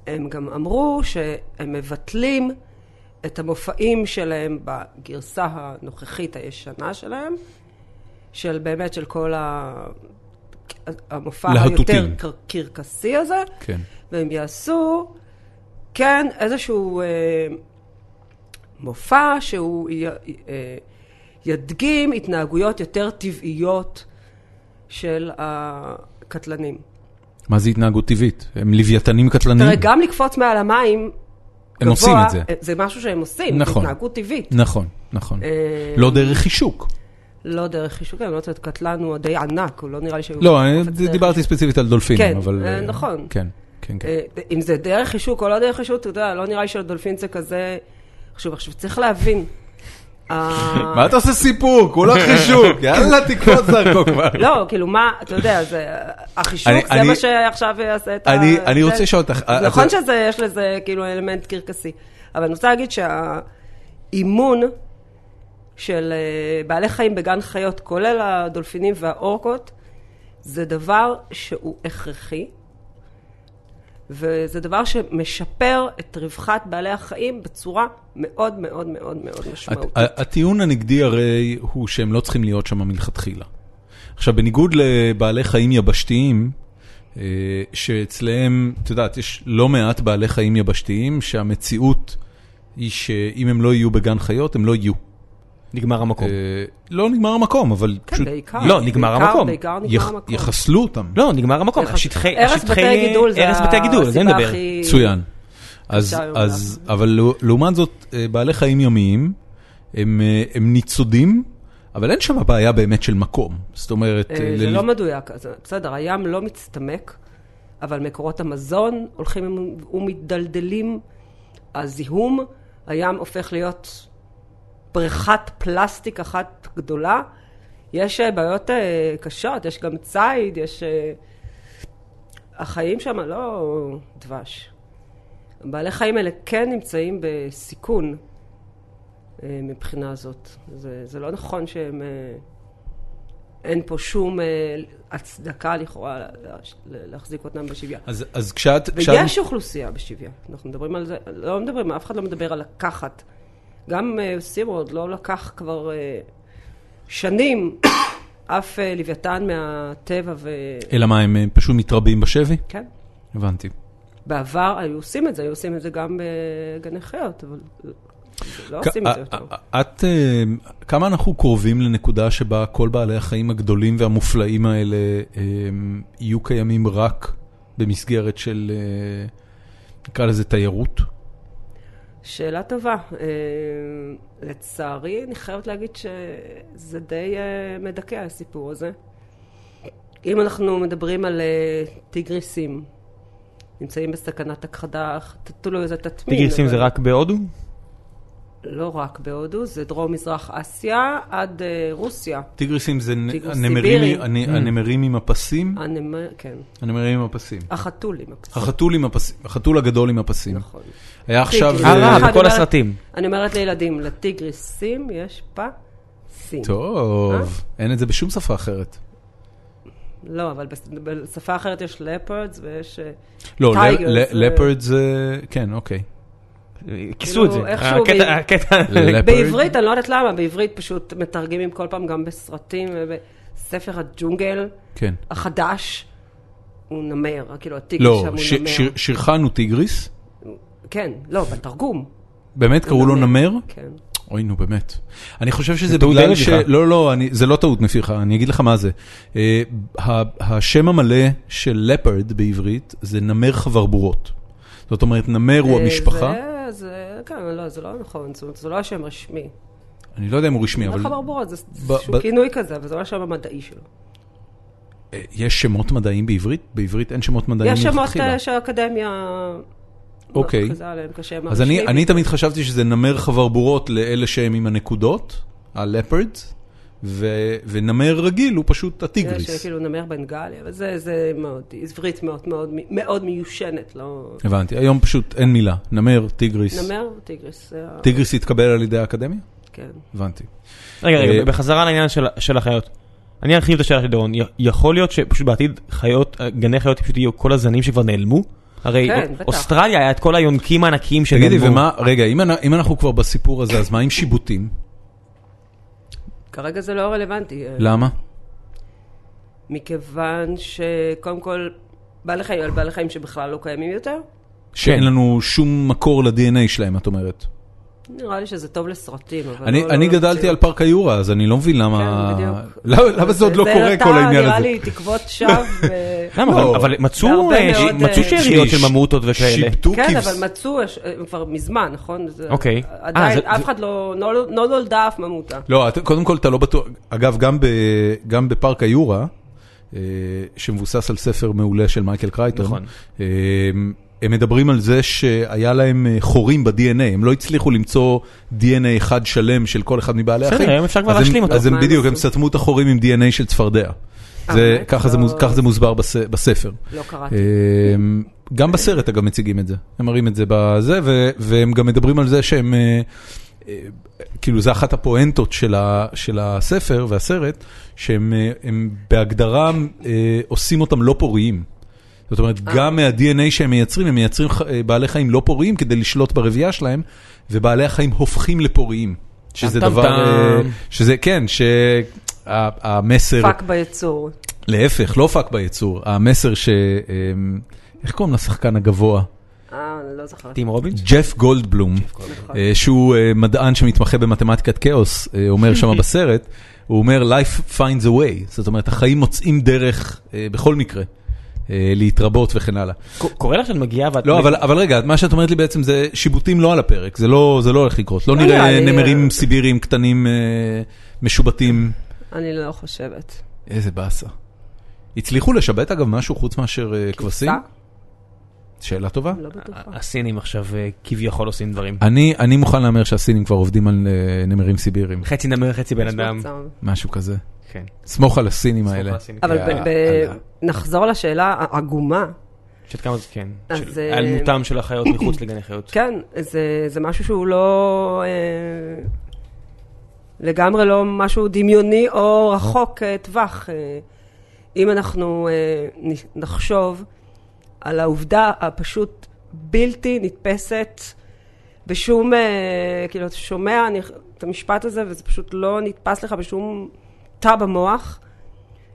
Speaker 3: הם גם אמרו שהם מבטלים את המופעים שלהם בגרסה הנוכחית הישנה שלהם, של באמת של כל ה... המופע
Speaker 1: להטוטים.
Speaker 3: היותר קר- קרקסי הזה,
Speaker 1: כן.
Speaker 3: והם יעשו, כן, איזשהו אה, מופע שהוא י, אה, ידגים התנהגויות יותר טבעיות של הקטלנים.
Speaker 1: מה זה התנהגות טבעית? הם לוויתנים קטלניים?
Speaker 3: תראה, גם לקפוץ מעל המים
Speaker 1: הם
Speaker 3: גבוה,
Speaker 1: עושים את זה.
Speaker 3: אה, זה משהו שהם עושים,
Speaker 1: נכון.
Speaker 3: זה התנהגות טבעית.
Speaker 1: נכון, נכון.
Speaker 3: אה,
Speaker 1: לא דרך חישוק.
Speaker 3: לא דרך חישוק, אני לא יודעת, קטלן הוא די ענק, הוא לא נראה לי שהוא...
Speaker 1: לא, אני
Speaker 3: קופץ דרך
Speaker 1: דיברתי ספציפית על דולפינים,
Speaker 3: כן,
Speaker 1: אבל...
Speaker 3: אה,
Speaker 1: אה,
Speaker 3: נכון.
Speaker 1: כן, כן, כן.
Speaker 3: אה, אם זה דרך חישוק או לא דרך חישוק, אתה יודע, לא נראה לי שלדולפין זה כזה חשוב. עכשיו, צריך להבין. ה-
Speaker 1: מה אתה עושה סיפוק? הוא לא חישוק, יאללה תקפוץ דרכו כבר.
Speaker 3: לא, כאילו, מה, אתה יודע, זה, החישוק
Speaker 1: אני-
Speaker 3: זה
Speaker 1: אני-
Speaker 3: מה שעכשיו יעשה את
Speaker 1: אני-
Speaker 3: ה...
Speaker 1: אני רוצה
Speaker 3: זה-
Speaker 1: לשאול אותך,
Speaker 3: אז
Speaker 1: אה,
Speaker 3: נכון
Speaker 1: אתה-
Speaker 3: שיש לזה כאילו אלמנט קרקסי, אבל אני רוצה להגיד שהאימון של אה, בעלי חיים בגן חיות, כולל הדולפינים והאורקות, זה דבר שהוא הכרחי, וזה דבר שמשפר את רווחת בעלי החיים בצורה מאוד מאוד מאוד מאוד משמעותית.
Speaker 1: הט- ה- הטיעון הנגדי הרי הוא שהם לא צריכים להיות שם מלכתחילה. עכשיו, בניגוד לבעלי חיים יבשתיים, אה, שאצלהם, את יודעת, יש לא מעט בעלי חיים יבשתיים שהמציאות היא שאם הם לא יהיו בגן חיות, הם לא יהיו.
Speaker 2: נגמר המקום.
Speaker 1: אה, לא נגמר המקום, אבל
Speaker 3: כן,
Speaker 1: פשוט
Speaker 3: בעיקר.
Speaker 2: לא, נגמר
Speaker 3: בעיקר-
Speaker 2: המקום.
Speaker 3: בעיקר נגמר
Speaker 1: יח-
Speaker 3: המקום.
Speaker 1: יחסלו אותם.
Speaker 2: לא, נגמר המקום.
Speaker 3: יחס-
Speaker 2: השטחי...
Speaker 3: הרס
Speaker 2: השטחי-
Speaker 3: בתי גידול זה
Speaker 2: הרס בתי גידול, על זה
Speaker 3: הסיבה
Speaker 2: נדבר.
Speaker 3: הכי-
Speaker 1: מצוין. אז,
Speaker 3: היום
Speaker 1: אז, אבל לא- לעומת זאת, אה, בעלי חיים ימיים, הם, אה, הם ניצודים, אבל אין שם בעיה באמת של מקום. זאת אומרת,
Speaker 3: אה,
Speaker 1: אה,
Speaker 3: זה
Speaker 1: ל-
Speaker 3: לא מדויק, אז בסדר, הים לא מצטמק, אבל מקורות המזון הולכים ומתדלדלים, הזיהום, הים הופך להיות בריכת פלסטיק אחת גדולה. יש אה, בעיות אה, קשות, יש גם ציד, יש... אה, החיים שם לא דבש. בעלי חיים האלה כן נמצאים בסיכון אה, מבחינה זאת. זה, זה לא נכון שהם... אה, אין פה שום אה, הצדקה לכאורה לה- לה- להחזיק אותם בשבייה.
Speaker 1: אז, אז כשאת... כשאת
Speaker 3: ויש אוכלוסייה בשבייה, אנחנו מדברים על זה, לא מדברים, אף אחד לא מדבר על לקחת. גם אה, סימרוד לא לקח כבר אה, שנים אף אה, לוויתן מהטבע ו...
Speaker 1: אלא מה, הם אה, פשוט מתרבים בשבי?
Speaker 3: כן.
Speaker 1: הבנתי.
Speaker 3: בעבר היו עושים את זה, היו עושים את זה גם בגני חיות, אבל לא
Speaker 1: כ- אה,
Speaker 3: עושים את זה
Speaker 1: א-
Speaker 3: יותר.
Speaker 1: א- את, אה, כמה אנחנו קרובים לנקודה שבה כל בעלי החיים הגדולים והמופלאים האלה אה, יהיו קיימים רק במסגרת של, אה, נקרא לזה תיירות?
Speaker 3: שאלה טובה. אה, לצערי, אני חייבת להגיד שזה די אה, מדכא הסיפור הזה. אם אנחנו מדברים על אה, טיגריסים, נמצאים בסכנת הכחדה, ת- תלוי איזה תטמין.
Speaker 2: טיגריסים זה
Speaker 3: אבל-
Speaker 2: רק בהודו?
Speaker 3: לא רק בהודו, זה דרום-מזרח אסיה עד אה, רוסיה.
Speaker 1: טיגריסים זה נ-
Speaker 3: טיגריס
Speaker 1: הנמרים
Speaker 3: סיבירי. Mm.
Speaker 1: מ- הנ- הנמרים עם הפסים?
Speaker 3: הנמר, כן,
Speaker 1: הנמרים עם הפסים.
Speaker 3: החתולים. הפסים,
Speaker 1: החתול עם הפסים, החתול הגדול עם הפסים.
Speaker 3: נכון.
Speaker 1: היה עכשיו...
Speaker 3: טיגריס.
Speaker 1: אה,
Speaker 2: הרע
Speaker 3: אני
Speaker 2: בכל
Speaker 3: אומרת-
Speaker 2: הסרטים.
Speaker 3: אני אומרת לילדים, לטיגריסים יש פסים.
Speaker 1: טוב,
Speaker 3: אה?
Speaker 1: אין את זה בשום שפה אחרת.
Speaker 3: לא, אבל בס- בשפה אחרת יש לפרדס ויש... אה,
Speaker 1: לא,
Speaker 3: Tigers, זה-
Speaker 1: לפרד זה... כן, אוקיי.
Speaker 3: כאילו,
Speaker 2: כיסו את זה.
Speaker 3: איכשהו
Speaker 2: הקטע-
Speaker 3: ב-
Speaker 2: הקטע...
Speaker 1: Leopard.
Speaker 3: בעברית, אני לא יודעת למה, בעברית פשוט מתרגמים כל פעם גם בסרטים ובספר הג'ונגל
Speaker 1: כן.
Speaker 3: החדש, הוא נמר, כאילו הטיגריס
Speaker 1: לא,
Speaker 3: שם הוא
Speaker 1: ש-
Speaker 3: נמר.
Speaker 1: שיר- שירחן הוא טיגריס?
Speaker 3: כן, לא, בתרגום.
Speaker 1: באמת קראו לו נמר?
Speaker 3: כן.
Speaker 1: אוי, נו באמת. אני חושב שזה
Speaker 2: טעות
Speaker 1: בגלל
Speaker 2: די
Speaker 1: ש...
Speaker 2: מביכה.
Speaker 1: לא, לא, אני... זה לא טעות מפיחה, אני אגיד לך מה זה. אה, ה- השם המלא של לפרד בעברית זה נמר חברבורות. זאת אומרת, נמר הוא
Speaker 3: אה,
Speaker 1: המשפחה.
Speaker 3: זה- זה, כן, לא, זה לא נכון, זאת אומרת, זה לא השם רשמי.
Speaker 1: אני לא יודע אם הוא רשמי,
Speaker 3: אבל...
Speaker 1: אבל
Speaker 3: חברבורות, זה
Speaker 1: ב- ב-
Speaker 3: איזשהו כינוי כזה, אבל זה לא השם המדעי שלו.
Speaker 1: אה, יש שמות מדעיים בעברית? בעברית אין שמות מדעיים
Speaker 3: יש שמות אה,
Speaker 1: מלכתחילה.
Speaker 3: כאלה שהאקדמיה...
Speaker 1: אוקיי.
Speaker 3: מכריזה עליהם כשם
Speaker 1: אז אני,
Speaker 3: הרשמי.
Speaker 1: אני תמיד חשבתי שזה נמר חברבורות לאלה שהם עם הנקודות, הלפרדס, ו- ונמר רגיל הוא פשוט
Speaker 3: יש
Speaker 1: הטיגריס.
Speaker 3: כאילו נמר בנגלי, אבל זה, זה מאוד, עברית מאוד מאוד, מאוד מיושנת, לא...
Speaker 1: הבנתי, היום פשוט אין מילה, נמר, טיגריס.
Speaker 3: נמר, טיגריס, זה ה-
Speaker 1: טיגריס התקבל על ידי האקדמיה?
Speaker 3: כן.
Speaker 1: הבנתי.
Speaker 2: רגע,
Speaker 1: אה,
Speaker 2: רגע, בחזרה לעניין של- של החיות. אני ארחיב את השאלה של דורון. י- יכול להיות שפשוט בעתיד חיות, אה, גני חיות פשוט יהיו כל הזנים שכבר נעלמו? הרי
Speaker 3: כן, בטח.
Speaker 2: אוסטרליה היה את כל היונקים הענקיים שנעלמו.
Speaker 1: תגידי, ומה, רגע, אם אנ- אם אנחנו כבר בסיפור הזה, אז מה עם שיבוטים?
Speaker 3: כרגע זה לא רלוונטי. אה,
Speaker 1: למה?
Speaker 3: מכיוון שקודם כל, בעלי חיים על בעלי חיים שבכלל לא קיימים יותר,
Speaker 1: שאין לנו שום מקור ל-DNA שלהם, את אומרת.
Speaker 3: נראה לי שזה טוב לסרטים, אבל
Speaker 1: אני
Speaker 3: לא...
Speaker 1: אני
Speaker 3: לא כן,
Speaker 1: גדלתי על פארק היורה, אז אני לא מבין למה...
Speaker 3: בדיוק.
Speaker 1: למה- למה זה עוד לא
Speaker 3: זה-
Speaker 1: קורה,
Speaker 3: אתה
Speaker 1: כל העניין
Speaker 3: נראה
Speaker 1: הזה?
Speaker 3: לי תקוות שווא. אה, ו-
Speaker 2: למה?
Speaker 1: לא.
Speaker 2: כן, אבל- אבל מצאו
Speaker 3: בהרבה
Speaker 2: אה, ש-
Speaker 3: מאוד,
Speaker 2: מצאו
Speaker 3: אה,
Speaker 2: שאריות של ממוטות וכאלה.
Speaker 1: שיבטו
Speaker 3: כן,
Speaker 1: כבש-
Speaker 3: אבל מצאו, יש- אה, כבר מזמן, נכון? זה-
Speaker 2: אוקיי. אה,
Speaker 3: עדיין,
Speaker 2: זה-
Speaker 3: אף
Speaker 2: זה-
Speaker 3: אחד לא, לא לא נולדה אף ממותה.
Speaker 1: לא, אתה- קודם כל אתה לא בטוח, אגב, גם, ב, גם בפארק היורה, אה, שמבוסס על ספר מעולה של מייקל קרייטון,
Speaker 2: נכון.
Speaker 1: אה, הם מדברים על זה שהיה להם אה, חורים ב-DNA, הם לא הצליחו למצוא DNA אחד שלם של כל אחד מבעלי
Speaker 2: בסדר,
Speaker 1: החיים.
Speaker 2: היום אפשר כבר
Speaker 1: אז הם-
Speaker 2: להשלים אותו.
Speaker 1: אז הם
Speaker 3: מה הם
Speaker 1: בדיוק, הם
Speaker 3: עשו?
Speaker 1: סתמו את החורים עם DNA של צפרדע.
Speaker 3: אה,
Speaker 1: זה,
Speaker 3: באמת?
Speaker 1: ככה, זה,
Speaker 3: לא-
Speaker 1: מוס- ככה זה מוסבר בס, בספר.
Speaker 3: לא קראתי.
Speaker 2: אה,
Speaker 1: אמ, גם בסרט אגב מציגים את זה, הם מראים את זה בזה, ו- והם גם מדברים על זה שהם, אה, אה, כאילו זה אחת הפואנטות של, ה- של הספר והסרט, שהם אה, הם בהגדרה אה, עושים אותם לא פוריים. זאת אומרת,
Speaker 3: אה.
Speaker 1: גם מה-DNA שהם מייצרים, הם מייצרים ח- אה, בעלי חיים לא פוריים כדי לשלוט ברבייה שלהם, ובעלי החיים הופכים לפוריים. שזה
Speaker 2: טם-טם-טם.
Speaker 1: דבר, אה, שזה, כן, שהמסר...
Speaker 3: פאק
Speaker 2: אה,
Speaker 3: ביצור.
Speaker 1: להפך, לא פאק ביצור, המסר ש... אמ, איך קוראים לשחקן הגבוה?
Speaker 3: אה, אני לא זוכרת.
Speaker 2: טים רובינס?
Speaker 1: ג'ף גולדבלום, אה, שהוא אה, מדען שמתמחה במתמטיקת כאוס, אה, אומר שם בסרט, הוא אומר Life finds a way, זאת אומרת החיים מוצאים דרך אה, בכל מקרה. אה, להתרבות וכן הלאה.
Speaker 2: ק- קורה לך שאת מגיעה ואת...
Speaker 1: לא, אבל, אבל רגע, מה שאת אומרת לי בעצם זה שיבוטים לא על הפרק, זה לא, זה לא הולך לקרות. לא
Speaker 3: לא
Speaker 1: נראה
Speaker 3: נראה לי,
Speaker 1: נמרים
Speaker 3: אה.
Speaker 1: סיביריים קטנים אה, משובטים.
Speaker 3: אני לא חושבת.
Speaker 1: איזה באסה. הצליחו לשבת אגב משהו חוץ מאשר אה, כבשים?
Speaker 3: סע?
Speaker 1: שאלה טובה.
Speaker 3: לא בטוחה.
Speaker 2: הסינים עכשיו אה, כביכול עושים דברים.
Speaker 1: אני, אני מוכן להמר שהסינים כבר עובדים על אה, נמרים סיביריים,
Speaker 2: חצי נמר, חצי בן
Speaker 3: יש
Speaker 2: אדם. אה,
Speaker 3: מצב.
Speaker 1: משהו כזה.
Speaker 2: כן.
Speaker 1: סמוך על הסינים האלה.
Speaker 3: אבל
Speaker 1: יאללה.
Speaker 2: אה,
Speaker 3: ב- ב- נחזור לשאלה העגומה.
Speaker 2: שאת כמה זה כן.
Speaker 3: אז,
Speaker 2: של
Speaker 3: אה,
Speaker 2: היעלמותם של החיות מחוץ לגני חיות.
Speaker 3: כן, זה, זה משהו שהוא לא... אה, לגמרי לא משהו דמיוני או רחוק אה, טווח. אה, אם אנחנו אה, נ- נחשוב על העובדה הפשוט בלתי נתפסת בשום, אה, כאילו, אתה שומע אני, את המשפט הזה וזה פשוט לא נתפס לך בשום תא במוח,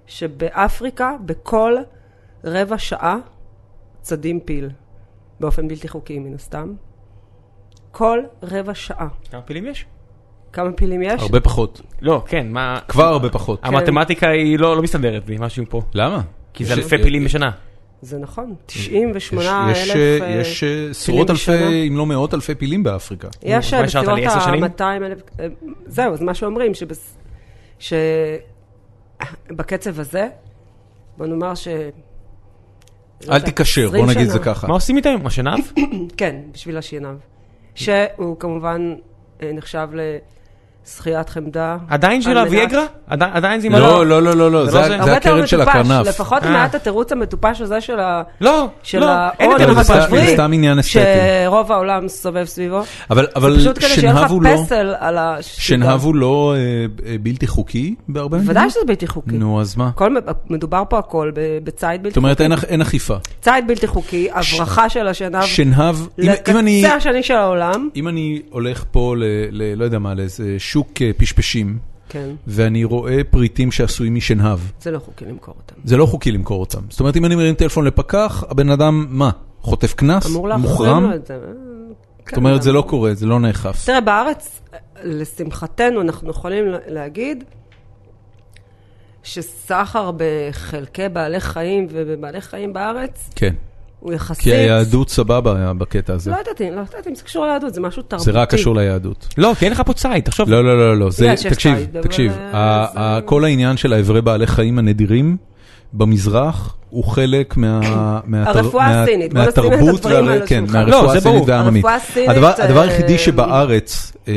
Speaker 3: שבאפריקה בכל רבע שעה צדים פיל, באופן בלתי חוקי מן הסתם. כל רבע שעה.
Speaker 2: כמה פילים יש?
Speaker 3: כמה פילים יש?
Speaker 1: הרבה פחות.
Speaker 2: לא, כן, מה...
Speaker 1: כבר הרבה פחות.
Speaker 2: המתמטיקה היא לא לא מסתדרת לי, משהו פה.
Speaker 1: למה?
Speaker 2: כי
Speaker 1: יש-
Speaker 2: זה אלפי
Speaker 1: אה,
Speaker 2: פילים בשנה.
Speaker 3: זה נכון,
Speaker 1: יש-
Speaker 3: 98
Speaker 1: יש,
Speaker 3: אלף.
Speaker 1: אה,
Speaker 3: אה,
Speaker 1: יש אה, עשרות
Speaker 3: בשנה. אה,
Speaker 1: אלפי, אם לא מאות אלפי פילים באפריקה.
Speaker 3: יש
Speaker 2: נו, מה השארת
Speaker 3: בסביבות
Speaker 2: לי, עשר שנים?
Speaker 3: ה-200 אלף, אה, זהו, זה מה שאומרים, שבס- שבקצב הזה, בוא נאמר ש... לא
Speaker 1: אל
Speaker 3: יודעת,
Speaker 1: תיקשר,
Speaker 3: 20
Speaker 1: בוא נגיד
Speaker 3: שנה.
Speaker 1: זה ככה.
Speaker 2: מה עושים איתם? השנב?
Speaker 3: כן, בשביל השינב. שהוא כמובן אה, נחשב לשחיית חמדה.
Speaker 2: עדיין של
Speaker 3: על מנת-
Speaker 2: הוויאגרה? עדי- עדיין זה עם
Speaker 1: לא,
Speaker 2: הלא-
Speaker 1: לא, לא, לא, לא,
Speaker 2: זה
Speaker 1: זה
Speaker 2: לא זה.
Speaker 1: ה- זה
Speaker 3: הרבה יותר
Speaker 1: הקרן של
Speaker 3: מטופש,
Speaker 1: הכנף.
Speaker 3: לפחות
Speaker 2: אה.
Speaker 3: מעט התירוץ המטופש הזה של ה...
Speaker 2: לא,
Speaker 3: של
Speaker 2: לא, אין
Speaker 3: העול
Speaker 2: יותר
Speaker 1: אבל זה
Speaker 2: מטופש.
Speaker 1: סתם- זה
Speaker 3: החשברי,
Speaker 1: סתם עניין אסתטי.
Speaker 3: שרוב העולם סובב סביבו.
Speaker 1: אבל, אבל
Speaker 3: פשוט כדי שיהיה לך
Speaker 1: שנהב הוא לא,
Speaker 3: פסל על ה...
Speaker 1: שנהב הוא לא אה, אה, בלתי חוקי בהרבה מדינות?
Speaker 3: בוודאי שזה בלתי חוקי.
Speaker 1: לא. נו, אז מה?
Speaker 3: הכל מ- מדובר פה הכל ב- בציד
Speaker 1: זאת
Speaker 3: בלתי
Speaker 1: אומרת, אין אכ- אין אכיפה.
Speaker 3: ציד בלתי חוקי, הברחה של השנהב
Speaker 1: שנהב, אם- אם אני...
Speaker 3: לקצה השני של העולם.
Speaker 1: אם אני הולך פה ל... ל- לא יודע מה, לאיזה שוק אה, פשפשים,
Speaker 3: כן,
Speaker 1: ואני רואה פריטים שעשויים משנהב,
Speaker 3: זה לא חוקי למכור אותם.
Speaker 1: זה לא חוקי למכור אותם. זאת אומרת, אם אני מרים טלפון לפקח, הבן אדם, מה? חוטף קנס?
Speaker 3: אמור להחזיר
Speaker 1: מוחרם?
Speaker 3: לו את זה. אה,
Speaker 1: זאת
Speaker 3: כן,
Speaker 1: אומרת, זה
Speaker 3: אבל-
Speaker 1: לא קורה, זה לא נאכף.
Speaker 3: תראה, בארץ, לשמחתנו, אנחנו יכולים לה- להגיד שסחר בחלקי בעלי חיים ובבעלי חיים בארץ
Speaker 1: כן.
Speaker 3: הוא יחסית...
Speaker 1: כי היהדות סבבה היה בקטע הזה.
Speaker 3: לא יודעת, אם- לא יודעת אם זה קשור ליהדות, זה משהו תרבותי.
Speaker 1: זה רק קשור ליהדות.
Speaker 2: לא, כי אין לך פה ציד, תחשוב.
Speaker 1: לא, לא, לא, לא, זה,
Speaker 3: אוקיי. בגלל שיש
Speaker 1: תקשיב,
Speaker 3: ציד, אבל אה,
Speaker 1: תקשיב,
Speaker 3: זה- לא-
Speaker 1: ה- ה- כל העניין של האיברי בעלי חיים הנדירים במזרח הוא חלק מה- מהתר-
Speaker 3: הרפואה
Speaker 1: מה-
Speaker 3: הסינית, בוא נשים את
Speaker 1: מהתרבות,
Speaker 3: הדברים
Speaker 1: והר-
Speaker 3: על
Speaker 1: כן,
Speaker 3: השולחן.
Speaker 2: לא,
Speaker 1: מהרפואה
Speaker 2: זה
Speaker 1: הסינית
Speaker 2: ברור.
Speaker 1: והעממית.
Speaker 3: הרפואה הסינית,
Speaker 1: הדבר- הדבר
Speaker 3: אה,
Speaker 1: היחידי שבארץ אה,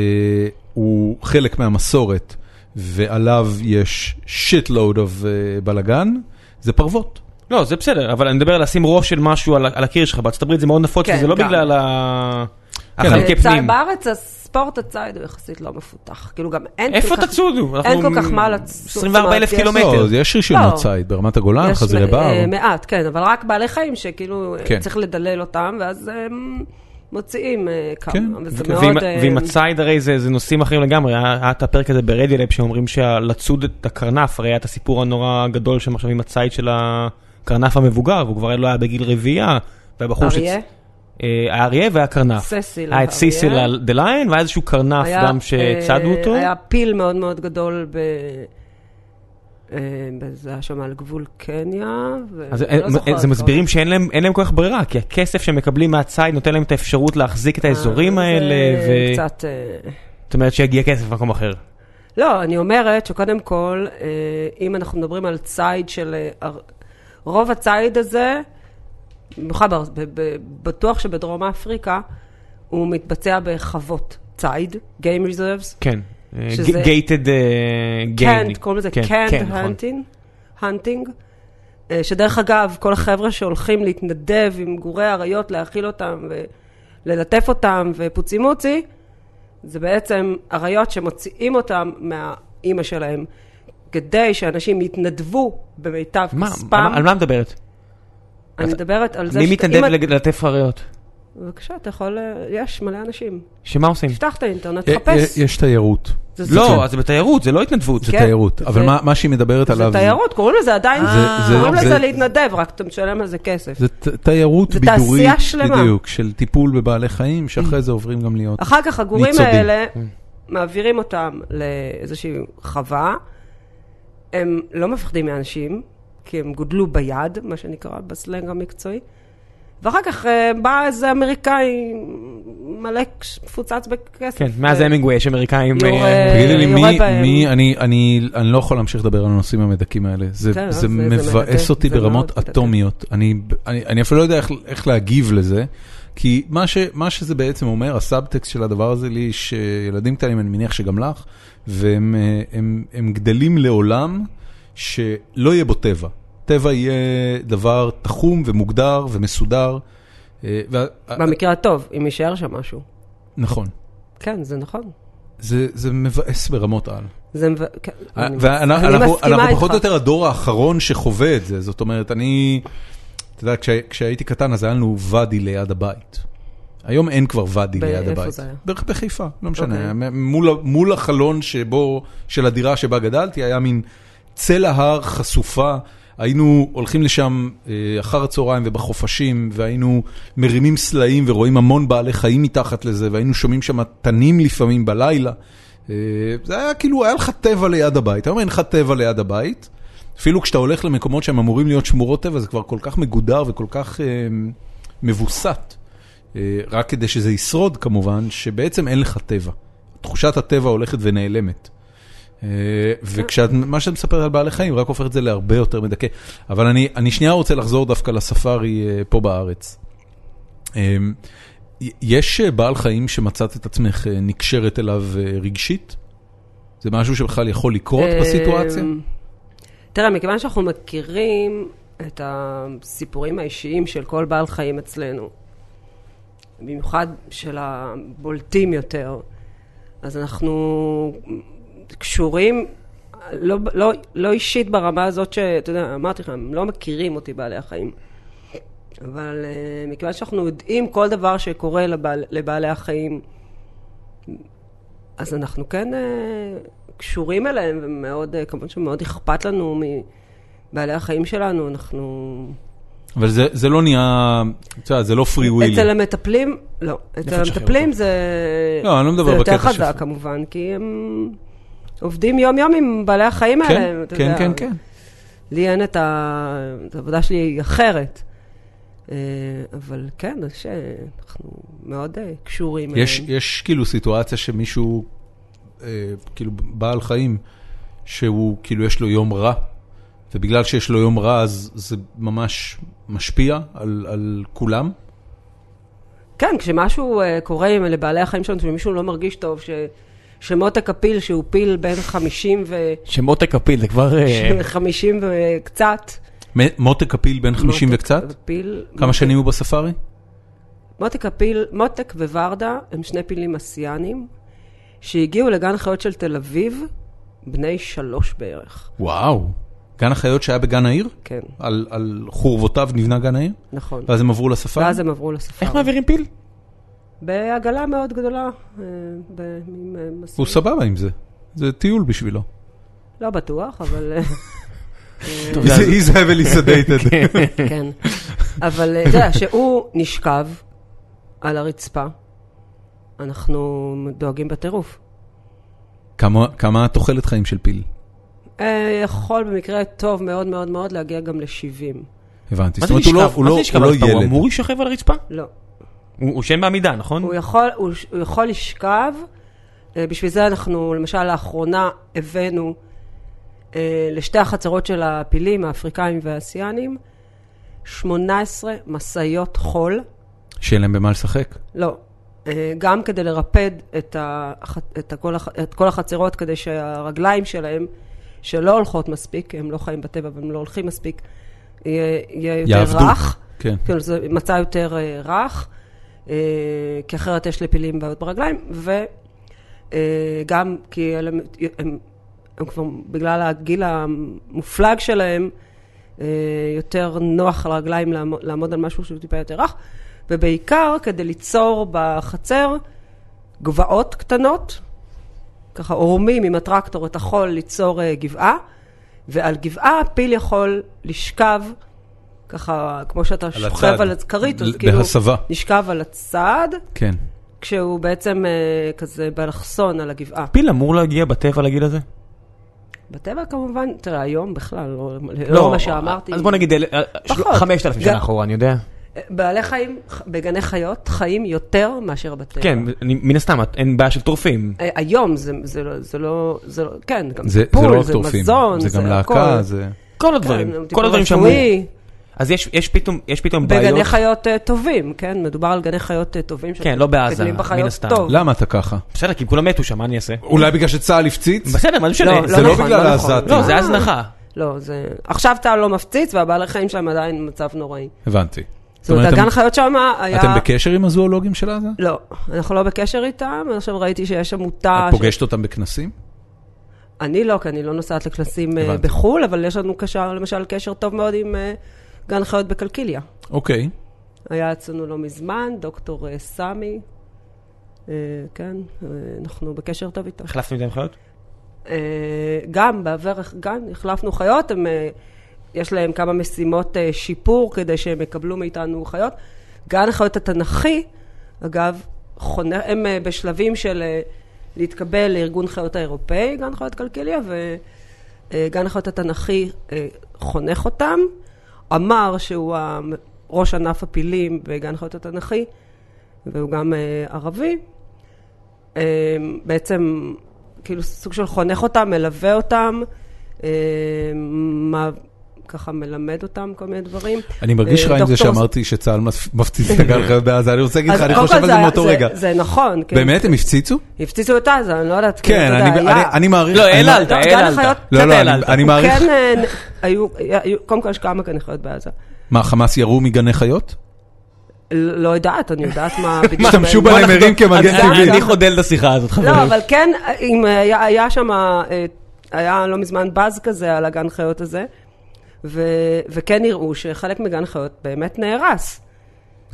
Speaker 1: הוא חלק מהמסורת ועליו יש shit load of אה, בלאגן, זה פרוות.
Speaker 2: לא, זה בסדר, אבל אני מדבר על לשים ראש של משהו על ה- על הקיר שלך, בארצות הברית זה מאוד נפוץ,
Speaker 3: כן,
Speaker 2: וזה לא
Speaker 3: גם.
Speaker 2: בגלל ה-
Speaker 1: כן,
Speaker 2: החלקי
Speaker 3: צי-
Speaker 2: אוקיי, פנים.
Speaker 3: אה, בארץ הספורט הציד הוא יחסית לא מפותח. כאילו גם אין כל
Speaker 2: איפה
Speaker 3: כך-
Speaker 2: תצודו?
Speaker 3: אין כל
Speaker 2: אנחנו
Speaker 3: כך מה לצוד.
Speaker 2: 24,000
Speaker 3: זאת אומרת, יש-
Speaker 2: קילומטר.
Speaker 1: לא, יש רישיונות
Speaker 3: כן. לא.
Speaker 1: ציד ברמת הגולן,
Speaker 3: יש
Speaker 1: חזירי
Speaker 3: מ-
Speaker 1: בר.
Speaker 3: אה, מעט, כן, אבל רק בעלי חיים שכאילו אה,
Speaker 1: כן.
Speaker 3: צריך לדלל אותם, ואז אה, הם מוציאים אה,
Speaker 1: כן,
Speaker 3: כמה. וזה
Speaker 1: כן.
Speaker 3: מאוד...
Speaker 2: ועם-
Speaker 3: אה,
Speaker 2: ועם הצייד הרי זה זה נושאים אחרים לגמרי, היה היה את הפרק הזה ברדיאלב שאומרים שלצוד את הקרנף, הרי היה את הסיפור הנורא הגדול שם עכשיו עם הצייד של הקרנף המבוגר, והוא כבר לא היה בגיל רביעייה, והבחור
Speaker 3: אריה?
Speaker 2: אה, האריה והקרנף.
Speaker 3: ססיל
Speaker 2: היה אה, את
Speaker 3: האריה.
Speaker 2: סיסיל דה ליין, והיה איזשהו קרנף
Speaker 3: היה,
Speaker 2: גם שצדו
Speaker 3: אה,
Speaker 2: אותו.
Speaker 3: היה פיל מאוד מאוד גדול ב... אה, ב- זה היה שם על גבול קניה,
Speaker 2: אז
Speaker 3: ואני לא
Speaker 2: אה,
Speaker 3: זוכרת.
Speaker 2: זה מסבירים שאין להם אין להם כל כך ברירה, כי הכסף שהם מקבלים מהציד נותן להם את האפשרות להחזיק את האזורים
Speaker 3: אה, זה
Speaker 2: האלה, ו-
Speaker 3: קצת... אה,
Speaker 2: זאת אומרת שיגיע כסף במקום אחר.
Speaker 3: לא, אני אומרת שקודם כל, אה, אם אנחנו מדברים על ציד של... אה, הר- רוב הציד הזה, במיוחד, בארצ- ב- ב- בטוח שבדרום אפריקה, הוא מתבצע בחוות ציד, Game Reserves,
Speaker 2: כן.
Speaker 3: שזה-
Speaker 2: גייטד אה, גיימינג. כן, נכון.
Speaker 3: קנד, קוראים לזה קנד הנטינג, הנטינג, אה, שדרך אגב, כל החבר'ה שהולכים להתנדב עם גורי אריות, להאכיל אותם וללטף אותם ופוצי מוצי, זה בעצם אריות שמוציאים אותם מהאימא שלהם, כדי שאנשים יתנדבו במיטב
Speaker 2: נכון. מה,
Speaker 3: כספם.
Speaker 2: על מה מדברת?
Speaker 3: אני
Speaker 2: את-
Speaker 3: מדברת על זה
Speaker 2: מי מתנדב
Speaker 3: את-
Speaker 2: ללטף אריות?
Speaker 3: בבקשה, אתה יכול... אה, יש מלא אנשים.
Speaker 2: שמה עושים?
Speaker 3: תפתח את האינטרנט,
Speaker 1: אה, אה,
Speaker 3: תחפש.
Speaker 1: יש תיירות.
Speaker 3: זה-
Speaker 2: לא, אז זה בתיירות, זה לא התנדבות.
Speaker 1: זה
Speaker 3: כן,
Speaker 1: תיירות,
Speaker 3: זה-
Speaker 1: אבל מה- מה שהיא מדברת
Speaker 3: זה
Speaker 1: עליו
Speaker 3: תיירות, קוראים לזה עדיין,
Speaker 1: זה- זה-
Speaker 3: קוראים
Speaker 1: זה-
Speaker 3: לזה להתנדב, רק אתה משלם על זה כסף.
Speaker 1: זה ת- תיירות
Speaker 3: זה
Speaker 1: בידורית,
Speaker 3: תעשייה שלמה.
Speaker 1: בדיוק, של טיפול בבעלי חיים, שאחרי זה עוברים גם להיות.
Speaker 3: אחר כך הגורים
Speaker 1: ניצודים.
Speaker 3: האלה, מעבירים אותם לאיזושהי חווה, הם לא מפחדים מאנשים, כי הם גודלו ביד, מה שנקרא בסלנג המקצועי, ואחר כך אה, בא איזה אמריקאי מלא כש- מפוצץ בכסף.
Speaker 2: כן, מאז המינגווי יש אמריקאים...
Speaker 3: אה, יורה-
Speaker 2: אה,
Speaker 1: תגידי לי,
Speaker 3: יורד
Speaker 1: מי,
Speaker 3: בהם.
Speaker 1: מי, אני, אני, אני לא יכול להמשיך לדבר על הנושאים המדכאים האלה. זה,
Speaker 3: כן,
Speaker 1: זה
Speaker 3: זה- זה
Speaker 1: מבאס
Speaker 3: מדכא,
Speaker 1: אותי
Speaker 3: זה מאוד
Speaker 1: ברמות
Speaker 3: מדכא.
Speaker 1: אטומיות. אני, אני, אני אפילו לא יודע איך, איך להגיב לזה, כי מה, ש, מה שזה בעצם אומר, הסאבטקסט של הדבר הזה לי, שילדים קטנים, אני מניח שגם לך, והם אה, הם, הם גדלים לעולם שלא יהיה בו טבע. טבע יהיה דבר תחום ומוגדר ומסודר. אה, וה-
Speaker 3: במקרה הטוב, אם יישאר שם משהו.
Speaker 1: נכון.
Speaker 3: כן, זה נכון.
Speaker 1: זה, זה מבאס ברמות על.
Speaker 3: זה מב... כן, אני- אני
Speaker 1: אה, ואנחנו
Speaker 3: מסכימה
Speaker 1: אנחנו פחות או
Speaker 3: איתך.
Speaker 1: יותר הדור האחרון שחווה את זה, זאת אומרת, אני, אתה יודע, כשה- כשהייתי קטן אז היה לנו ואדי ליד הבית. היום אין כבר ואדי
Speaker 3: ב-
Speaker 1: ליד
Speaker 3: איפה
Speaker 1: הבית.
Speaker 3: זה היה?
Speaker 1: בערך בחיפה, לא
Speaker 3: אוקיי.
Speaker 1: משנה. מ- מול, ה- מול החלון שבו, של הדירה שבה גדלתי, היה מין צלע הר חשופה. היינו הולכים לשם אה, אחר הצהריים ובחופשים, והיינו מרימים סלעים ורואים המון בעלי חיים מתחת לזה, והיינו שומעים שם תנים לפעמים בלילה. אה, זה היה כאילו, היה לך טבע ליד הבית. היום אין לך טבע ליד הבית. אפילו כשאתה הולך למקומות שהם אמורים להיות שמורות טבע, זה כבר כל כך מגודר וכל כך אה, מבוסת. אה, רק כדי שזה ישרוד כמובן, שבעצם אין לך טבע. תחושת הטבע הולכת ונעלמת. אה, וכשמה שאת מספרת על בעלי חיים רק הופך את זה להרבה יותר מדכא. אבל אני, אני שנייה רוצה לחזור דווקא לספארי אה, פה בארץ. אה, יש בעל חיים שמצאת את עצמך אה, נקשרת אליו אה, רגשית? זה משהו שבכלל יכול לקרות בסיטואציה?
Speaker 3: אמ, תראה, מכיוון שאנחנו מכירים את הסיפורים האישיים של כל בעל חיים אצלנו, במיוחד של הבולטים יותר, אז אנחנו קשורים, לא, לא, לא אישית ברמה הזאת שאתה יודע, אמרתי לך, הם לא מכירים אותי בעלי החיים. אבל אה, מכיוון שאנחנו יודעים כל דבר שקורה לבעל, לבעלי החיים, אז אנחנו כן אה, קשורים אליהם, ומאוד, אה, כמובן שמאוד אכפת לנו מבעלי החיים שלנו, אנחנו...
Speaker 1: אבל זה, זה לא נהיה, את יודעת, זה לא פרי ווילי.
Speaker 3: אצל המטפלים, לא, אצל
Speaker 2: תשחרר
Speaker 3: המטפלים
Speaker 2: אותו.
Speaker 3: זה...
Speaker 1: לא, אני לא מדבר
Speaker 3: זה יותר
Speaker 1: בקטע של-
Speaker 3: חזק כמובן, כי הם עובדים יום-יום עם בעלי החיים האלה,
Speaker 1: כן,
Speaker 3: אתה
Speaker 1: כן,
Speaker 3: יודע.
Speaker 1: כן, כן.
Speaker 3: לי אין את ה... את העבודה שלי היא אחרת. אה, אבל כן, אז שאנחנו מאוד אה, קשורים
Speaker 1: יש,
Speaker 3: אליהם.
Speaker 1: יש כאילו סיטואציה שמישהו, אה, כאילו בעל חיים, שהוא כאילו יש לו יום רע, ובגלל שיש לו יום רע אז זה ממש משפיע על, על כולם.
Speaker 3: כן, כשמשהו אה, קורה עם לבעלי החיים שלנו, שמישהו לא מרגיש טוב, ש... שמותק הפיל, שהוא פיל בין 50 ו...
Speaker 2: שמות הפיל, זה כבר... אה,
Speaker 3: 50 וקצת.
Speaker 1: מ- מותק הפיל בן 50
Speaker 3: מותק
Speaker 1: וקצת?
Speaker 3: הפיל-
Speaker 1: כמה שנים הוא בספארי?
Speaker 3: מותק הפיל, מותק וורדה הם שני פילים אסיאנים שהגיעו לגן חיות של תל אביב, בני שלוש בערך.
Speaker 1: וואו. גן החיות שהיה בגן העיר?
Speaker 3: כן,
Speaker 1: על, על חורבותיו נבנה גן העיר?
Speaker 3: נכון.
Speaker 1: ואז הם עברו לספארי?
Speaker 3: ואז הם עברו לספארי.
Speaker 2: איך מעבירים פיל?
Speaker 3: בעגלה מאוד גדולה. אה, ב... עם, אה, מסלול.
Speaker 1: הוא סבבה עם זה. זה טיול בשבילו.
Speaker 3: לא בטוח, אבל... אה,
Speaker 1: זה he's heavily sedated.
Speaker 3: כן. אבל אה, אתה יודע, שהוא נשכב על הרצפה, אנחנו דואגים בטירוף.
Speaker 1: כמה- כמה תוחלת חיים של פיל?
Speaker 3: אה, יכול במקרה טוב מאוד מאוד מאוד להגיע גם ל-70.
Speaker 1: הבנתי.
Speaker 2: מה
Speaker 1: זאת
Speaker 2: זה
Speaker 1: אומרת, הוא לא- הוא
Speaker 2: נשכב? מה
Speaker 1: לא
Speaker 2: זה
Speaker 1: הוא
Speaker 2: נשכב
Speaker 1: לא
Speaker 2: על הרצפה? הוא
Speaker 1: ילד.
Speaker 2: אמור להישכב על הרצפה?
Speaker 3: לא.
Speaker 2: הוא הוא ישן בעמידה, נכון?
Speaker 3: הוא יכול, הוא, ש- הוא יכול לשכב, אה, בשביל זה אנחנו למשל לאחרונה הבאנו אה, לשתי החצרות של הפילים, האפריקאים והאסיאנים, 18 משאיות חול,
Speaker 1: שאין להם במה לשחק.
Speaker 3: לא, אה, גם כדי לרפד את, הח, את, הכל, הח- את כל החצרות כדי שהרגליים שלהם, שלא הולכות מספיק, הם לא חיים בטבע והם לא הולכים מספיק, יהיה, יהיה יותר
Speaker 1: יעבדו.
Speaker 3: רך.
Speaker 1: כן.
Speaker 3: כאילו זה מצע יותר אה, רך, אה, כי אחרת יש לפילים בעיות ברגליים, וגם כי אלה, הם, הם כבר, בגלל הגיל המופלג שלהם, אה, יותר נוח על הרגליים לעמוד, לעמוד על משהו שהוא טיפה יותר רך, ובעיקר כדי ליצור בחצר גבעות קטנות, ככה עורמים עם הטרקטור את החול ליצור אה, גבעה, ועל גבעה פיל יכול לשכב, ככה, כמו שאתה שוכב
Speaker 1: הצד.
Speaker 3: על הכרית, אז
Speaker 1: ל-
Speaker 3: כאילו,
Speaker 1: בהסבה.
Speaker 3: נשכב על הצד,
Speaker 1: כן.
Speaker 3: כשהוא בעצם אה, כזה באלכסון על הגבעה.
Speaker 2: פיל אמור להגיע בטבע לגיל הזה?
Speaker 3: בטבע כמובן, תראה, היום בכלל, לא, לא מה שאמרתי.
Speaker 2: אז בוא נגיד, אל- אה,
Speaker 3: פחות.
Speaker 2: של- 5,000
Speaker 3: גם-
Speaker 2: שנה אחורה, אני יודע.
Speaker 3: בעלי חיים ח- בגני חיות חיים יותר מאשר בטבע.
Speaker 2: כן, אני- מן הסתם, את- אין בעיה של טורפים.
Speaker 3: אה, היום זה, זה, לא- זה לא, זה לא, כן, גם
Speaker 1: זה זה לא
Speaker 3: טיפול,
Speaker 1: רק
Speaker 3: זה
Speaker 1: טורפים.
Speaker 3: מזון,
Speaker 1: זה גם
Speaker 3: הכל.
Speaker 1: להקה, זה...
Speaker 2: כל
Speaker 3: כן,
Speaker 2: הדברים,
Speaker 3: טיפול
Speaker 2: כל הדברים שאמרו.
Speaker 3: רפואי,
Speaker 2: אז יש- יש פתאום, יש פתאום
Speaker 3: בגני
Speaker 2: בעיות.
Speaker 3: חיות אה, טובים, כן? מדובר על גני חיות אה, טובים. שאנחנו
Speaker 2: לא בעזה,
Speaker 3: מטפלים בחיות
Speaker 2: מן הסתם.
Speaker 3: טוב.
Speaker 1: למה אתה ככה?
Speaker 2: בסדר, כי כולם מתו שם, מה אני אעשה?
Speaker 1: אולי בגלל שצה"ל הפציץ?
Speaker 2: בסדר, מה זה משנה?
Speaker 3: לא,
Speaker 1: זה לא
Speaker 3: נכון,
Speaker 1: בגלל
Speaker 3: לא נכון.
Speaker 1: העזתים.
Speaker 2: לא, זה הזנחה.
Speaker 3: לא, זה... עכשיו צה"ל לא מפציץ, והבעלי חיים שלהם עדיין במצב נוראי.
Speaker 1: הבנתי.
Speaker 3: זאת אומרת,
Speaker 1: אתם-
Speaker 3: הגן חיות שם היה...
Speaker 1: אתם בקשר עם הזואולוגים של עזה?
Speaker 3: לא, אנחנו לא בקשר איתם, עכשיו ראיתי שיש עמותה...
Speaker 1: את פוגשת אותם בכנסים?
Speaker 3: אני לא, כי אני לא נוסעת לכנסים אה,
Speaker 1: הבנתי.
Speaker 3: בחו"ל, אבל יש לנו קשר, למשל קשר טוב מאוד עם אה, גן חיות בקלקיליה.
Speaker 1: אוקיי.
Speaker 3: היה אצלנו לא מזמן, דוקטור אה, סמי, אה, כן, אה, אנחנו בקשר טוב איתו.
Speaker 2: החלפתם איתם חיות?
Speaker 3: אה, גם בעבר גן החלפנו חיות, הם, אה, יש להם כמה משימות אה, שיפור כדי שהם יקבלו מאיתנו חיות. גן החיות התנ"כי, אגב, חונה, הם אה, בשלבים של אה, להתקבל לארגון חיות האירופאי, גן חיות קלקיליה, וגן החיות התנ"כי אה, חונך אותם. אמר שהוא ה- ראש ענף הפילים בגן החיות התנ"כי, והוא גם אה, ערבי, אה, בעצם כאילו סוג של חונך אותם, מלווה אותם, אה, מה- ככה מלמד אותם כל מיני דברים.
Speaker 1: אני מרגיש
Speaker 3: אה,
Speaker 1: רע עם זה
Speaker 3: דוקטור-
Speaker 1: שאמרתי שצה"ל מפ- מפציץ את הגל בעזה, אני רוצה להגיד לך,
Speaker 3: אז
Speaker 1: אני
Speaker 3: קודם
Speaker 1: חושב
Speaker 3: כל
Speaker 1: על זה מאותו רגע.
Speaker 3: זה נכון, כן.
Speaker 1: באמת, הם הפציצו?
Speaker 3: הפציצו את עזה, אני לא יודעת, כאילו,
Speaker 1: כן,
Speaker 3: אתה יודע,
Speaker 1: אני-
Speaker 3: היה.
Speaker 1: אני- אני מעריך...
Speaker 4: לא,
Speaker 1: אני-
Speaker 4: אלעל,
Speaker 3: גן
Speaker 4: אלעלת.
Speaker 3: החיות-
Speaker 1: לא,
Speaker 4: קצת
Speaker 1: לא, אני-
Speaker 4: אלעלת.
Speaker 1: אני
Speaker 3: הוא
Speaker 1: מעריך...
Speaker 3: כן, אה, היו, היו- קודם כל יש כמה גני חיות בעזה.
Speaker 1: מה, חמאס ירו מגני חיות?
Speaker 3: לא יודעת, אני יודעת מה בדיוק.
Speaker 1: השתמשו
Speaker 3: מה-
Speaker 1: בנמרים כמגן
Speaker 3: לא- אז-
Speaker 1: טבעי.
Speaker 4: אני חודל את השיחה הזאת, חברים.
Speaker 3: לא, אבל כן, אם היה, היה שם, אה, היה לא מזמן באז כזה על הגן חיות הזה, ו, וכן הראו שחלק מגן חיות באמת נהרס.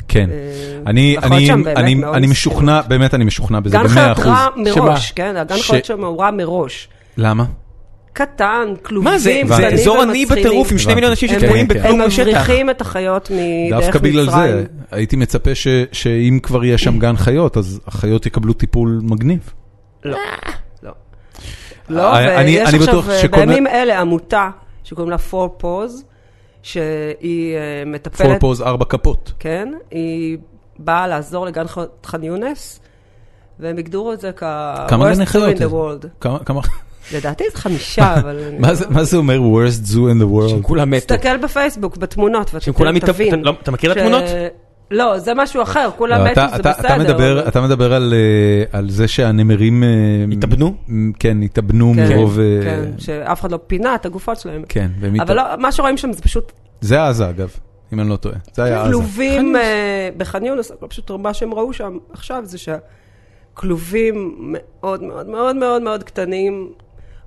Speaker 1: כן.
Speaker 3: אה,
Speaker 1: אני,
Speaker 3: נכון
Speaker 1: אני,
Speaker 3: שם באמת
Speaker 1: אני,
Speaker 3: מאוד
Speaker 1: אני
Speaker 3: מסכן.
Speaker 1: משוכנע, באמת אני משוכנע בזה,
Speaker 3: גן
Speaker 1: במאה
Speaker 3: חיות
Speaker 1: אחוז.
Speaker 3: רע מראש,
Speaker 1: שמה?
Speaker 3: כן, הגן
Speaker 1: ש-
Speaker 3: חיות שם הוא רע מראש.
Speaker 1: למה?
Speaker 3: קטן, כלובים,
Speaker 4: מה זה? זה
Speaker 1: הבנתי.
Speaker 3: קטנים
Speaker 4: אזור עני
Speaker 3: ומצחינים.
Speaker 4: בטירוף עם שני
Speaker 1: הבנתי.
Speaker 4: מיליון אנשים
Speaker 1: כן,
Speaker 4: שתקועים
Speaker 1: כן.
Speaker 4: בכלום
Speaker 3: הם
Speaker 4: בשטח.
Speaker 3: מבריחים את החיות מדרך מצרים.
Speaker 1: דווקא בגלל זה, הייתי מצפה ש, שאם כבר יהיה שם גן חיות, אז החיות יקבלו טיפול מגניב.
Speaker 3: לא. לא. לא,
Speaker 1: אני- אה, אני-
Speaker 3: ויש
Speaker 1: אני בטוח
Speaker 3: עכשיו אה,
Speaker 1: שכל-
Speaker 3: בימים אלה עמותה שקוראים לה Four Paws, שהיא אה,
Speaker 1: פור
Speaker 3: מטפלת,
Speaker 1: פוז ארבע כפות.
Speaker 3: כן, היא באה לעזור לגן חיות חאן יונס, והם הגדירו את זה כ...
Speaker 1: כמה גני
Speaker 3: worst zoo
Speaker 1: חיות?
Speaker 3: in the world.
Speaker 1: כמה, כמה,
Speaker 3: לדעתי זה חמישה, אבל... אני
Speaker 1: מה,
Speaker 3: לא-
Speaker 1: זה, מה זה אומר worst zoo in the world?
Speaker 4: כולם מתו.
Speaker 3: תסתכל בפייסבוק, בתמונות, ואתה
Speaker 4: שהם כולם מתאפ-
Speaker 3: תבין.
Speaker 4: אתה לא- אתה מכיר את
Speaker 3: ש-
Speaker 4: התמונות?
Speaker 3: לא, זה משהו אחר, כולם
Speaker 1: לא,
Speaker 3: מתו,
Speaker 1: אתה,
Speaker 3: זה
Speaker 1: אתה,
Speaker 3: בסדר.
Speaker 1: אתה מדבר,
Speaker 3: אבל-
Speaker 1: אתה מדבר על, אה, על זה שהנמרים... אה,
Speaker 4: התאבנו?
Speaker 1: מ- כן, התאבנו
Speaker 3: כן,
Speaker 1: מרוב... אה,
Speaker 3: כן, שאף אחד לא פינה את הגופות שלהם.
Speaker 1: כן, והם
Speaker 3: אבל
Speaker 1: התאב-
Speaker 3: לא, מה שרואים שם זה פשוט
Speaker 1: זה עזה אגב, אם אני לא טועה. זה היה
Speaker 3: כאילו,
Speaker 1: עזה.
Speaker 3: כלובים אה, בח'אן יונס, אבל פשוט מה שהם ראו שם עכשיו זה שהכלובים מאוד מאוד מאוד מאוד מאוד קטנים.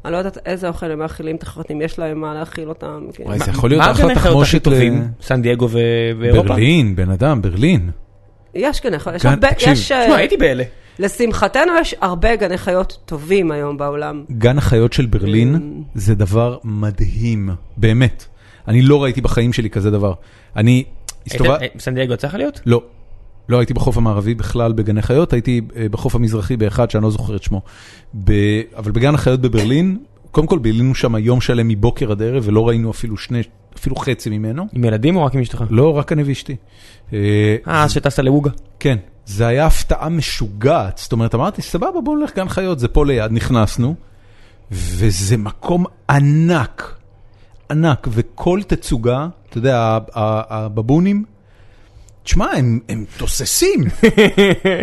Speaker 3: אני לא יודעת איזה אוכל הם מאכילים את החרטים, יש להם מה להאכיל אותם. כאילו.
Speaker 1: וואי, זה יכול להיות
Speaker 4: מה
Speaker 1: אחלה
Speaker 4: הגני חיות הכי
Speaker 1: תחמושת ל-
Speaker 4: טובים? סן דייגו ובאירופה?
Speaker 1: ברלין, בן אדם, ברלין.
Speaker 3: יש גני חיות, יש
Speaker 1: גן-
Speaker 3: הרבה,
Speaker 1: תקשיב,
Speaker 3: יש, אה,
Speaker 4: תשמע, הייתי באלה.
Speaker 3: לשמחתנו יש הרבה גני חיות טובים היום בעולם.
Speaker 1: גן החיות של ברלין זה דבר מדהים, באמת. אני לא ראיתי בחיים שלי כזה דבר. אני
Speaker 2: אה,
Speaker 1: הסתובב...
Speaker 4: היית- אה, סן דייגו צריך להיות?
Speaker 1: לא. לא הייתי בחוף המערבי בכלל בגני חיות, הייתי אה, בחוף המזרחי באחד שאני לא זוכר את שמו. ב... אבל בגן החיות בברלין, קודם כל בילינו שם יום שלם מבוקר עד ערב ולא ראינו אפילו שני, אפילו חצי ממנו.
Speaker 4: עם ילדים או רק עם אשתך?
Speaker 1: לא, רק אני ואשתי. אה,
Speaker 4: אה, אז שטסת לאוגה.
Speaker 1: כן, זה היה הפתעה משוגעת. זאת אומרת, אמרתי, סבבה, בואו נלך גן חיות, זה פה ליד, נכנסנו, וזה מקום ענק, ענק, וכל תצוגה, אתה יודע, ה- ה- הבבונים, תשמע, הם, הם תוססים.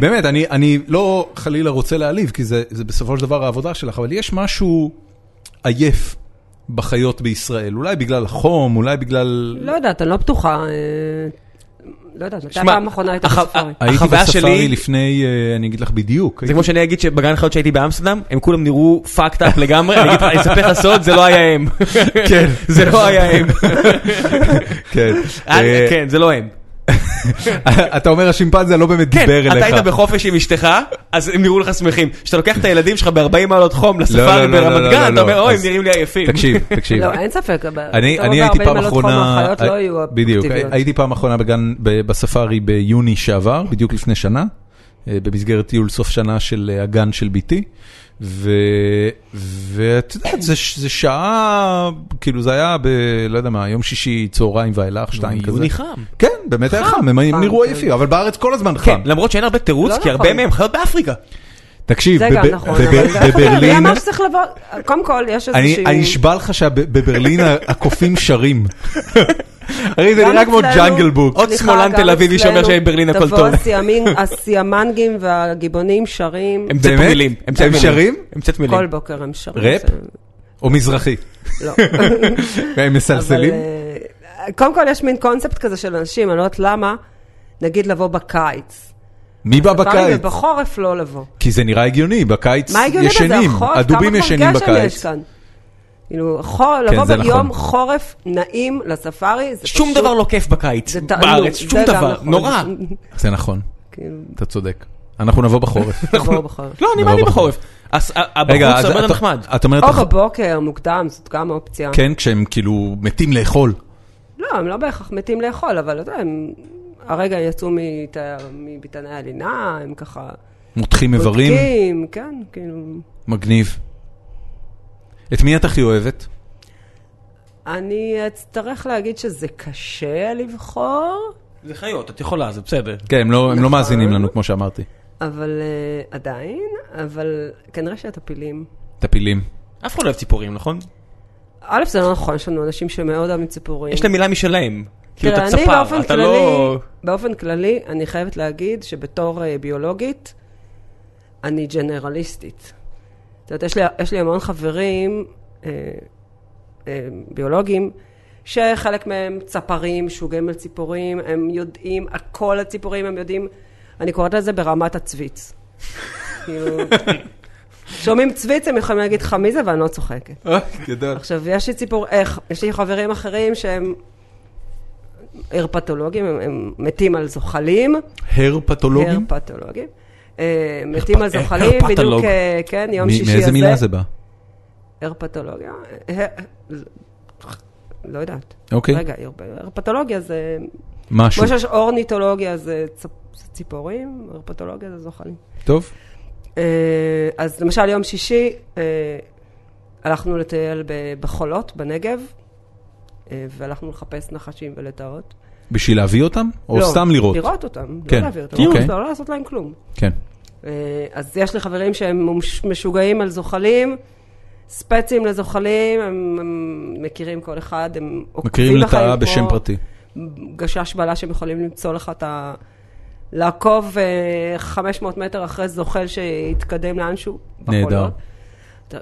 Speaker 1: באמת, אני, אני לא חלילה רוצה להעליב, כי זה, זה בסופו של דבר העבודה שלך, אבל יש משהו עייף בחיות בישראל, אולי בגלל החום, אולי בגלל...
Speaker 3: לא יודעת, אני לא בטוחה. אה, לא יודעת, מתי
Speaker 4: שמע,
Speaker 3: הפעם האחרונה הייתה
Speaker 4: הח-
Speaker 1: אה,
Speaker 3: בספארי?
Speaker 4: ה-
Speaker 1: הייתי
Speaker 4: החוויה
Speaker 1: בספארי
Speaker 4: שלי-
Speaker 1: לפני, אה, אני אגיד לך בדיוק,
Speaker 4: זה כמו שאני אגיד שבגן חיות שהייתי באמסטרדם, הם כולם נראו fucked up לגמרי, אני אגיד לך, אני אספר לך סוד, זה לא היה הם.
Speaker 1: כן.
Speaker 4: זה לא היה הם.
Speaker 1: כן.
Speaker 4: אה, כן, זה לא הם.
Speaker 1: אתה אומר השימפנזה לא באמת
Speaker 4: כן,
Speaker 1: דיבר אליך.
Speaker 4: אתה היית בחופש עם אשתך, אז הם נראו לך שמחים. כשאתה לוקח את הילדים שלך ב-40 מעלות חום לספארי
Speaker 1: לא, לא, לא,
Speaker 4: ברמת
Speaker 1: לא,
Speaker 4: גן,
Speaker 1: לא,
Speaker 4: אתה אומר,
Speaker 1: לא.
Speaker 4: אוי, הם
Speaker 1: אז-
Speaker 4: נראים לי עייפים.
Speaker 1: תקשיב, תקשיב.
Speaker 3: לא, אין ספק.
Speaker 1: אה, אני,
Speaker 3: בסדר,
Speaker 1: אני הייתי
Speaker 3: ב- 40
Speaker 1: פעם
Speaker 3: אלף חום
Speaker 1: אחרונה, אה,
Speaker 3: החיות לא יהיו
Speaker 1: בדיוק,
Speaker 3: אקטיביות.
Speaker 1: הייתי פעם אחרונה בגן, ב- בספארי ביוני שעבר, בדיוק לפני שנה, אה, במסגרת טיול סוף שנה של אה, הגן של ביתי, ו- ואת יודעת, זה, ש- זה שעה, כאילו זה היה ב... לא יודע מה, יום שישי צהריים ואילך, שתיים כזה.
Speaker 4: יוני חם.
Speaker 1: כן, באמת היה חם, הם
Speaker 3: חם,
Speaker 1: נראו
Speaker 3: כן.
Speaker 1: עייפים, אבל בארץ כל הזמן חם.
Speaker 4: כן, למרות שאין הרבה תירוץ,
Speaker 3: לא
Speaker 4: כי הרבה
Speaker 3: נכון.
Speaker 4: מהם חיות באפריקה.
Speaker 1: תקשיב,
Speaker 3: זה
Speaker 1: בב-
Speaker 3: גם נכון,
Speaker 1: בב-
Speaker 3: אבל זה חבר, היא
Speaker 1: בברלין...
Speaker 3: אמרה שצריך לבוא, קודם כל יש
Speaker 1: אני
Speaker 3: איזשהו...
Speaker 1: אני נשבע לך שבברלין הקופים שרים. הרי זה
Speaker 3: גם
Speaker 1: נראה כמו
Speaker 3: אצלנו-
Speaker 1: ג'אנגל בוק.
Speaker 4: עוד
Speaker 3: סליחה,
Speaker 4: שמאלן
Speaker 3: גם
Speaker 4: תל אביבי שאומר
Speaker 3: אצלנו
Speaker 4: שברלין הכל
Speaker 3: תבוא
Speaker 4: טוב.
Speaker 3: הסיאמינג- הסיאמנגים והגיבונים שרים,
Speaker 4: הם צאת
Speaker 1: באמת?
Speaker 4: מילים.
Speaker 1: הם
Speaker 4: צאת מילים.
Speaker 1: שרים?
Speaker 4: הם צאת מילים.
Speaker 3: כל בוקר הם שרים.
Speaker 1: ראפ?
Speaker 3: זה-
Speaker 1: או מזרחי.
Speaker 3: לא.
Speaker 1: הם מסלסלים?
Speaker 3: אבל, אה, קודם כל יש מין קונספט כזה של אנשים, אני לא יודעת למה, נגיד לבוא בקיץ.
Speaker 1: מי בא
Speaker 3: פעמים
Speaker 1: בקיץ?
Speaker 3: ובחורף לא לבוא.
Speaker 1: כי זה נראה הגיוני, בקיץ
Speaker 3: מה הגיוני בזה?
Speaker 1: ישנים,
Speaker 3: החורף,
Speaker 1: הדובים
Speaker 3: כמה
Speaker 1: ישנים
Speaker 3: כבר גשם יש
Speaker 1: בקיץ.
Speaker 3: כאן. כאילו, חור-
Speaker 1: כן,
Speaker 3: לבוא
Speaker 1: זה
Speaker 3: ביום
Speaker 1: נכון.
Speaker 3: חורף נעים לספארי, זה
Speaker 4: שום
Speaker 3: פשוט-
Speaker 4: דבר לא כיף בקיץ.
Speaker 3: זה תענוג,
Speaker 4: בארץ,
Speaker 3: זה
Speaker 4: שום
Speaker 3: גם
Speaker 4: דבר.
Speaker 3: נכון.
Speaker 4: נורא.
Speaker 1: זה נכון,
Speaker 3: כאילו,
Speaker 1: אתה צודק. אנחנו נבוא בחורף.
Speaker 3: לבוא בחורף.
Speaker 4: לא, אני
Speaker 1: נורא
Speaker 4: בא לי
Speaker 1: בחורף.
Speaker 4: בחורף. אז, ה- הבחוץ הרבה יותר
Speaker 1: אתה-
Speaker 4: נחמד.
Speaker 1: את אומרת,
Speaker 3: או
Speaker 1: הח-
Speaker 3: בבוקר, מוקדם, זאת גם אופציה.
Speaker 1: כן, כשהם כאילו מתים לאכול.
Speaker 3: לא, הם לא בהכרח מתים לאכול, אבל אתה יודע, הם הרגע יצאו מת- מביתני הלינה, הם ככה...
Speaker 1: מותחים איברים,
Speaker 3: בודקים, כן, כאילו...
Speaker 1: מגניב. את מי את הכי אוהבת?
Speaker 3: אני אצטרך להגיד שזה קשה לבחור,
Speaker 4: זה חיות, את יכולה, זה בסדר.
Speaker 1: כן, הם לא- הם לא
Speaker 3: נכון.
Speaker 1: מאזינים לנו, כמו שאמרתי.
Speaker 3: אבל אה, עדיין, אבל כנראה שהטפילים.
Speaker 1: טפילים.
Speaker 4: אף אחד לא אוהב ציפורים, נכון?
Speaker 3: א', זה לא נכון, יש לנו אנשים שמאוד אוהבים ציפורים.
Speaker 4: יש להם מילה משלהם. כאילו,
Speaker 3: תראה,
Speaker 4: אתה
Speaker 3: אני
Speaker 4: צפר,
Speaker 3: באופן
Speaker 4: אתה
Speaker 3: כללי,
Speaker 4: לא...
Speaker 3: באופן כללי, אני חייבת להגיד שבתור אה, ביולוגית, אני ג'נרליסטית. זאת אומרת, יש לי, יש לי המון חברים אה, אה, ביולוגים, שחלק מהם צפרים, שוגים על ציפורים, הם יודעים, על כל הציפורים הם יודעים, אני קוראת לזה ברמת הצביץ. כאילו, שומעים צביץ, הם יכולים להגיד לך מי זה, ואני לא צוחקת.
Speaker 1: אה, גדול.
Speaker 3: עכשיו, יש לי ציפור, איך, יש לי חברים אחרים שהם הרפתולוגים, הם, הם מתים על זוחלים.
Speaker 1: הר פתולוגים?
Speaker 3: הרפתולוגים. אה, מתים על
Speaker 1: הרפ-
Speaker 3: זוחלים,
Speaker 1: הרפתולוג.
Speaker 3: בדיוק, אה, כן, יום
Speaker 1: מ-
Speaker 3: שישי הזה.
Speaker 1: מאיזה מילה זה בא?
Speaker 3: הרפתולוגיה. אה, לא יודעת.
Speaker 1: אוקיי.
Speaker 3: רגע, הרפ- הרפתולוגיה זה...
Speaker 1: משהו.
Speaker 3: כמו שיש אורניטולוגיה זה צפ- זה ציפורים, הרפתולוגיה זה זוחלים.
Speaker 1: טוב.
Speaker 3: אה, אז למשל יום שישי אה, הלכנו לטייל ב- בחולות, בנגב, אה, והלכנו לחפש נחשים ולטאות.
Speaker 1: בשביל להביא אותם? או
Speaker 3: לא,
Speaker 1: סתם לראות?
Speaker 3: לראות אותם,
Speaker 1: כן.
Speaker 3: לא להעביר אותם,
Speaker 1: טיול.
Speaker 3: לא לעשות להם כלום.
Speaker 1: כן.
Speaker 3: אה, אז יש לי חברים שהם מומש- משוגעים על זוחלים, ספצים לזוחלים, הם, הם מכירים כל אחד, הם עוקבים
Speaker 1: מכירים
Speaker 3: אחריהם
Speaker 1: לטאה
Speaker 3: כמו
Speaker 1: בשם פרטי.
Speaker 3: גשש בלש, הם יכולים למצוא לך את ה... לעקוב אה, 500 מטר אחרי זוחל שהתקדם לאנשהו.
Speaker 1: נהדר.
Speaker 3: בחולות. אתה-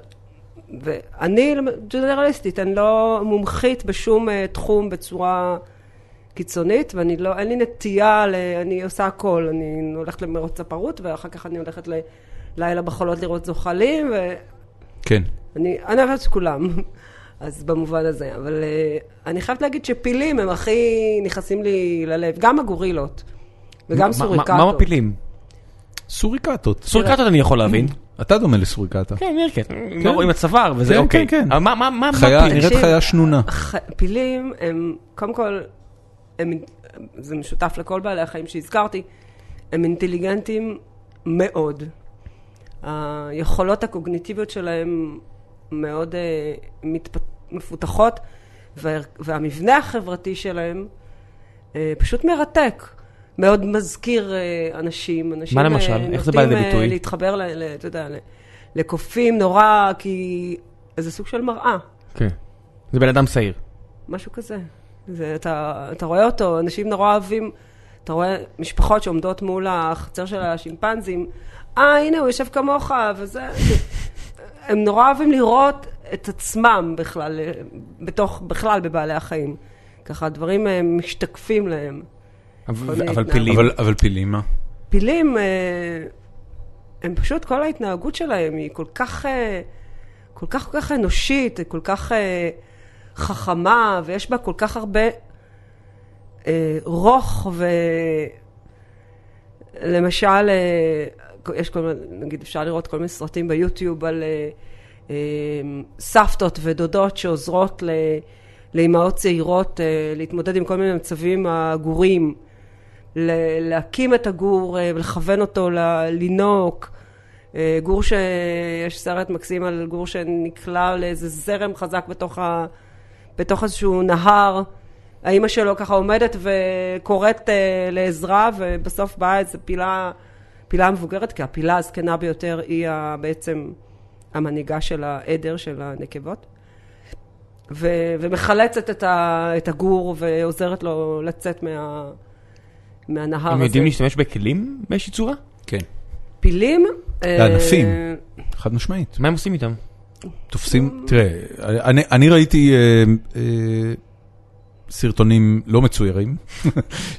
Speaker 3: ואני ג'נרליסטית, אני לא מומחית בשום אה, תחום בצורה קיצונית, ואני לא, אין לי נטייה, ל, אני עושה הכל, אני הולכת למרוץ הפרוט, ואחר כך אני הולכת ללילה בחולות לראות זוחלים,
Speaker 1: כן.
Speaker 3: ואני אני אוהבת את כולם, אז במובן הזה. אבל אה, אני חייבת להגיד שפילים הם הכי נכנסים לי ללב, גם הגורילות,
Speaker 4: מה-
Speaker 3: וגם
Speaker 4: מה-
Speaker 3: סוריקטות.
Speaker 4: מה מפילים?
Speaker 1: סוריקטות.
Speaker 4: סוריקטות אני יכול להבין.
Speaker 1: אתה דומה לסוריקטה.
Speaker 4: כן, מרקט. לא רואים הצוואר וזה
Speaker 1: כן,
Speaker 4: אוקיי.
Speaker 1: כן, כן.
Speaker 4: אבל מה- מה מה- מה
Speaker 1: חיה,
Speaker 4: מפיל?
Speaker 1: נראית
Speaker 3: תקשיב,
Speaker 1: חיה שנונה.
Speaker 3: ח- פילים הם, קודם כל, הם, זה משותף לכל בעלי החיים שהזכרתי, הם אינטליגנטים מאוד. היכולות הקוגניטיביות שלהם מאוד אה, מתפ... מפותחות, וה... והמבנה החברתי שלהם אה, פשוט מרתק. מאוד מזכיר אה, אנשים, אנשים
Speaker 4: מה
Speaker 3: אה,
Speaker 4: למשל?
Speaker 3: נוטים
Speaker 4: איך זה בא לידי
Speaker 3: אה,
Speaker 4: ביטוי?
Speaker 3: להתחבר, ל- ל- אתה יודע, ל- לקופים נורא, כי זה סוג של מראה.
Speaker 4: כן. זה בן אדם שעיר.
Speaker 3: משהו כזה. זה, אתה, אתה רואה אותו, אנשים נורא אוהבים, אתה רואה משפחות שעומדות מול החצר של השימפנזים, אה, הנה, הוא יושב כמוך, וזה... הם נורא אוהבים לראות את עצמם בכלל, אה, בתוך, בכלל בבעלי החיים. ככה, הדברים אה, משתקפים להם.
Speaker 4: אבל
Speaker 3: מיני
Speaker 4: אבל
Speaker 3: התנהגות.
Speaker 4: פילים.
Speaker 1: אבל אבל פילים מה?
Speaker 3: פילים, אה, הם פשוט, כל ההתנהגות שלהם היא כל כך, אה, כל כך, כל כך אנושית, כל כך אה, חכמה, ויש בה כל כך הרבה אה, רוך, ו... למשל, אה, יש כל מיני, נגיד, אפשר לראות כל מיני סרטים ביוטיוב על אה, אה, סבתות ודודות שעוזרות ל... לאימהות צעירות אה, להתמודד עם כל מיני מצבים הגורים. ל- להקים את הגור אה, ולכוון אותו ל- לינוק. אה, גור ש... יש סרט מקסים על גור שנקלע לאיזה זרם חזק בתוך, ה... בתוך איזשהו נהר. האימא שלו ככה עומדת וקוראת אה, לעזרה, ובסוף באה איזו פילה, פילה מבוגרת, כי הפילה הזקנה ביותר היא ה... בעצם המנהיגה של העדר של הנקבות. ו- ומחלצת את, ה- את הגור ועוזרת לו לצאת מה... מהנהר הזה.
Speaker 4: הם יודעים להשתמש בכלים באיזושהי צורה?
Speaker 1: כן.
Speaker 3: פילים. אה,
Speaker 1: לענפים. חד משמעית.
Speaker 4: מה הם עושים איתם?
Speaker 1: תופסים, תראה, אני, אני ראיתי אה, אה, סרטונים לא מצוירים,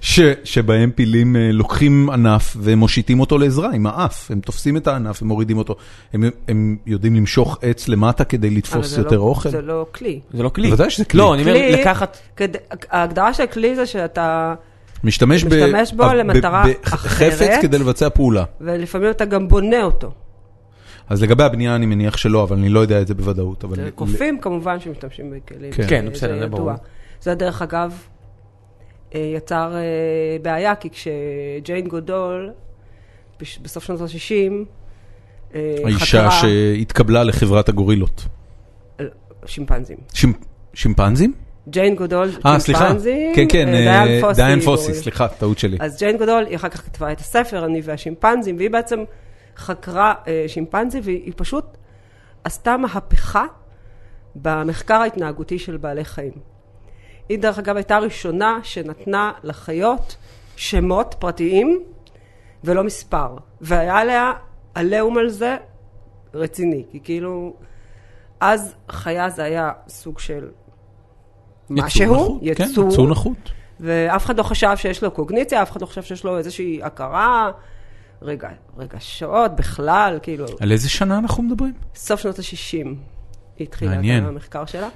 Speaker 1: ש, שבהם פילים אה, לוקחים ענף ומושיטים אותו לעזרה עם האף, הם תופסים את הענף, הם מורידים אותו, הם, הם יודעים למשוך עץ למטה כדי
Speaker 3: אבל
Speaker 1: לתפוס
Speaker 3: זה לא-
Speaker 1: יותר אוכל.
Speaker 3: זה לא כלי.
Speaker 4: זה לא כלי.
Speaker 1: בוודאי שזה כלי.
Speaker 4: לא, אני אומר
Speaker 3: כלי-
Speaker 4: לקחת...
Speaker 3: כד- ההגדרה של כלי זה שאתה,
Speaker 1: משתמש,
Speaker 3: משתמש בו
Speaker 1: ב-
Speaker 3: למטרה
Speaker 1: בחפץ
Speaker 3: אחרת.
Speaker 1: כדי לבצע פעולה.
Speaker 3: ולפעמים אתה גם בונה אותו.
Speaker 1: אז לגבי הבנייה אני מניח שלא, אבל אני לא יודע את זה בוודאות. אבל
Speaker 3: זה קופים כמובן שמשתמשים בכלים.
Speaker 1: כן.
Speaker 4: כן, בסדר, זה
Speaker 3: ידוע.
Speaker 4: ברור.
Speaker 3: זה דרך אגב אה, יצר אה, בעיה, כי כשג'יין גודול, בש- בסוף שנות ה-60, אה,
Speaker 1: האישה שהתקבלה לחברת הגורילות.
Speaker 3: שימפנזים.
Speaker 1: שימפ... שימפנזים?
Speaker 3: ג'יין גודול,
Speaker 1: אה, סליחה.
Speaker 3: שימפנזים,
Speaker 1: כן, כן,
Speaker 3: אה,
Speaker 1: אה,
Speaker 3: דיין פוסי.
Speaker 1: דיין פוסי,
Speaker 3: גורילה.
Speaker 1: סליחה, טעות שלי.
Speaker 3: אז ג'יין גודול, היא אחר כך כתבה את הספר, אני והשימפנזים, והיא בעצם חקרה אה, שימפנזי, והיא פשוט עשתה מהפכה במחקר ההתנהגותי של בעלי חיים. היא דרך אגב הייתה הראשונה שנתנה לחיות שמות פרטיים ולא מספר. והיה עליה עליהום על זה רציני, כי כאילו, אז חיה זה היה סוג של משהו,
Speaker 1: נחות, כן, יצור נחות.
Speaker 3: ואף אחד לא חשב שיש לו קוגניציה, אף אחד לא חשב שיש לו איזושהי הכרה, רגע, רגשות בכלל, כאילו,
Speaker 1: על איזה שנה אנחנו מדברים?
Speaker 3: סוף שנות ה-60 היא התחילה את
Speaker 1: מעניין.
Speaker 3: המחקר שלה.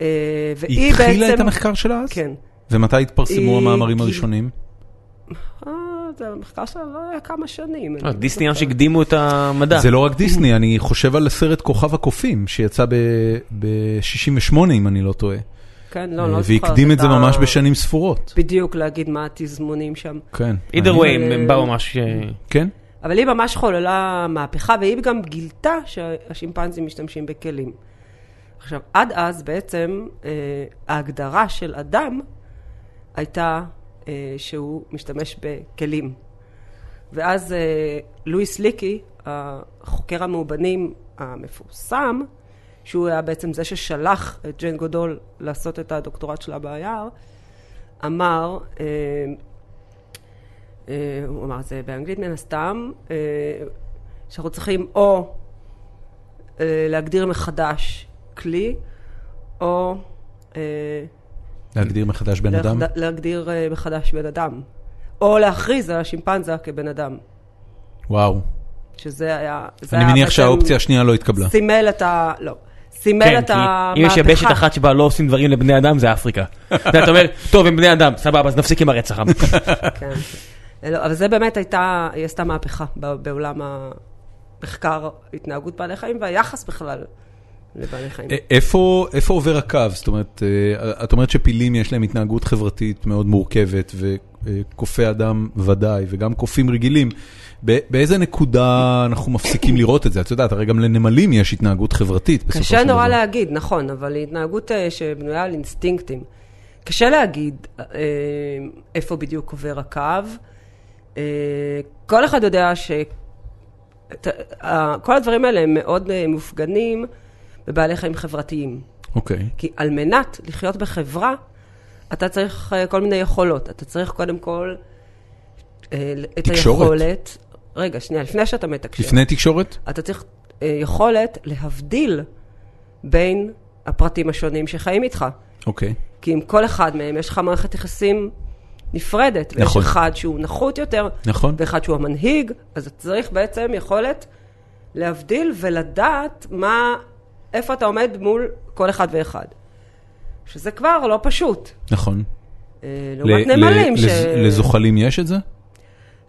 Speaker 3: אה, והיא
Speaker 1: היא התחילה את
Speaker 3: בעצם-
Speaker 1: המחקר שלה אז?
Speaker 3: כן.
Speaker 1: ומתי התפרסמו
Speaker 3: היא-
Speaker 1: המאמרים
Speaker 3: כי-
Speaker 1: הראשונים?
Speaker 3: אה, זה המחקר שלה לא היה כמה שנים.
Speaker 4: לא,
Speaker 1: אה,
Speaker 3: אני לא
Speaker 4: דיסני ממש
Speaker 3: זוכרת.
Speaker 4: הקדימו את
Speaker 3: אה.
Speaker 4: המדע.
Speaker 1: זה לא רק דיסני, אני חושב על הסרט כוכב הקופים, שיצא ב-68 אם אני לא טועה.
Speaker 3: כן, לא, לא זוכרת.
Speaker 1: והקדים את זה
Speaker 3: ה-
Speaker 1: ממש בשנים ספורות.
Speaker 3: בדיוק, להגיד מה התזמונים שם.
Speaker 1: כן.
Speaker 4: אידר
Speaker 1: מעניין.
Speaker 4: ווי, הם באו ממש... אה,
Speaker 1: כן?
Speaker 3: אבל היא ממש חוללה מהפכה, והיא גם גילתה שהשימפנזים משתמשים בכלים. עכשיו, עד אז בעצם אה, ההגדרה של אדם הייתה אה, שהוא משתמש בכלים. ואז אה, לואיס ליקי, החוקר המאובנים המפורסם, שהוא היה בעצם זה ששלח את ג'יין גודול לעשות את הדוקטורט שלה ביער, אמר, אה, אה, הוא אמר את זה באנגלית מן הסתם, אה, שאנחנו צריכים או אה, להגדיר מחדש כלי, או אה,
Speaker 1: להגדיר מחדש בן אדם?
Speaker 3: להגד- להגדיר אה, מחדש בן אדם, או להכריז על השימפנזה כבן אדם,
Speaker 1: וואו.
Speaker 3: שזה היה... זה
Speaker 1: אני
Speaker 3: היה
Speaker 1: מניח
Speaker 3: בעצם-
Speaker 1: שהאופציה השנייה לא התקבלה.
Speaker 3: סימל את ה... לא. סימל
Speaker 2: כן,
Speaker 3: את
Speaker 2: כי
Speaker 3: המהפכה.
Speaker 2: אם יש יבשת אחת שבה לא עושים דברים לבני אדם, זה אפריקה. אתה יודע, אתה אומר, טוב, הם בני אדם, סבבה, אז נפסיק עם הרצח. עם."
Speaker 3: כן. לא, אבל זה באמת הייתה, היא עשתה מהפכה ב- בעולם המחקר התנהגות בעלי חיים והיחס בכלל לבעלי חיים.
Speaker 1: א- איפה, איפה עובר הקו? זאת אומרת, אה, את אומרת שפילים יש להם התנהגות חברתית מאוד מורכבת, וקופי אדם ודאי, וגם קופים רגילים. ב- באיזה נקודה אנחנו מפסיקים לראות את זה? את יודעת, הרי גם לנמלים יש התנהגות חברתית בסופו של דבר.
Speaker 3: קשה נורא להגיד, נכון, אבל היא התנהגות אה, שבנויה על אינסטינקטים. קשה להגיד אה, איפה בדיוק עובר הקו. אה, כל אחד יודע ש... ת- ה- כל הדברים האלה הם מאוד אה, מופגנים בבעלי חיים חברתיים.
Speaker 1: אוקיי.
Speaker 3: כי על מנת לחיות בחברה, אתה צריך אה, כל מיני יכולות. אתה צריך קודם כל אה, את
Speaker 1: תקשורת.
Speaker 3: היכולת... רגע, שנייה, לפני שאתה מתקשר.
Speaker 1: לפני תקשורת?
Speaker 3: אתה צריך אה, יכולת להבדיל בין הפרטים השונים שחיים איתך.
Speaker 1: אוקיי.
Speaker 3: כי עם כל אחד מהם יש לך מערכת יחסים נפרדת.
Speaker 1: נכון.
Speaker 3: ויש אחד שהוא נחות יותר,
Speaker 1: נכון.
Speaker 3: ואחד שהוא המנהיג, אז אתה צריך בעצם יכולת להבדיל ולדעת מה, איפה אתה עומד מול כל אחד ואחד. שזה כבר לא פשוט.
Speaker 1: נכון.
Speaker 3: אה, לעומת
Speaker 1: ל-
Speaker 3: נמלים
Speaker 1: ל-
Speaker 3: ש...
Speaker 1: לז- לזוחלים יש את זה?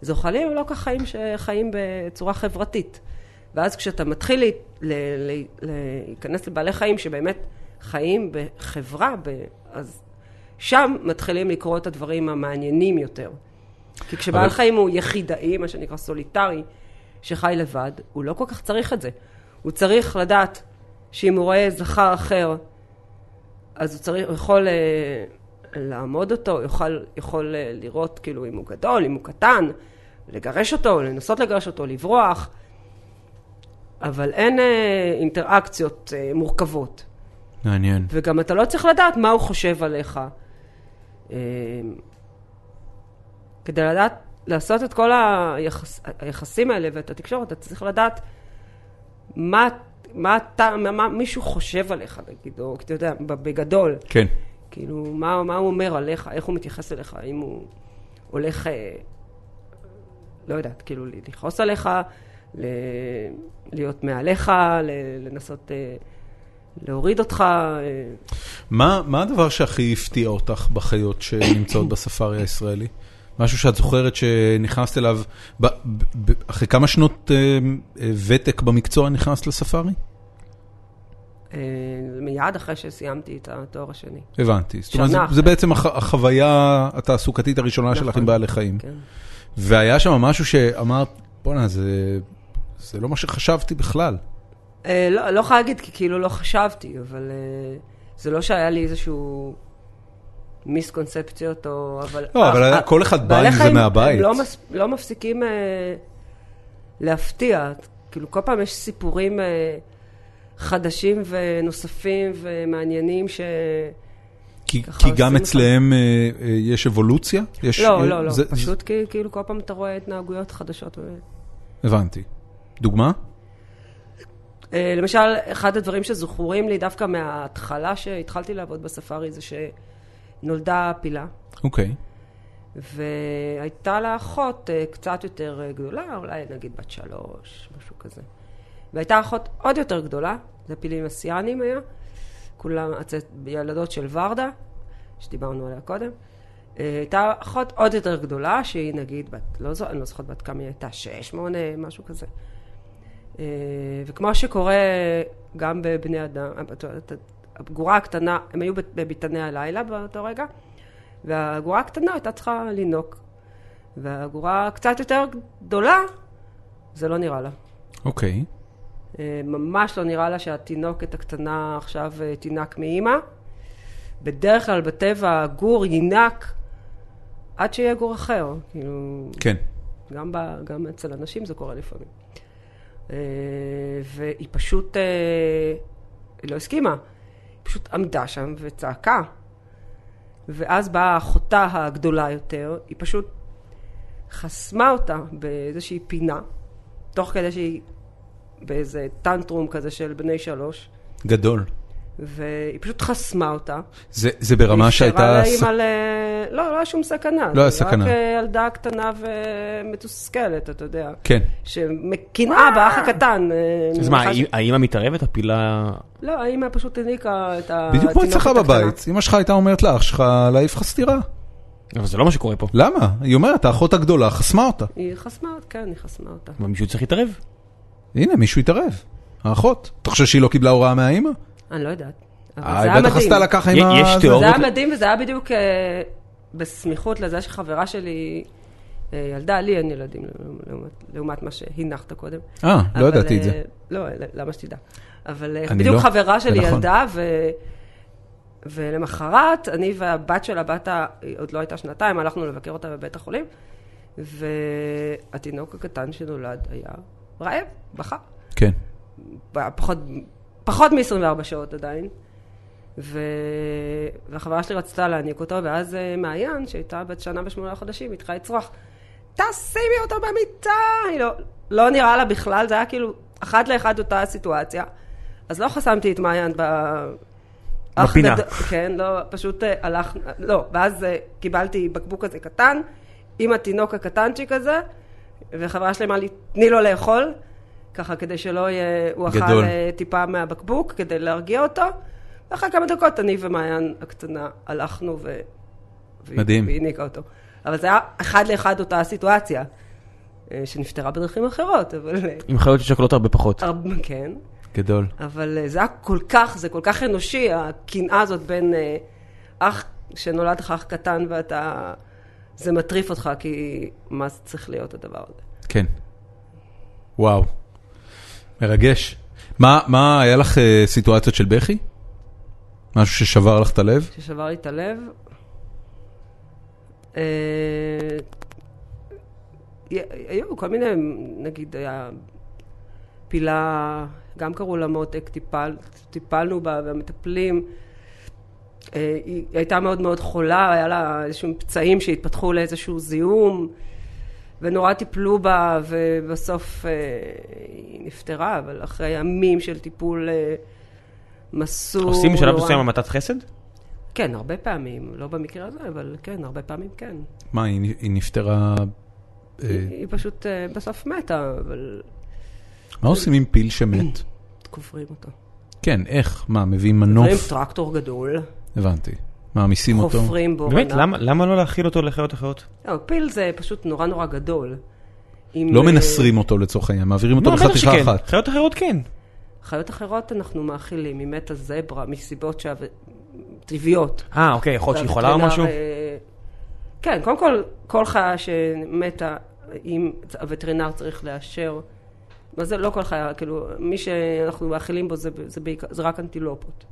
Speaker 3: זוחלים הם לא כך חיים שחיים בצורה חברתית. ואז כשאתה מתחיל לה, לה, לה, להיכנס לבעלי חיים שבאמת חיים בחברה, ב, אז שם מתחילים לקרוא את הדברים המעניינים יותר. כי כשבעל
Speaker 1: אבל-
Speaker 3: אבל... חיים הוא יחידאי, מה שנקרא סוליטרי, שחי לבד, הוא לא כל כך צריך את זה. הוא צריך לדעת שאם הוא רואה זכר אחר, אז הוא צריך, הוא יכול אה, לעמוד אותו, הוא יוכל, יכול אה, לראות כאילו אם הוא גדול, אם הוא קטן, לגרש אותו, לנסות לגרש אותו, לברוח, אבל אין אה, אינטראקציות אה, מורכבות.
Speaker 1: מעניין.
Speaker 3: וגם אתה לא צריך לדעת מה הוא חושב עליך. אה, כדי לדעת, לעשות את כל היחס, היחסים האלה ואת התקשורת, אתה צריך לדעת מה, מה אתה, מה, מה מישהו חושב עליך, נגיד, או אתה יודע, בגדול.
Speaker 1: כן.
Speaker 3: כאילו, מה, מה הוא אומר עליך, איך הוא מתייחס אליך, אם הוא הולך, אה, לא יודעת, כאילו, ל- לכעוס עליך, ל... להיות מעליך, ל... לנסות אה, להוריד אותך. אה.
Speaker 1: מה, מה הדבר שהכי הפתיע אותך בחיות שנמצאות בספארי הישראלי? משהו שאת זוכרת שנכנסת אליו, ב, ב, ב, אחרי כמה שנות אה, אה, ותק במקצוע נכנסת לספארי?
Speaker 3: אה, מיד אחרי שסיימתי את התואר השני.
Speaker 1: הבנתי. זאת אומרת, זה,
Speaker 3: שנה אחרי.
Speaker 1: זה בעצם הח, החוויה התעסוקתית הראשונה
Speaker 3: נכון.
Speaker 1: שלך עם בעלי חיים.
Speaker 3: כן.
Speaker 1: והיה שם משהו שאמרת, בואנה, זה, זה לא מה שחשבתי בכלל.
Speaker 3: אה, לא, לא יכולה להגיד, כי כאילו לא חשבתי, אבל אה, זה לא שהיה לי איזשהו מיסקונספציות או... אבל...
Speaker 1: לא, אבל
Speaker 3: אה, אה,
Speaker 1: כל אחד בא
Speaker 3: בעלי
Speaker 1: עם זה
Speaker 3: חיים,
Speaker 1: מהבית.
Speaker 3: הם לא, מס, לא מפסיקים אה, להפתיע. כאילו, כל פעם יש סיפורים אה, חדשים ונוספים ומעניינים ש...
Speaker 1: כי,
Speaker 3: ככה
Speaker 1: כי גם
Speaker 3: עושים
Speaker 1: אצלהם אה, אה, יש אבולוציה? יש,
Speaker 3: נכון,
Speaker 1: אה,
Speaker 3: לא, לא, לא,
Speaker 1: זה-
Speaker 3: פשוט כי- כאילו כל פעם אתה רואה התנהגויות חדשות. ו-
Speaker 1: הבנתי. דוגמה?
Speaker 3: אה, למשל, אחד הדברים שזכורים לי דווקא מההתחלה שהתחלתי לעבוד בספארי זה שנולדה פילה,
Speaker 1: אוקיי.
Speaker 3: והייתה לה אחות אה, קצת יותר אה, גדולה, אולי נגיד בת שלוש, משהו כזה. והייתה אחות עוד יותר גדולה, זה פילים אסיאנים היה, כולם הצ- ילדות של ורדה, שדיברנו עליה קודם. אה, הייתה אחות עוד יותר גדולה, שהיא נגיד בת, לא זו, אני לא זוכרת בת כמה היא הייתה, שש, שמונה, משהו כזה. אה, וכמו שקורה גם בבני אדם, אה, את יודעת, הגורה הקטנה, הם היו בביתני הלילה באותו רגע, והגורה הקטנה הייתה צריכה לינוק. והגורה הקצת יותר גדולה, זה לא נראה לה.
Speaker 1: אוקיי.
Speaker 3: אה, ממש לא נראה לה שהתינוקת הקטנה עכשיו אה, תינק מאימא. בדרך כלל בטבע הגור יינק עד שיהיה גור אחר. כאילו,
Speaker 1: כן.
Speaker 3: גם, ב, גם אצל אנשים זה קורה לפעמים. אה, והיא פשוט אה, היא לא הסכימה, היא פשוט עמדה שם וצעקה. ואז באה אחותה הגדולה יותר, היא פשוט חסמה אותה באיזושהי פינה, תוך כדי שהיא באיזה טנטרום כזה של בני שלוש,
Speaker 1: גדול.
Speaker 3: והיא פשוט חסמה אותה.
Speaker 1: זה, זה ברמה שהייתה...
Speaker 3: היא
Speaker 1: ס-
Speaker 3: על... אה, לא, לא היה שום סכנה.
Speaker 1: לא היה
Speaker 3: זה
Speaker 1: סכנה.
Speaker 3: רק אה, ילדה קטנה ומתוסכלת, אתה יודע.
Speaker 1: כן.
Speaker 3: שמקנאה באח הקטן. אה,
Speaker 2: אז
Speaker 3: אני
Speaker 2: מה,
Speaker 3: מניחה ש-
Speaker 2: האי- האמא מתערבת? הפילה...
Speaker 3: לא, האמא פשוט הניקה את ה...
Speaker 1: בדיוק כמו אצלך
Speaker 3: התינוקת הקטנה.
Speaker 1: בבית, אמא שלך הייתה אומרת לאח שלך להעיף לך סטירה.
Speaker 2: אבל זה לא מה שקורה פה.
Speaker 1: למה? היא אומרת, האחות הגדולה חסמה אותה.
Speaker 3: היא חסמה אותה, כן, היא חסמה אותה.
Speaker 2: אבל מישהו צריך להתערב.
Speaker 1: הנה, מישהו התערב. האחות. אתה חושב שהיא לא קיבלה הוראה מהאימא?
Speaker 3: אני לא יודעת. אבל
Speaker 1: אה,
Speaker 3: זה
Speaker 1: היא
Speaker 3: היה
Speaker 1: בטח
Speaker 3: מדהים.
Speaker 1: עשתה לה ככה עם
Speaker 2: יש-
Speaker 1: ה...
Speaker 2: יש
Speaker 1: זה.
Speaker 2: תיאוריה.
Speaker 3: זה
Speaker 2: להורות-
Speaker 3: היה מדהים וזה היה בדיוק אה, בסמיכות לזה שחברה שלי אה, ילדה, לי אין ילדים לעומת- לעומת מה שהנחת קודם.
Speaker 1: אה, לא
Speaker 3: אבל,
Speaker 1: ידעתי את
Speaker 3: אה,
Speaker 1: זה.
Speaker 3: לא, ל- למה שתדע. אבל אה,
Speaker 1: אני
Speaker 3: בדיוק
Speaker 1: לא,
Speaker 3: חברה
Speaker 1: זה
Speaker 3: שלי
Speaker 1: נכון.
Speaker 3: ילדה, ו... ולמחרת, אני והבת שלה, בת ה... היא עוד לא הייתה שנתיים, הלכנו לבקר אותה בבית החולים, והתינוק הקטן שנולד היה רעב, בכה.
Speaker 1: כן.
Speaker 3: ב- פחות, פחות מ-24 שעות עדיין. ו... והחברה שלי רצתה להעניק אותו, ואז אה, מעיין, שהייתה בת שנה ושמונה חודשים, התחילה לצרוח, תשימי אותו במיטה! היא לא, לא נראה לה בכלל, זה היה כאילו אחת לאחד אותה הסיטואציה. אז לא חסמתי את מעיין ב... אח
Speaker 2: בפינה.
Speaker 3: גדול- כן, לא, פשוט אה, הלך, לא, ואז אה, קיבלתי בקבוק כזה קטן, עם התינוק הקטנצ'יק הזה, וחברה שלי אמרה לי, תני לו לאכול, ככה כדי שלא יהיה, הוא
Speaker 1: גדול.
Speaker 3: אכל אה, טיפה מהבקבוק כדי להרגיע אותו, ואחרי כמה דקות אני ומעיין הקטנה הלכנו ו... והיא-
Speaker 1: מדהים.
Speaker 3: והיא הניקה אותו. אבל זה היה אחד לאחד אותה הסיטואציה, אה, שנפתרה בדרכים אחרות, אבל... אה,
Speaker 2: עם חיות ששוקלות הרבה פחות.
Speaker 3: הרבה- כן.
Speaker 1: גדול.
Speaker 3: אבל אה, זה היה כל כך, זה כל כך אנושי, הקנאה הזאת בין אה, אח שנולד לך אח קטן ואתה... זה מטריף אותך, כי מה זה צריך להיות הדבר הזה?
Speaker 1: כן. וואו. מרגש. מה, מה, היה לך אה, סיטואציות של בכי? משהו ששבר לך את הלב?
Speaker 3: ששבר לי את הלב. אה, י- היו כל מיני, נגיד, היה פילה, גם קראו לה מותק, טיפל, טיפלנו בה, והמטפלים, אה, היא הייתה מאוד מאוד חולה, היה לה איזשהם פצעים שהתפתחו לאיזשהו זיהום, ונורא טיפלו בה, ובסוף אה, היא נפטרה, אבל אחרי ימים של טיפול אה, מסור,
Speaker 2: עושים בשלב
Speaker 3: נורא.
Speaker 2: מסוים המתת חסד?
Speaker 3: כן, הרבה פעמים, לא במקרה הזה, אבל כן, הרבה פעמים כן.
Speaker 1: מה, היא, היא נפטרה... אה,
Speaker 3: היא, היא פשוט אה, בסוף מתה, אבל
Speaker 1: מה עושים עם פיל שמת?
Speaker 3: קוברים אותו.
Speaker 1: כן, איך? מה, מביאים
Speaker 3: קוברים
Speaker 1: מנוף?
Speaker 3: טרקטור גדול,
Speaker 1: הבנתי. מעמיסים אותו?
Speaker 3: חופרים בו.
Speaker 2: באמת,
Speaker 3: ענק.
Speaker 2: למה- למה לא להאכיל אותו לחיות אחרות?
Speaker 3: לא, פיל זה פשוט נורא נורא גדול. עם,
Speaker 1: לא
Speaker 3: אה,
Speaker 1: מנסרים אותו לצורך העניין, מעבירים אותו
Speaker 2: לא, בטח
Speaker 1: בחתיכה
Speaker 2: שכן.
Speaker 1: אחת.
Speaker 2: חיות אחרות כן.
Speaker 3: חיות אחרות אנחנו מאכילים, היא מתה זברה, מסיבות שהו... טבעיות.
Speaker 2: אה, אוקיי, יכול להיות שהיא חולה או משהו?
Speaker 3: והווטרינר, אה, כן, קודם כל, כל חיה שמתה, אם הווטרינר צריך לאשר, מה זה לא כל חיה, כאילו, מי שאנחנו מאכילים בו זה, זה, בעיקר, זה רק אנטילופות.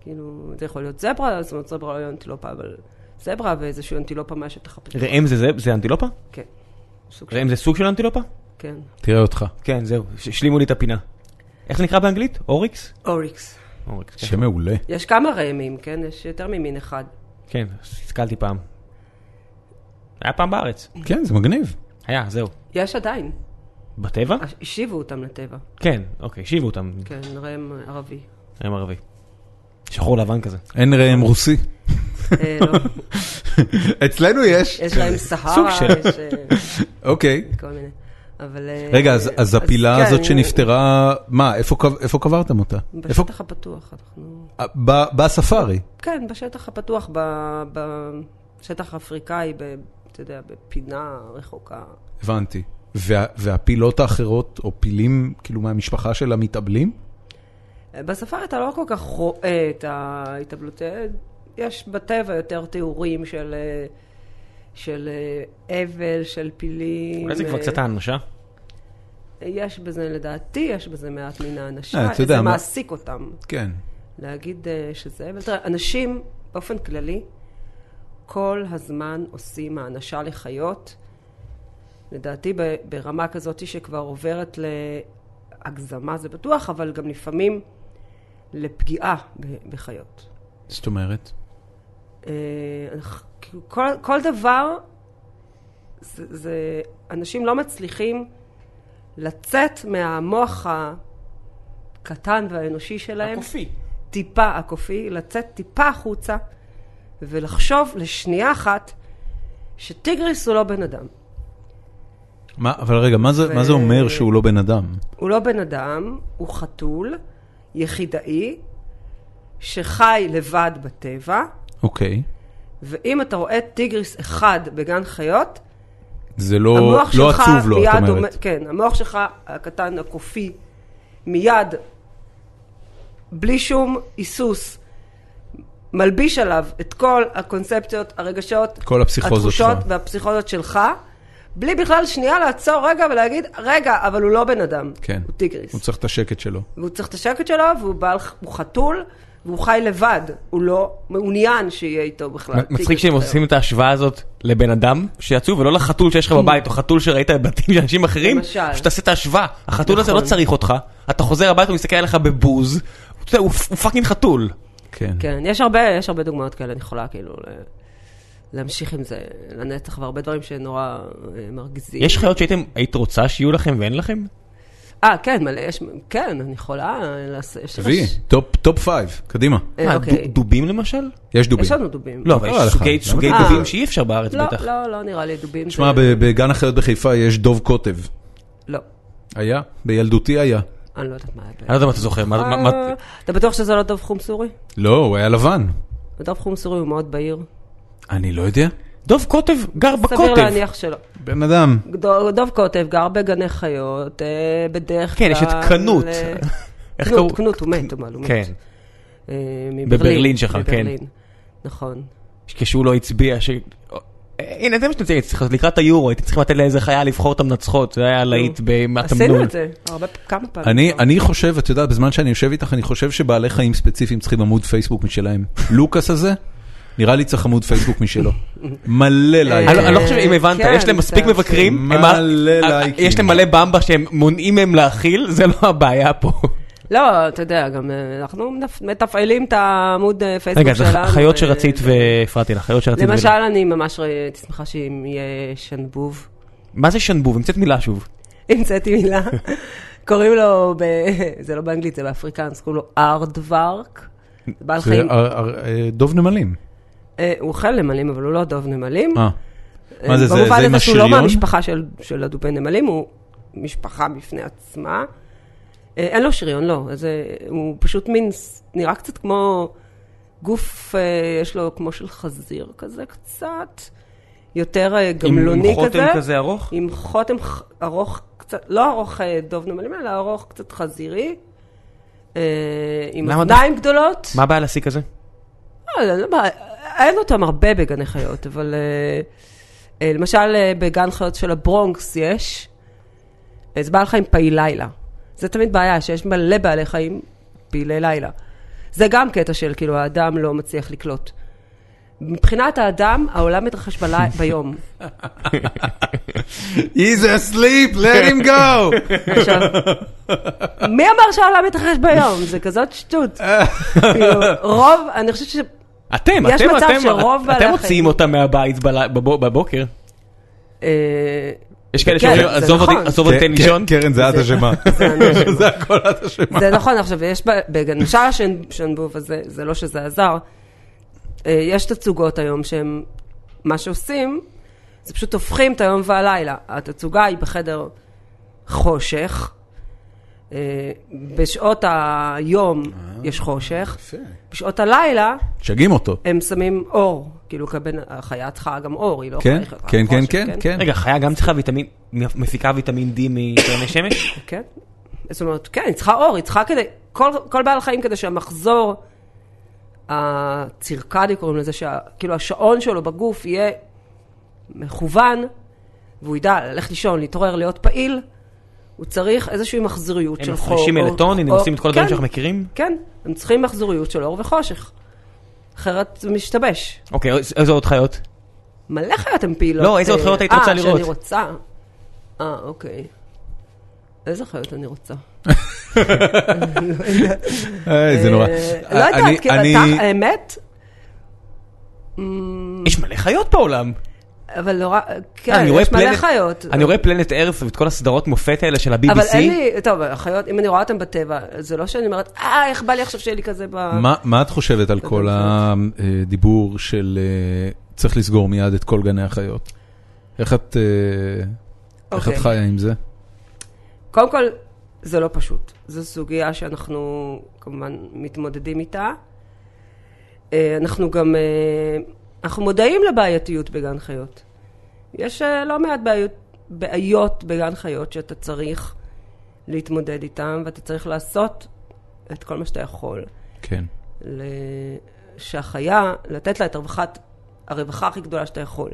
Speaker 3: כאילו, זה יכול להיות זברה, זאת אומרת זברה לא אנטילופה, אבל זברה ואיזושהי אנטילופה מהשטח הפתוח.
Speaker 2: ראם זה זה- זה אנטילופה?
Speaker 3: כן. סוג של...
Speaker 2: ראם זה סוג של אנטילופה?
Speaker 3: כן.
Speaker 1: תראה אותך.
Speaker 2: כן, זהו, השלימו לי את הפינה. איך נקרא באנגלית? אוריקס?
Speaker 3: אוריקס.
Speaker 2: אוריקס, כן.
Speaker 1: שם מעולה.
Speaker 3: יש כמה ראמים, כן? יש יותר ממין אחד.
Speaker 2: כן, הסתכלתי פעם. היה פעם בארץ.
Speaker 1: כן, זה מגניב.
Speaker 2: היה, זהו.
Speaker 3: יש עדיין.
Speaker 2: בטבע?
Speaker 3: השיבו אותם לטבע.
Speaker 2: כן, אוקיי, השיבו אותם.
Speaker 3: כן, ראם ערבי.
Speaker 2: הם ערבי. שחור לבן כזה.
Speaker 1: אין ראם רוסי.
Speaker 3: אה, לא,
Speaker 1: אצלנו יש.
Speaker 3: יש להם
Speaker 2: סוג
Speaker 3: סהרה,
Speaker 2: של-
Speaker 3: יש אה,
Speaker 1: אוקיי.
Speaker 3: כל מיני. אבל... אה,
Speaker 1: רגע, אז- אז הפילה
Speaker 3: כן,
Speaker 1: הזאת
Speaker 3: אני-
Speaker 1: שנפטרה, מה, איפה קב- איפה קברתם אותה? איפה?
Speaker 3: בשטח הפתוח, אנחנו...
Speaker 1: אה, ב- בספארי.
Speaker 3: כן, בשטח הפתוח, ב- בשטח האפריקאי, ב- אתה יודע, בפינה רחוקה.
Speaker 1: הבנתי. וה- והפילות האחרות, או פילים, כאילו, מהמשפחה שלה מתאבלים?
Speaker 3: אה, בספארי אתה לא כל כך רואה את ההתאבלות. אה, יש בטבע יותר תיאורים של... אה, של אה, אבל, של פילים.
Speaker 2: אולי זה כבר
Speaker 3: אה,
Speaker 2: קצת האנשה?
Speaker 3: יש בזה, לדעתי, יש בזה מעט מן האנשה.
Speaker 1: אה, אתה יודע,
Speaker 3: זה
Speaker 1: מה-
Speaker 3: מעסיק אותם.
Speaker 1: כן.
Speaker 3: להגיד אה, שזה, אבל תראה, אנשים באופן כללי כל הזמן עושים האנשה לחיות, לדעתי ב- ברמה כזאת שכבר עוברת להגזמה זה בטוח, אבל גם לפעמים לפגיעה ב- בחיות.
Speaker 1: זאת אומרת?
Speaker 3: אה, אנח- כאילו, כל, כל דבר, זה, זה, אנשים לא מצליחים לצאת מהמוח הקטן והאנושי שלהם. טיפה הקופי, לצאת טיפה החוצה ולחשוב לשנייה אחת שטיגריס הוא לא בן אדם.
Speaker 1: מה, אבל רגע, מה זה,
Speaker 3: ו-
Speaker 1: מה זה אומר שהוא לא בן אדם?
Speaker 3: הוא לא בן אדם, הוא חתול, יחידאי, שחי לבד בטבע,
Speaker 1: אוקיי.
Speaker 3: ואם אתה רואה טיגריס אחד בגן חיות,
Speaker 1: זה לא,
Speaker 3: המוח
Speaker 1: לא
Speaker 3: שלך
Speaker 1: עצוב לו, את
Speaker 3: מיד
Speaker 1: אומרת.
Speaker 3: כן, המוח שלך הקטן, הקופי, מיד, בלי שום היסוס, מלביש עליו את כל הקונספציות, הרגשות,
Speaker 1: כל הפסיכוזות
Speaker 3: התחושות
Speaker 1: שלך.
Speaker 3: והפסיכוזות שלך, בלי בכלל שנייה לעצור רגע ולהגיד, רגע, אבל הוא לא בן אדם,
Speaker 1: כן.
Speaker 3: הוא טיגריס.
Speaker 1: הוא צריך את השקט שלו.
Speaker 3: והוא צריך את השקט שלו, והוא בעל, הוא חתול, והוא חי לבד, הוא לא מעוניין שיהיה איתו בכלל.
Speaker 2: מצחיק
Speaker 3: טיגריס
Speaker 2: שהם
Speaker 3: חיות.
Speaker 2: עושים את ההשוואה הזאת לבן אדם שיצאו, ולא לחתול שיש לך בבית, או חתול שראית בבתים של אנשים אחרים,
Speaker 3: Mm. למשל.
Speaker 2: שתעשה את ההשוואה. החתול הזה לא
Speaker 3: נכון.
Speaker 2: צריך אותך, אתה חוזר הביתה, הוא מסתכל עליך בבוז, אתה יודע, הוא הוא פאקינג חתול.
Speaker 1: כן.
Speaker 3: כן, יש הרבה, יש הרבה דוגמאות כאלה, אני יכולה כאילו ל- להמשיך עם זה לנצח, והרבה דברים שנורא אה, מרגיזים.
Speaker 2: יש חיות שהייתם, היית רוצה שיהיו לכם ואין לכם?
Speaker 3: אה, כן, מלא, יש, כן, אני יכולה לעשות...
Speaker 1: תביאי, טופ- טופ פייב, קדימה.
Speaker 2: מה,
Speaker 3: אה, אוקיי.
Speaker 2: דו- דובים למשל?
Speaker 1: יש דובים.
Speaker 3: יש לנו דובים.
Speaker 2: לא, אבל יש
Speaker 1: לא, לך.
Speaker 2: סוגי
Speaker 1: למה
Speaker 2: סוגי
Speaker 3: אתה-
Speaker 2: דובים
Speaker 3: אה.
Speaker 2: שאי אפשר בארץ
Speaker 3: לא,
Speaker 2: בטח.
Speaker 3: לא, לא נראה לי דובים.
Speaker 1: תשמע,
Speaker 3: זה...
Speaker 1: ב- בגן החיות בחיפה יש דוב קוטב.
Speaker 3: לא,
Speaker 1: היה? בילדותי היה.
Speaker 3: אני לא יודעת מה היה. ב-
Speaker 2: אני לא יודע מה אתה זוכר, מה- מה- מה-
Speaker 3: אה, אתה בטוח שזה לא דוב חום סורי?
Speaker 1: לא, הוא היה לבן.
Speaker 3: דוב חום סורי הוא מאוד בהיר.
Speaker 1: אני לא יודע.
Speaker 2: דוב קוטב גר
Speaker 3: סביר
Speaker 2: בקוטב.
Speaker 3: להניח שלא.
Speaker 1: בן אדם.
Speaker 3: דוב- דוב קוטב גר בגני חיות, אה, בדרך כלל...
Speaker 2: כן, יש את קנות.
Speaker 3: אה,
Speaker 2: איך
Speaker 3: קנות,
Speaker 2: קראו?
Speaker 3: קנות, הוא מת, אבל הוא מת.
Speaker 2: כן.
Speaker 3: אה,
Speaker 2: בברלין שלך, כן.
Speaker 3: בברלין, נכון.
Speaker 2: כשהוא לא הצביע, ש... הנה זה מה שאתם צריכים, צריך- לקראת היורו, הייתם צריכים לתת לאיזה חיה לבחור את המנצחות, זה היה להיט במתמנון.
Speaker 3: עשינו את זה הרבה, כמה פעמים.
Speaker 1: אני,
Speaker 3: כבר.
Speaker 1: אני חושב, את יודעת, בזמן שאני יושב איתך, אני חושב שבעלי חיים ספציפיים צריכים עמוד פייסבוק משלהם. לוקאס הזה, נראה לי צריך עמוד פייסבוק משלו. מלא
Speaker 2: אני
Speaker 1: לייקים.
Speaker 2: לא- אני לא חושב אם הבנת,
Speaker 3: כן,
Speaker 2: יש להם מספיק
Speaker 3: זה-
Speaker 2: מבקרים, הם-
Speaker 1: מלא לייקים.
Speaker 2: יש להם מלא במבה שהם מונעים מהם להאכיל, זה לא הבעיה פה.
Speaker 3: לא, אתה יודע, גם אה, אנחנו מנפ- מתפעלים את העמוד אה, פייסבוק
Speaker 2: רגע, אז
Speaker 3: שלנו.
Speaker 2: חיות
Speaker 3: אה,
Speaker 2: שרצית והפרעתי לך, חיות שרצית.
Speaker 3: למשל, אני ממש ר- הייתי שמחה שאם יהיה שנבוב.
Speaker 2: מה זה שנבוב? המצאת מילה שוב.
Speaker 3: המצאתי מילה. קוראים לו, ב... זה לא באנגלית, זה באפריקנס, קוראים לו ארדוורק. בעל
Speaker 1: זה
Speaker 3: חיים,
Speaker 1: הר- הר- אה, דוב נמלים.
Speaker 3: אה, הוא אוכל נמלים, אבל הוא לא דוב נמלים.
Speaker 1: אה, מה זה, זה-
Speaker 3: במובן
Speaker 1: זה עם
Speaker 3: הזה שהוא לא
Speaker 1: השריון?
Speaker 3: מהמשפחה של, של הדובי נמלים, הוא משפחה בפני עצמה. אה, אין לו שריון, לא. זה, הוא פשוט מין, ס- נראה קצת כמו גוף, אה, יש לו כמו של חזיר כזה קצת, יותר אה, גמלוני כזה.
Speaker 2: ארוך?
Speaker 3: עם חותם ח- ארוך קצת, לא ארוך אה, דוב נמלים, אלא ארוך קצת חזירי. אה, עם
Speaker 2: למה
Speaker 3: אוזניים גדולות.
Speaker 2: מה הבעיה להשיג כזה?
Speaker 3: לא, לא, לא, אין אותם הרבה בגני חיות, אבל אה, אה, למשל אה, בגן חיות של הברונקס יש, אה, זה בעל חיים פעיל לילה. זה תמיד בעיה, שיש מלא בעלי חיים פעילי לילה. זה גם קטע של כאילו האדם לא מצליח לקלוט. מבחינת האדם, העולם מתרחש בלי- ביום.
Speaker 1: He's asleep, let him go!
Speaker 3: עכשיו, מי אמר שהעולם מתרחש ביום? זה כזאת שטות. כאילו, רוב, אני חושבת ש...
Speaker 2: אתם,
Speaker 3: יש
Speaker 2: אתם,
Speaker 3: מצב
Speaker 2: אתם,
Speaker 3: שרוב
Speaker 2: אתם
Speaker 3: בעלי החיים-
Speaker 2: מוציאים אותם מהבית בלי- בבו- בבוקר.
Speaker 3: אה,
Speaker 2: יש כאלה
Speaker 3: כן,
Speaker 2: שאומרים,
Speaker 3: זה
Speaker 2: עזוב אותי,
Speaker 3: נכון.
Speaker 2: עזוב אותי,
Speaker 1: כן,
Speaker 2: תן לישון.
Speaker 1: קרן, זה את אשמה.
Speaker 3: זה אני אשמה.
Speaker 1: זה הכל את אשמה.
Speaker 3: זה נכון, עכשיו, יש ב- בגנשר השנבוב הזה, זה לא שזה עזר. אה, יש תצוגות היום שהם, מה שעושים, זה פשוט הופכים את היום והלילה. התצוגה היא בחדר חושך. אה, בשעות היום יש חושך, בשעות הלילה
Speaker 1: שגים אותו.
Speaker 3: הם שמים אור, כאילו כבן, החיה צריכה גם אור, היא לא
Speaker 1: כן,
Speaker 3: יכולה לחיות רק
Speaker 1: כן, כן,
Speaker 3: חושך,
Speaker 1: כן, כן.
Speaker 2: רגע, חיה גם צריכה ויטמין, מפיקה ויטמין D מקרני שמש?
Speaker 3: כן. זאת אומרת, כן, היא צריכה אור, היא צריכה כדי, כל, כל בעל חיים כדי שהמחזור הצירקדי קוראים לזה, שה, כאילו השעון שלו בגוף יהיה מכוון, והוא ידע ללכת לישון, להתעורר, להיות פעיל, הוא צריך איזושהי מחזוריות
Speaker 2: הם
Speaker 3: של חור.
Speaker 2: מפרישים
Speaker 3: או-
Speaker 2: מלטונין, הם
Speaker 3: או-
Speaker 2: עושים את כל הדברים
Speaker 3: כן,
Speaker 2: שאנחנו מכירים?
Speaker 3: כן, הם צריכים מחזוריות של אור וחושך. אחרת זה משתבש.
Speaker 2: אוקיי, אז- איזה עוד חיות?
Speaker 3: Mm. מלא חיות הן פעילות.
Speaker 2: לא, איזה עוד
Speaker 3: אה,
Speaker 2: חיות היית רוצה
Speaker 3: אה,
Speaker 2: לראות?
Speaker 3: שאני רוצה. אה, אוקיי. איזה חיות אני רוצה?
Speaker 1: איי, זה נורא.
Speaker 3: אה, לא יודעת, כאילו, תח- האמת, Mm,
Speaker 2: יש מלא חיות בעולם.
Speaker 3: אבל נורא,
Speaker 2: אה,
Speaker 3: כן,
Speaker 2: אני רואה
Speaker 3: יש מלא
Speaker 2: פלנט-
Speaker 3: חיות.
Speaker 2: אני רואה פלנט ארף ואת כל הסדרות מופת האלה של
Speaker 3: אבל
Speaker 2: ה-BBC.
Speaker 3: אין לי, טוב, החיות, אם אני רואה אותן בטבע, זה לא שאני אומרת, אה, איך בא לי עכשיו שיהיה לי כזה ב...
Speaker 1: מה- מה את חושבת על כל הדיבור של אה, צריך לסגור מיד את כל גני החיות? איך את אה, איך את
Speaker 3: אוקיי.
Speaker 1: חיה עם זה?
Speaker 3: קודם כל, זה לא פשוט. זו סוגיה שאנחנו כמובן מתמודדים איתה. אה, אנחנו גם, אה, אנחנו מודעים לבעייתיות בגן חיות. יש אה, לא מעט בעיות, בעיות בגן חיות שאתה צריך להתמודד איתן, ואתה צריך לעשות את כל מה שאתה יכול.
Speaker 1: כן.
Speaker 3: ל... שהחיה, לתת לה את הרווחת, הרווחה הכי גדולה שאתה יכול.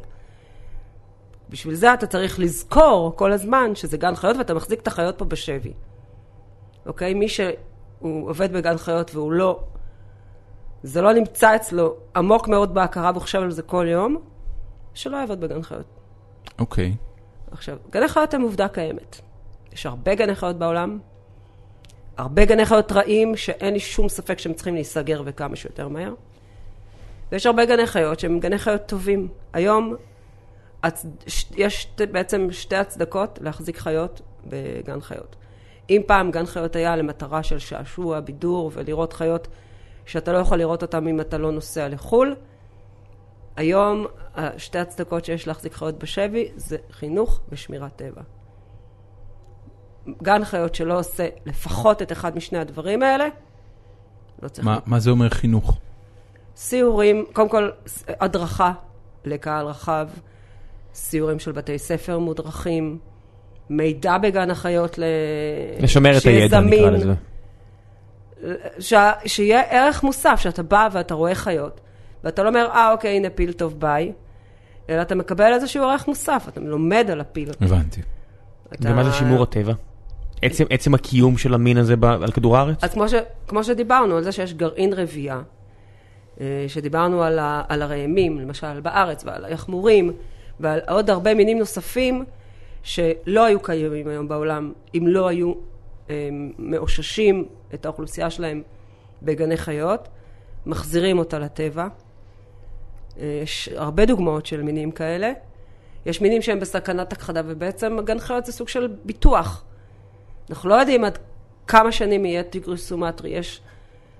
Speaker 3: בשביל זה אתה צריך לזכור כל הזמן שזה גן חיות ואתה מחזיק את החיות פה בשבי. אוקיי? מי שהוא עובד בגן חיות והוא לא... זה לא נמצא אצלו עמוק מאוד בהכרה והוא חושב על זה כל יום, שלא יעבוד בגן חיות.
Speaker 1: אוקיי.
Speaker 3: עכשיו, גני חיות הם עובדה קיימת. יש הרבה גני חיות בעולם, הרבה גני חיות רעים, שאין לי שום ספק שהם צריכים להיסגר וכמה שיותר מהר. ויש הרבה גני חיות שהם גני חיות טובים. היום הצ... ש- יש שתי- בעצם שתי הצדקות להחזיק חיות בגן חיות. אם פעם גן חיות היה למטרה של שעשוע, בידור ולראות חיות שאתה לא יכול לראות אותן אם אתה לא נוסע לחו"ל, היום אה, שתי הצדקות שיש להחזיק חיות בשבי זה חינוך ושמירת טבע. גן חיות שלא עושה לפחות את אחד משני הדברים האלה, לא צריך...
Speaker 1: מה- מה זה אומר חינוך?
Speaker 3: סיורים, קודם כל ס- הדרכה לקהל רחב, סיורים של בתי ספר מודרכים, מידע בגן החיות ל...
Speaker 2: לשמר את
Speaker 3: שיהיה
Speaker 2: הידע נקרא
Speaker 3: זמין,
Speaker 2: לזה.
Speaker 3: שה... שיהיה ערך מוסף, שאתה בא ואתה רואה חיות, ואתה לא אומר, אה, אוקיי, הנה פיל טוב, ביי, אלא אתה מקבל איזשהו ערך מוסף, אתה לומד על הפיל.
Speaker 1: הבנתי.
Speaker 3: אתה...
Speaker 2: ומה זה שימור הטבע? עצם- עצם הקיום של המין הזה ב- על כדור הארץ?
Speaker 3: אז כמו, ש, כמו שדיברנו על זה שיש גרעין רבייה, אה, שדיברנו על, ה, על הראמים, למשל בארץ, ועל היחמורים, ועל עוד הרבה מינים נוספים שלא היו קיימים היום בעולם, אם לא היו אה, מאוששים את האוכלוסייה שלהם בגני חיות, מחזירים אותה לטבע. אה, יש הרבה דוגמאות של מינים כאלה. יש מינים שהם בסכנת הכחדה, ובעצם גן חיות זה סוג של ביטוח. אנחנו לא יודעים עד כמה שנים יהיה טיגריס סומטרי. יש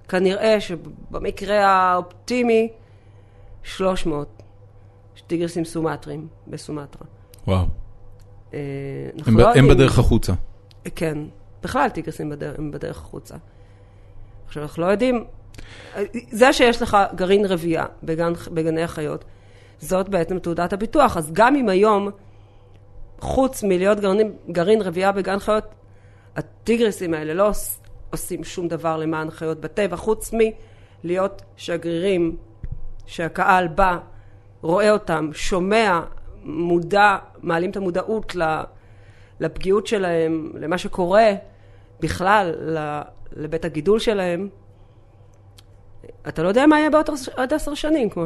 Speaker 3: כנראה שבמקרה האופטימי, 300 טיגריסים סומטרים בסומטרה.
Speaker 1: וואו.
Speaker 3: אה, אנחנו
Speaker 1: הם
Speaker 3: לא
Speaker 1: ב- הם
Speaker 3: יודעים-
Speaker 1: בדרך החוצה.
Speaker 3: כן. בכלל טיגריסים בדרך, הם בדרך החוצה. עכשיו, אנחנו לא יודעים... זה שיש לך גרעין רבייה בגן, בגני החיות, זאת בעצם תעודת הביטוח. אז גם אם היום, חוץ מלהיות גרעין, גרעין רבייה בגן חיות, הטיגריסים האלה לא עוש- עושים שום דבר למען חיות בטבע, חוץ מלהיות שגרירים שהקהל בא, רואה אותם, שומע, מודע, מעלים את המודעות ל- לפגיעות שלהם, למה שקורה בכלל, ל- לבית הגידול שלהם. אתה לא יודע מה יהיה בעוד עשר- עוד עשר שנים, כמו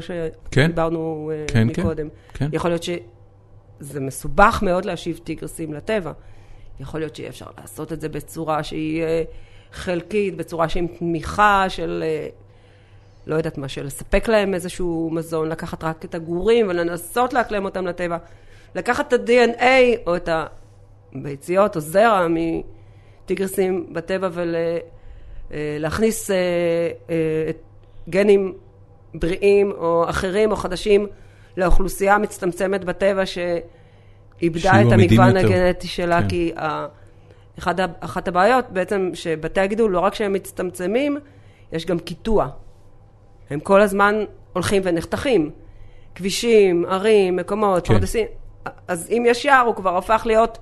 Speaker 1: כן.
Speaker 3: שדיברנו אה,
Speaker 1: כן, כן,
Speaker 3: מקודם.
Speaker 1: כן.
Speaker 3: יכול להיות שזה מסובך מאוד להשיב טיגרסים לטבע. יכול להיות שיהיה אפשר לעשות את זה בצורה שהיא אה, חלקית, בצורה שהיא עם תמיכה של, אה, לא יודעת מה, של לספק להם איזשהו מזון, לקחת רק את הגורים ולנסות לאקלם אותם לטבע. לקחת את ה-DNA או את הביציות או זרע מטיגרסים בטבע ולהכניס אה, גנים בריאים או אחרים או חדשים לאוכלוסייה המצטמצמת בטבע שאיבדה
Speaker 1: שיהיו
Speaker 3: את
Speaker 1: עמידים
Speaker 3: המגוון
Speaker 1: יותר.
Speaker 3: הגנטי שלה,
Speaker 1: כן.
Speaker 3: כן. כי ה- אחד, ה- אחת הבעיות בעצם שבתי הגידול, לא רק שהם מצטמצמים, יש גם קיטוע. הם כל הזמן הולכים ונחתכים. כבישים, ערים, מקומות,
Speaker 1: כן.
Speaker 3: כן. פרדסים. אז אם יש יער, הוא כבר הפך להיות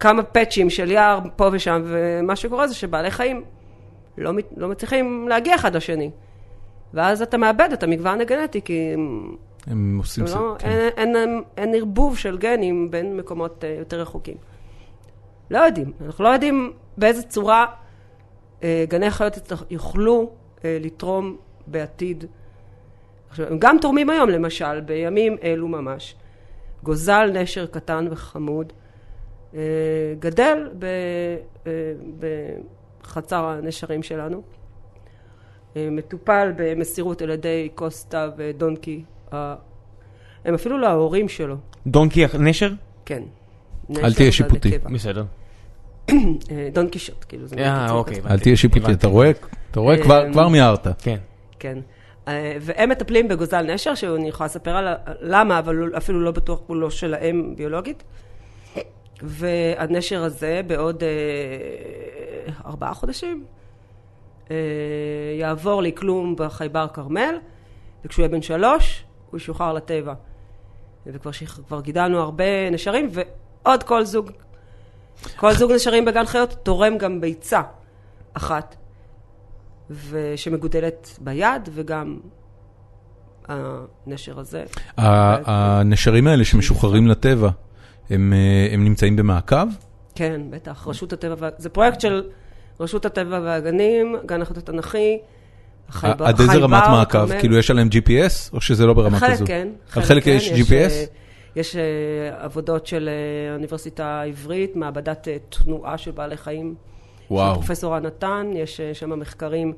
Speaker 3: כמה פאצ'ים של יער פה ושם, ומה שקורה זה שבעלי חיים לא, מת- לא מצליחים להגיע אחד לשני. ואז אתה מאבד את המגוון הגנטי, כי הם
Speaker 1: הם עושים... זה,
Speaker 3: לא,
Speaker 1: כן.
Speaker 3: אין, אין, אין, אין ערבוב של גנים בין מקומות אה, יותר רחוקים. לא יודעים, אנחנו לא יודעים באיזה צורה אה, גני חיות יצטרך- יוכלו אה, לתרום בעתיד. עכשיו, הם גם תורמים היום, למשל, בימים אלו ממש. גוזל נשר קטן וחמוד אה, גדל ב, אה, בחצר הנשרים שלנו. אה, מטופל במסירות על ידי קוסטה ודונקי. ה- הם אפילו לא ההורים שלו,
Speaker 2: דונקי הח- נשר?
Speaker 3: כן.
Speaker 1: תהיה
Speaker 3: נשר, אבל
Speaker 1: שיפוטי.
Speaker 3: בטבע.
Speaker 2: בסדר.
Speaker 3: אה, דון קישוט, כאילו, זה
Speaker 2: אה,
Speaker 3: בקיצור
Speaker 2: אוקיי.
Speaker 3: כזה.
Speaker 1: אל תהיה שיפוטי,
Speaker 2: הבנתי.
Speaker 1: אתה רואה? אתה רואה? כבר-
Speaker 3: אה,
Speaker 1: כבר מיהרת.
Speaker 2: כן.
Speaker 3: כן. אה, והם מטפלים בגוזל נשר, שאני יכולה לספר על למה, אבל הוא אפילו לא בטוח הוא לא שלהם ביולוגית. והנשר הזה בעוד אה, ארבעה חודשים אה, יעבור לכלום בחייבר כרמל, וכשהוא יהיה בן שלוש, הוא ישוחרר לטבע. וכבר שח- כבר גידלנו הרבה נשרים, ועוד כל זוג, כל זוג נשרים בגן חיות תורם גם ביצה אחת. ושמגודלת ביד, וגם הנשר הזה.
Speaker 1: ה- הנשרים האלה שמשוחררים לטבע, הם אה, הם נמצאים במעקב?
Speaker 3: כן, בטח, רשות הטבע, וה- זה פרויקט של רשות הטבע והגנים, גן החיות התנ"כי, החייבר,
Speaker 1: עד איזה
Speaker 3: החייבר,
Speaker 1: רמת מעקב?
Speaker 3: הכרמל.
Speaker 1: כאילו יש עליהם GPS, או שזה לא ברמה
Speaker 3: חלק
Speaker 1: כזו?
Speaker 3: כן.
Speaker 1: על חלק
Speaker 3: כן,
Speaker 1: יש
Speaker 3: אה,
Speaker 1: GPS?
Speaker 3: יש אה, עבודות של אה, האוניברסיטה העברית, מעבדת אה, תנועה של בעלי חיים.
Speaker 1: וואו.
Speaker 3: של פרופסור רן נתן, יש אה, שם מחקרים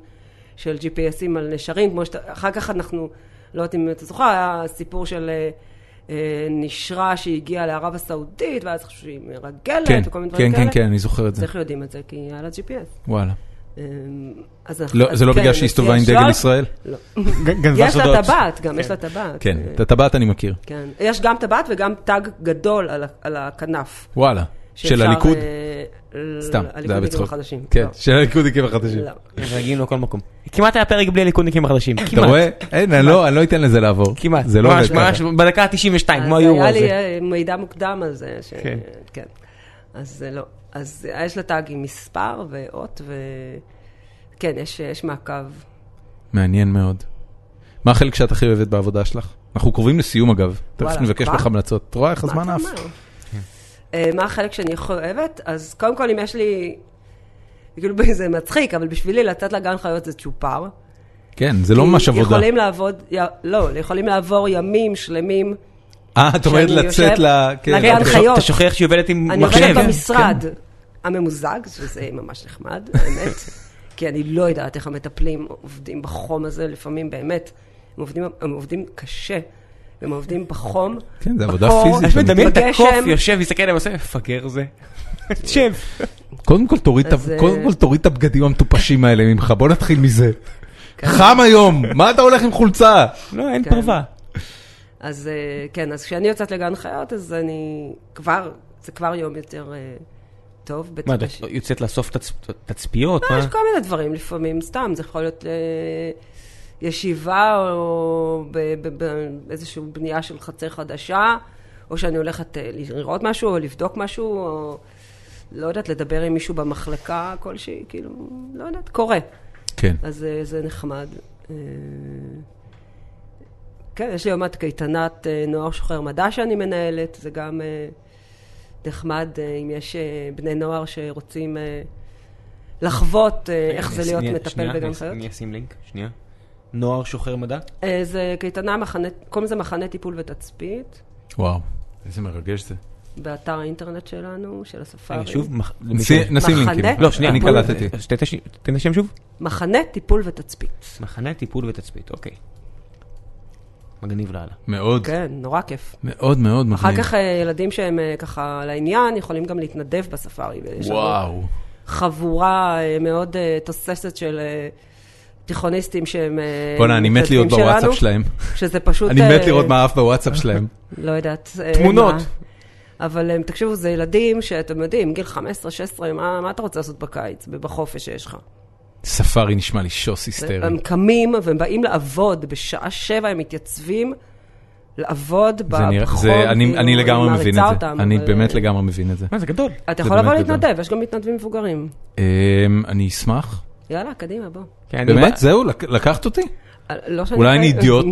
Speaker 3: של GPSים על נשרים, כמו שאתה, אחר כך אנחנו, לא יודעת אם אתה זוכר, היה סיפור של אה, אה, נשרה שהגיעה לערב הסעודית, ואז חשבו שהיא מרגלת,
Speaker 1: כן,
Speaker 3: וכל מיני דברים
Speaker 1: כן,
Speaker 3: כאלה.
Speaker 1: כן, כן, אני זוכר את
Speaker 3: אז
Speaker 1: זה.
Speaker 3: איך יודעים את זה? כי היה לה GPS.
Speaker 1: וואלה.
Speaker 3: אה, אז אנחנו-
Speaker 1: לא,
Speaker 3: אז
Speaker 1: זה לא
Speaker 3: כן,
Speaker 1: בגלל
Speaker 3: אז
Speaker 1: שהיא הסתובבה עם
Speaker 3: יש
Speaker 1: דגל
Speaker 3: לא-
Speaker 1: ישראל?
Speaker 3: לא.
Speaker 2: גנבה
Speaker 3: יש לה
Speaker 2: סודות.
Speaker 3: טבעת, גם יש לה טבעת.
Speaker 1: כן,
Speaker 3: אה,
Speaker 1: את הטבעת אני מכיר.
Speaker 3: כן. יש גם טבעת וגם תג גדול על ה- על הכנף.
Speaker 1: וואלה. של
Speaker 3: שאפשר,
Speaker 1: הליכוד?
Speaker 3: אה, ל-
Speaker 1: סתם, זה היה
Speaker 3: הליכודניקים
Speaker 1: בצחוק.
Speaker 3: החדשים.
Speaker 1: כן,
Speaker 3: לא.
Speaker 1: של הליכודניקים החדשים.
Speaker 3: לא.
Speaker 2: מגיעים לכל מקום. כן. כמעט היה פרק בלי הליכודניקים החדשים.
Speaker 1: אתה
Speaker 2: כמעט.
Speaker 1: רואה? אין, אני לא- אני לא אתן לזה לעבור.
Speaker 2: כמעט.
Speaker 1: זה לא עובד
Speaker 2: ממש,
Speaker 1: ככה.
Speaker 2: ממש בדקה ה-92, כמו
Speaker 3: אז
Speaker 2: היורו
Speaker 3: היה לי
Speaker 2: הזה.
Speaker 3: אה, מידע מוקדם על זה. ש...
Speaker 2: כן.
Speaker 3: כן. כן. אז זה לא. אז אה, יש לה תג עם מספר ואות, וכן, יש, יש מעקב.
Speaker 1: מעניין מאוד. מה החלק שאת הכי אוהבת בעבודה שלך? אנחנו קרובים לסיום אגב. תכף
Speaker 3: וואלה,
Speaker 1: נבקש
Speaker 3: כבר?
Speaker 1: ממך המלצות. את רואה איך
Speaker 3: מה
Speaker 1: הזמן
Speaker 3: אתה
Speaker 1: עף?
Speaker 3: אומר? אה, מה החלק שאני הכי אוהבת? אז קודם כל, אם יש לי... כאילו, זה מצחיק, אבל בשבילי לצאת לגן חיות זה צ'ופר.
Speaker 1: כן, זה לא
Speaker 3: כי
Speaker 1: ממש עבודה.
Speaker 3: יכולים לעבוד, י... לא, יכולים לעבור ימים שלמים.
Speaker 1: אה, את אומרת
Speaker 3: שאני
Speaker 1: לצאת
Speaker 3: יושב-
Speaker 1: ל... כן,
Speaker 3: לגן
Speaker 1: אוקיי.
Speaker 3: חיות.
Speaker 2: אתה שוכח שהיא עובדת עם כן.
Speaker 3: אני
Speaker 2: מחשב.
Speaker 3: עובדת במשרד הממוזג, שזה ממש נחמד, האמת, כי אני לא יודעת איך המטפלים עובדים בחום הזה, לפעמים באמת, הם עובדים, הם עובדים קשה, הם עובדים בחום.
Speaker 1: כן, זה עבודה
Speaker 3: בקור,
Speaker 1: פיזית.
Speaker 2: את מדמיין את
Speaker 3: בגשם.
Speaker 2: הקוף, יושב, מסתכל עליהם, עושה, מפגר זה. שב.
Speaker 1: קודם כל תוריד את
Speaker 3: אז,
Speaker 1: ה- קודם
Speaker 3: אה,
Speaker 1: כל תוריד את הבגדים המטופשים האלה ממך, בוא נתחיל מזה. חם היום, מה אתה הולך עם חולצה?
Speaker 2: לא, אין
Speaker 3: כן.
Speaker 2: פרווה.
Speaker 3: אז אה, כן, אז כשאני יוצאת לגן חיות, אז אני כבר, זה כבר יום יותר אה, טוב.
Speaker 2: מה,
Speaker 3: בצד
Speaker 2: את
Speaker 3: השני.
Speaker 2: יוצאת לאסוף תצ- תצפיות?
Speaker 3: לא,
Speaker 2: מה?
Speaker 3: יש כל מיני דברים לפעמים, סתם, זה יכול להיות אה, ישיבה או באיזושהי בנייה של חצר חדשה, או שאני הולכת אה, לראות משהו או לבדוק משהו, או לא יודעת, לדבר עם מישהו במחלקה כלשהי, כאילו, לא יודעת, קורה.
Speaker 1: כן.
Speaker 3: אז אה, זה נחמד. אה, כן, יש לי עוד מעט קייטנת אה, נוער שוחר מדע שאני מנהלת, זה גם אה, נחמד אה, אם יש אה, בני נוער שרוצים אה, לחוות אה, איך זה
Speaker 2: אני-
Speaker 3: להיות
Speaker 2: אני-
Speaker 3: מטפל
Speaker 2: שנייה,
Speaker 3: בגן
Speaker 2: אני-
Speaker 3: חיות.
Speaker 2: אני אשים לינק, שנייה.
Speaker 4: נוער שוחר מדע?
Speaker 3: אה, זה קייטנה, מחנה, קוראים לזה מחנה טיפול ותצפית,
Speaker 1: וואו, איזה מרגש זה.
Speaker 3: באתר האינטרנט שלנו, של הספארי.
Speaker 4: רגע, שוב, מח- למי
Speaker 1: נשים-
Speaker 4: ש-
Speaker 1: נשים
Speaker 3: מחנה?
Speaker 1: לינקים.
Speaker 3: לא,
Speaker 4: שנייה,
Speaker 1: אני
Speaker 3: בואו-
Speaker 1: קלטתי.
Speaker 4: אז תן את הש- תן את השם שוב.
Speaker 3: מחנה טיפול ותצפית.
Speaker 4: מחנה טיפול ותצפית, אוקיי. מגניב לאללה.
Speaker 1: מאוד,
Speaker 3: כן, נורא כיף.
Speaker 1: מאוד מאוד מגניב.
Speaker 3: אחר כך אה, ילדים שהם אה, ככה על העניין, יכולים גם להתנדב בספארי. ויש לנו
Speaker 1: וואו.
Speaker 3: אה, חבורה אה, מאוד אה, תוססת של אה, תיכוניסטים שהם... אה,
Speaker 1: בואנה, אני מת להיות
Speaker 3: מתנדבים
Speaker 1: בוואטסאפ
Speaker 3: שלנו,
Speaker 1: שלהם.
Speaker 3: שזה פשוט...
Speaker 1: אני מת
Speaker 3: אה,
Speaker 1: לראות מה עף בוואטסאפ שלהם.
Speaker 3: לא יודעת. אה,
Speaker 4: תמונות.
Speaker 3: מה. אבל אה, תקשיבו, זה ילדים שאתם יודעים, גיל 15-16, מה מה אתה רוצה לעשות בקיץ, בחופש שיש לך?
Speaker 1: ספארי נשמע לי שוס היסטרי.
Speaker 3: הם קמים והם באים לעבוד, בשעה שבע הם מתייצבים לעבוד
Speaker 1: זה נראה-
Speaker 3: בחום.
Speaker 1: זה- אני-
Speaker 3: כאילו,
Speaker 1: אני לגמרי
Speaker 3: מעריצה
Speaker 1: מבין את זה.
Speaker 3: אותם,
Speaker 1: אני
Speaker 3: אבל-
Speaker 1: באמת לגמרי מבין את זה.
Speaker 4: מה, זה גדול.
Speaker 3: אתה
Speaker 1: זה
Speaker 3: יכול לבוא
Speaker 1: באמת גדול.
Speaker 3: להתנדב, יש גם מתנדבים מבוגרים.
Speaker 1: אמ, אני אשמח.
Speaker 3: יאללה, קדימה, בוא.
Speaker 4: כן, אני בא-
Speaker 1: באמת? זהו, לק- לקחת אותי?
Speaker 3: לא שאני
Speaker 1: אולי אני
Speaker 3: אחראית-
Speaker 1: אידיוט.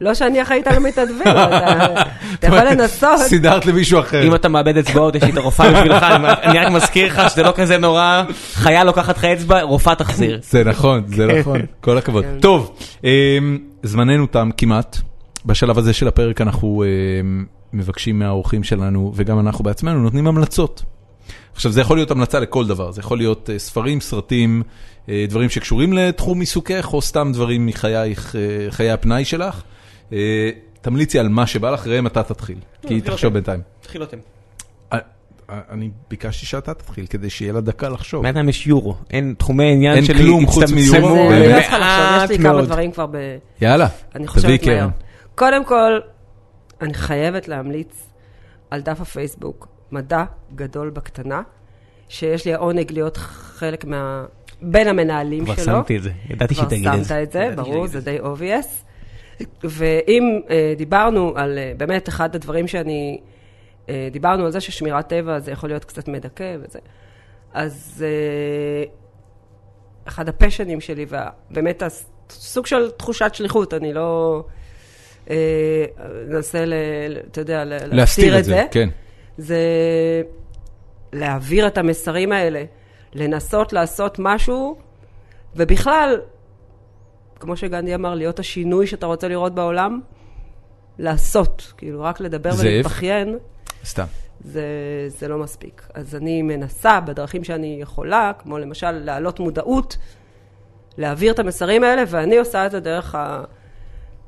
Speaker 3: לא שאני אחראית על המתנדבים, אבל אתה- אתה יכול לנסות.
Speaker 1: סידרת למישהו אחר.
Speaker 4: אם אתה מאבד אצבעות, יש לי את הרופאה בשבילך, אני- אני רק מזכיר לך שזה לא כזה נורא, חיה לוקחת לך אצבע, רופאה תחזיר.
Speaker 1: זה נכון, זה נכון, כל הכבוד. טוב, אמ, זמננו תם כמעט. בשלב הזה של הפרק אנחנו אמ, מבקשים מהאורחים שלנו, וגם אנחנו בעצמנו, נותנים המלצות. עכשיו, זה יכול להיות המלצה לכל דבר, זה יכול להיות אה, ספרים, סרטים, אה, דברים שקשורים לתחום עיסוקך, או סתם דברים מחייך, אה, חיי הפנאי שלך. אה, תמליצי על מה שבא לך, ראם, אתה תתחיל, כי
Speaker 4: אוקיי.
Speaker 1: תחשוב בינתיים.
Speaker 4: תתחיל אותם.
Speaker 1: אה, אה, אני ביקשתי שאתה תתחיל, כדי שיהיה לה דקה לחשוב.
Speaker 4: בינתיים יש יורו, אין תחומי עניין
Speaker 1: אין
Speaker 4: שלי,
Speaker 1: כלום חוץ
Speaker 4: הצטמצמו
Speaker 1: מיורו,
Speaker 3: זה- אני לא צריכה לחשוב,
Speaker 4: למעט
Speaker 3: יש לי כמה
Speaker 4: מאוד.
Speaker 3: דברים כבר ב...
Speaker 1: יאללה,
Speaker 3: אני
Speaker 1: תביאי
Speaker 3: חושבת מהר.
Speaker 1: קרן.
Speaker 3: קודם כל, אני חייבת להמליץ על דף הפייסבוק, מדע גדול בקטנה, שיש לי העונג להיות חלק מה... בין המנהלים
Speaker 4: כבר
Speaker 3: שלו.
Speaker 4: שמתי את זה, ידעתי שהיא תגיד את זה.
Speaker 3: כבר שמת את זה,
Speaker 4: ידעתי
Speaker 3: ברור,
Speaker 4: שתגיד
Speaker 3: זה
Speaker 4: את
Speaker 3: די obvious. ואם אה, דיברנו על, אה, באמת, אחד הדברים שאני, אה, דיברנו על זה ששמירת טבע זה יכול להיות קצת מדכא וזה, אז אה, אחד הפשנים שלי, ובאמת סוג של תחושת שליחות, אני לא אה, אנסה, ל- ל- אתה יודע, ל-
Speaker 1: להסתיר את זה, כן.
Speaker 3: זה להעביר את המסרים האלה, לנסות לעשות משהו, ובכלל, כמו שגנדי אמר, להיות השינוי שאתה רוצה לראות בעולם, לעשות. כאילו, רק לדבר
Speaker 1: זאב?
Speaker 3: ולהתבכיין,
Speaker 1: סתם.
Speaker 3: זה, זה לא מספיק. אז אני מנסה בדרכים שאני יכולה, כמו למשל להעלות מודעות, להעביר את המסרים האלה, ואני עושה את זה דרך ה...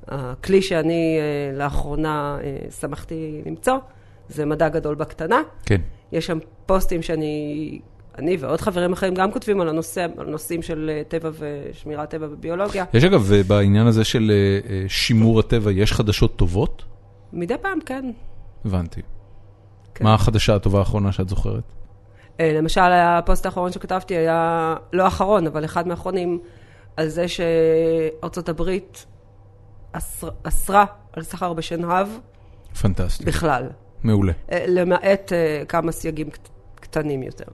Speaker 3: הכלי שאני אה, לאחרונה אה, שמחתי למצוא, זה מדע גדול בקטנה.
Speaker 1: כן.
Speaker 3: יש שם פוסטים שאני, אני ועוד חברים אחרים גם כותבים על, הנושא, על נושאים של אה, טבע ושמירת טבע וביולוגיה.
Speaker 1: יש אגב, אה, בעניין הזה של אה, אה, שימור הטבע, יש חדשות טובות?
Speaker 3: מדי פעם, כן.
Speaker 1: הבנתי.
Speaker 3: כן.
Speaker 1: מה החדשה הטובה האחרונה שאת זוכרת?
Speaker 3: אה, למשל, הפוסט האחרון שכתבתי היה, לא האחרון, אבל אחד מהאחרונים, על זה שארצות הברית אסר, אסרה על סחר בשנהב
Speaker 1: פנטסטי.
Speaker 3: בכלל,
Speaker 1: מעולה.
Speaker 3: אה, למעט אה, כמה סייגים קט- קטנים יותר.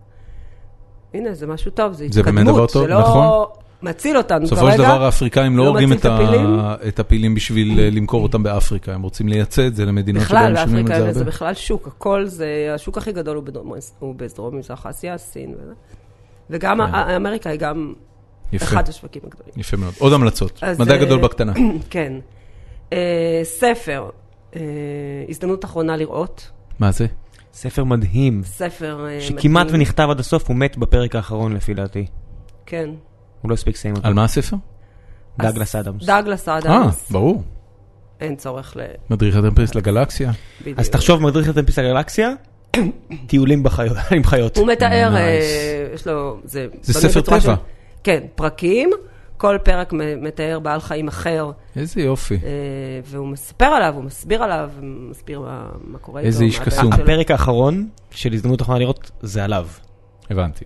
Speaker 3: הנה, זה משהו טוב, זה
Speaker 1: זה
Speaker 3: התקדמות.
Speaker 1: באמת דבר טוב,
Speaker 3: זה לא
Speaker 1: נכון.
Speaker 3: מציל אותנו כרגע.
Speaker 1: בסופו של דבר האפריקאים לא
Speaker 3: לא
Speaker 1: הורגים
Speaker 3: מציל
Speaker 1: את ה-
Speaker 3: את הפילים?
Speaker 1: את הפילים בשביל אה, למכור אותם באפריקה, הם רוצים לייצא את זה למדינות
Speaker 3: בכלל,
Speaker 1: שבהן שומעים את
Speaker 3: באפריקה
Speaker 1: זה
Speaker 3: אין לזה
Speaker 1: הרבה.
Speaker 3: בכלל שוק, הכל זה, השוק הכי גדול הוא בדרום- הוא בדרום מזרח אסיה, סין וזה. וגם
Speaker 1: כן.
Speaker 3: ה- אמריקה היא גם
Speaker 1: יפה,
Speaker 3: אחד השווקים הגדולים.
Speaker 1: יפה מאוד. עוד המלצות.
Speaker 3: אז,
Speaker 1: מדע
Speaker 3: אה,
Speaker 1: גדול בקטנה.
Speaker 3: כן. אה, ספר, אה, הזדמנות אחרונה לראות,
Speaker 1: מה זה?
Speaker 4: זה. ספר מדהים,
Speaker 3: ספר אה,
Speaker 4: שכמעט
Speaker 3: מדהים.
Speaker 4: ונכתב עד הסוף, הוא מת בפרק האחרון לפי דעתי.
Speaker 3: כן.
Speaker 4: הוא לא הספיק לסיים אותו.
Speaker 1: על מה הספר?
Speaker 3: אז
Speaker 4: דאגלס אדמס.
Speaker 3: דאגלס
Speaker 1: אה,
Speaker 3: אדמס.
Speaker 1: ברור.
Speaker 3: אין צורך ל...
Speaker 1: מדריך הטמפרס לגלקסיה.
Speaker 3: בדיוק.
Speaker 4: אה, אז תחשוב מדריך לטמפיס הגלקסיה, טיולים בחיות- עם חיות.
Speaker 3: הוא מתאר,
Speaker 1: Nice.
Speaker 3: אה, יש לו, זה...
Speaker 1: זה
Speaker 3: בנוי
Speaker 1: ספר
Speaker 3: בצורה
Speaker 1: טבע.
Speaker 3: של- כן, פרקים, כל פרק מ- מתאר בעל חיים אחר.
Speaker 1: איזה יופי.
Speaker 3: אה, והוא מספר עליו, הוא מסביר עליו, הוא מסביר מה, מה קורה איתו.
Speaker 1: איזה איש
Speaker 3: מה
Speaker 1: קסום.
Speaker 3: הבעיות שלו.
Speaker 4: הפרק האחרון של הזדמנות אחרונה לראות זה עליו.
Speaker 1: הבנתי.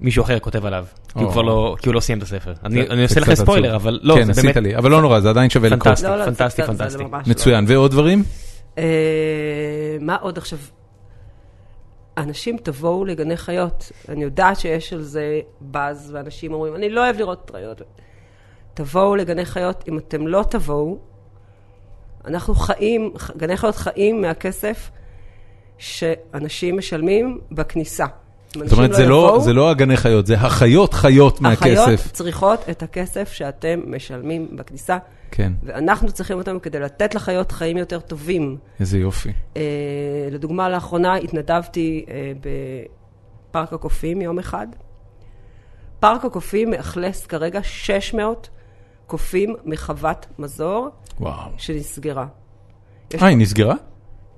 Speaker 4: מישהו אחר כותב עליו, כי
Speaker 1: או.
Speaker 4: הוא כבר לא, כי הוא לא סיים את הספר. אני
Speaker 1: זה-
Speaker 4: אני
Speaker 1: זה
Speaker 4: עושה לך
Speaker 1: קצת
Speaker 4: ספוילר,
Speaker 1: עצוב.
Speaker 4: אבל לא,
Speaker 1: כן,
Speaker 4: זה
Speaker 1: עשית
Speaker 4: באמת
Speaker 1: לי, אבל לא נורא, זה עדיין שווה לקרוא.
Speaker 4: פנטסטי,
Speaker 3: לא, לא, זה
Speaker 4: פנטסטי,
Speaker 3: קצת- זה
Speaker 4: פנטסטי.
Speaker 3: ממש לא.
Speaker 1: מצוין. ועוד דברים?
Speaker 3: אה, מה עוד עכשיו? אנשים תבואו לגני חיות. אני יודעת שיש על זה באז, ואנשים אומרים, אני לא אוהב לראות פריות. תבואו לגני חיות, אם אתם לא תבואו, אנחנו חיים, ח- גני חיות חיים מהכסף שאנשים משלמים בכניסה.
Speaker 1: זאת אומרת, זה לא, זה לא הגני חיות, זה החיות חיות
Speaker 3: החיות
Speaker 1: מהכסף.
Speaker 3: צריכות את הכסף שאתם משלמים בכניסה,
Speaker 1: כן,
Speaker 3: ואנחנו צריכים אותם כדי לתת לחיות חיים יותר טובים.
Speaker 1: איזה יופי.
Speaker 3: אה, לדוגמה, לאחרונה התנדבתי אה, בפארק הקופים יום אחד. פארק הקופים מאכלס כרגע 600 קופים מחוות מזור
Speaker 1: וואו.
Speaker 3: שנסגרה. יש-
Speaker 1: אה, היא נסגרה?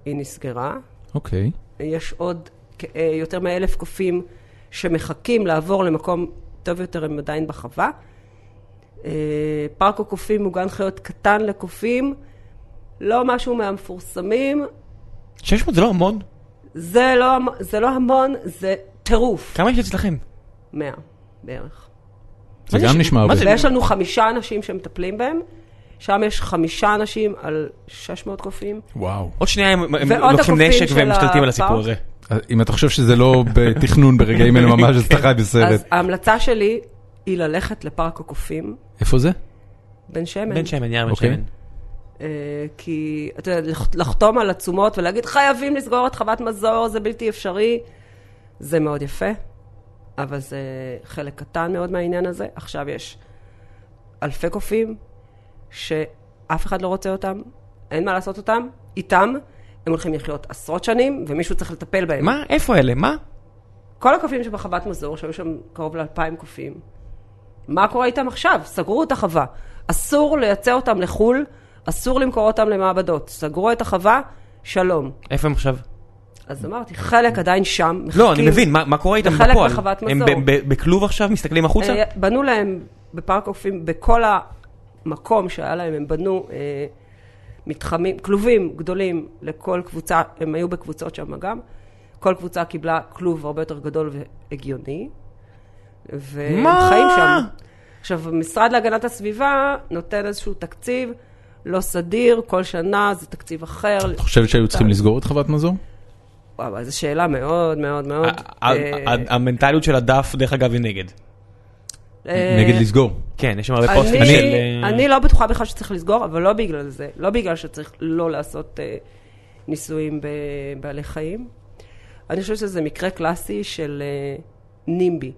Speaker 3: היא נסגרה.
Speaker 1: אוקיי.
Speaker 3: יש עוד כ- אה, יותר מאלף קופים שמחכים לעבור למקום טוב יותר, הם עדיין בחווה. אה, פארק הקופים הוא גן חיות קטן לקופים, לא משהו מהמפורסמים,
Speaker 2: 600 זה לא המון?
Speaker 3: זה לא, המ- זה לא המון, זה טירוף.
Speaker 2: כמה יש אצלכם?
Speaker 3: מאה בערך.
Speaker 1: זה
Speaker 2: מה זה
Speaker 1: גם
Speaker 2: ש-
Speaker 1: נשמע
Speaker 2: מה
Speaker 1: הרבה.
Speaker 2: זה-
Speaker 3: ויש לנו חמישה אנשים שמטפלים בהם, שם יש חמישה אנשים על 600 קופים.
Speaker 1: וואו.
Speaker 2: עוד שנייה הם הם
Speaker 3: ועוד
Speaker 2: לוקחים
Speaker 3: הקופים
Speaker 2: נשק
Speaker 3: של
Speaker 2: והם משתלטים על
Speaker 3: הפארק. כן.
Speaker 2: הסיפור הזה.
Speaker 1: אם אתה חושב שזה לא בתכנון ברגעים אלה ממש, אז אתה חי בסרט.
Speaker 3: אז ההמלצה שלי היא ללכת לפארק הקופים,
Speaker 1: איפה זה?
Speaker 3: בן שמן.
Speaker 2: בן שמן, יאיר בן
Speaker 1: אוקיי.
Speaker 2: שמן.
Speaker 3: אה, כי, אתה יודע, לח- לחתום על עצומות ולהגיד, חייבים לסגור את חוות מזור, זה בלתי אפשרי, זה מאוד יפה, אבל זה חלק קטן מאוד מהעניין הזה. עכשיו יש אלפי קופים שאף אחד לא רוצה אותם, אין מה לעשות אותם, איתם, הם הולכים לחיות עשרות שנים, ומישהו צריך לטפל בהם.
Speaker 2: מה? איפה אלה? מה?
Speaker 3: כל הקופים שבחוות מזור, שהיו שם קרוב לאלפיים קופים, מה קורה איתם עכשיו? סגרו את החווה. אסור לייצא אותם לחו"ל, אסור למכור אותם למעבדות. סגרו את החווה, שלום.
Speaker 2: איפה הם עכשיו?
Speaker 3: כאילו, אז אמרתי, חלק עדיין שם, מחכים.
Speaker 2: לא, אני מבין, מה מה קורה איתם
Speaker 3: וחלק
Speaker 2: בפועל?
Speaker 3: בחוות
Speaker 2: הם
Speaker 3: מזור.
Speaker 2: ב- ב- בכלוב עכשיו מסתכלים החוצה?
Speaker 3: אה, בנו להם בפארק הקופים, בכל המקום שהיה להם, הם בנו אה, מתחמים, כלובים גדולים לכל קבוצה, הם היו בקבוצות שם גם. כל קבוצה קיבלה כלוב הרבה יותר גדול והגיוני. והם
Speaker 2: מה?
Speaker 3: חיים שם. עכשיו, המשרד להגנת הסביבה נותן איזשהו תקציב לא סדיר, כל שנה זה תקציב אחר.
Speaker 1: את חושבת שהיו
Speaker 3: אה,
Speaker 1: צריכים לסגור את חוות מזור?
Speaker 3: וואו, אבל זו שאלה מאוד מאוד מאוד...
Speaker 2: ה- ה-
Speaker 3: אה,
Speaker 2: ה- המנטליות של הדף, דרך אגב, היא נגד.
Speaker 3: אה,
Speaker 1: נגד לסגור.
Speaker 2: כן, יש שם הרבה פוסטים של...
Speaker 3: אני,
Speaker 2: אה,
Speaker 3: אני לא בטוחה בכלל שצריך לסגור, אבל לא בגלל זה. לא בגלל שצריך לא לעשות אה, ניסויים בבעלי חיים. אני חושבת שזה מקרה קלאסי של אה, נימבי.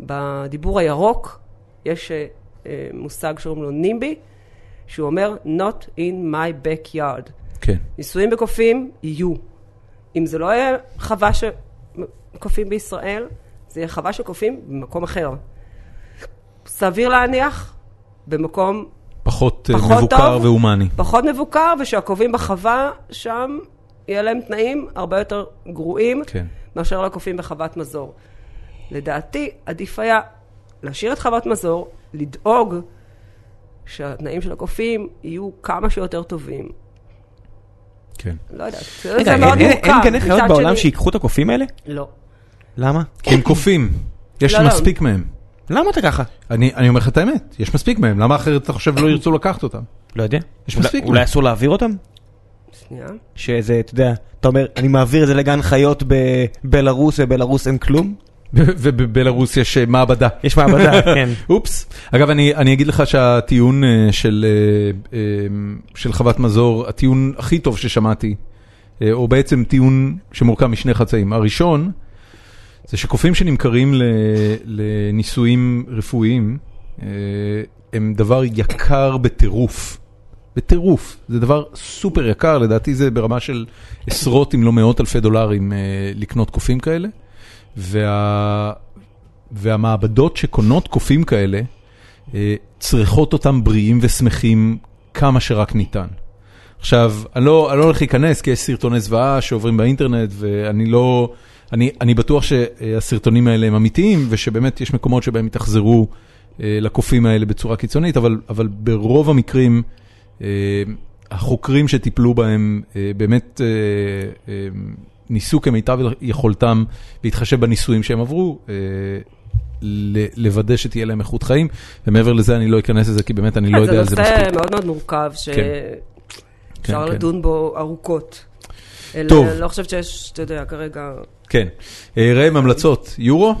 Speaker 3: בדיבור הירוק יש אה, אה, מושג שקוראים לו נימבי, שהוא אומר Not in my backyard.
Speaker 1: כן.
Speaker 3: ניסויים בקופים יהיו. אם זה לא יהיה חווה של קופים בישראל, זה יהיה חווה של קופים במקום אחר. סביר להניח, במקום
Speaker 1: פחות אה,
Speaker 3: פחות
Speaker 1: מבוקר
Speaker 3: טוב?
Speaker 1: והומני.
Speaker 3: פחות מבוקר, ושהקופים בחווה, שם יהיה להם תנאים הרבה יותר גרועים
Speaker 1: כן.
Speaker 3: מאשר לקופים בחוות מזור. לדעתי, עדיף היה להשאיר את חוות מזור, לדאוג שהתנאים של הקופים יהיו כמה שיותר טובים.
Speaker 1: כן.
Speaker 3: לא יודעת,
Speaker 2: רגע,
Speaker 3: זה
Speaker 2: אין-
Speaker 3: מאוד
Speaker 2: אין-
Speaker 3: מורכב.
Speaker 2: אין גני חיות
Speaker 3: מצד
Speaker 2: בעולם
Speaker 3: שני-
Speaker 2: שיקחו את הקופים האלה?
Speaker 3: לא.
Speaker 2: למה?
Speaker 1: כי הם קופים. יש
Speaker 3: לא, לא.
Speaker 1: מספיק מהם.
Speaker 2: למה אתה ככה?
Speaker 1: אני אני אומר לך את האמת, יש מספיק מהם, למה אחרת אתה חושב לא ירצו לקחת אותם?
Speaker 2: לא יודע.
Speaker 1: יש
Speaker 2: אולי-
Speaker 1: מספיק.
Speaker 2: אולי אסור להעביר אותם?
Speaker 3: שנייה.
Speaker 2: שזה, אתה יודע, אתה אומר, אני מעביר את זה לגן חיות בבלארוס, ובבלארוס אין כלום?
Speaker 1: ובבלארוס יש אה, מעבדה.
Speaker 2: יש מעבדה, כן.
Speaker 1: אופס. אגב, אני, אני אגיד לך שהטיעון אה, של, אה, אה, של חוות מזור, הטיעון הכי טוב ששמעתי, אה, או בעצם טיעון שמורכב משני חצאים. הראשון, זה שקופים שנמכרים ל, לניסויים רפואיים, אה, הם דבר יקר בטירוף. בטירוף, זה דבר סופר יקר, לדעתי זה ברמה של עשרות אם לא מאות אלפי דולרים אה, לקנות קופים כאלה. וה... והמעבדות שקונות קופים כאלה, אה, צריכות אותם בריאים ושמחים כמה שרק ניתן. עכשיו, אני לא, אני לא הולך להיכנס, כי יש סרטוני זוועה שעוברים באינטרנט, ואני לא... אני, אני בטוח שהסרטונים האלה הם אמיתיים, ושבאמת יש מקומות שבהם יתאכזרו אה, לקופים האלה בצורה קיצונית, אבל, אבל ברוב המקרים, אה, החוקרים שטיפלו בהם אה, באמת אה, אה, ניסו כמיטב יכולתם, בהתחשב בניסויים שהם עברו, אה, ל- לוודא שתהיה להם איכות חיים, ומעבר לזה אני לא אכנס לזה, כי באמת אני לא
Speaker 3: כן,
Speaker 1: יודע על זה
Speaker 3: זה
Speaker 1: מספיק.
Speaker 3: נושא מאוד מאוד מורכב, שאפשר
Speaker 1: כן, כן.
Speaker 3: לדון בו ארוכות. אלא
Speaker 1: טוב.
Speaker 3: לא חושבת שיש, אתה יודע, כרגע...
Speaker 1: כן. אה, ראם, המלצות, יורו?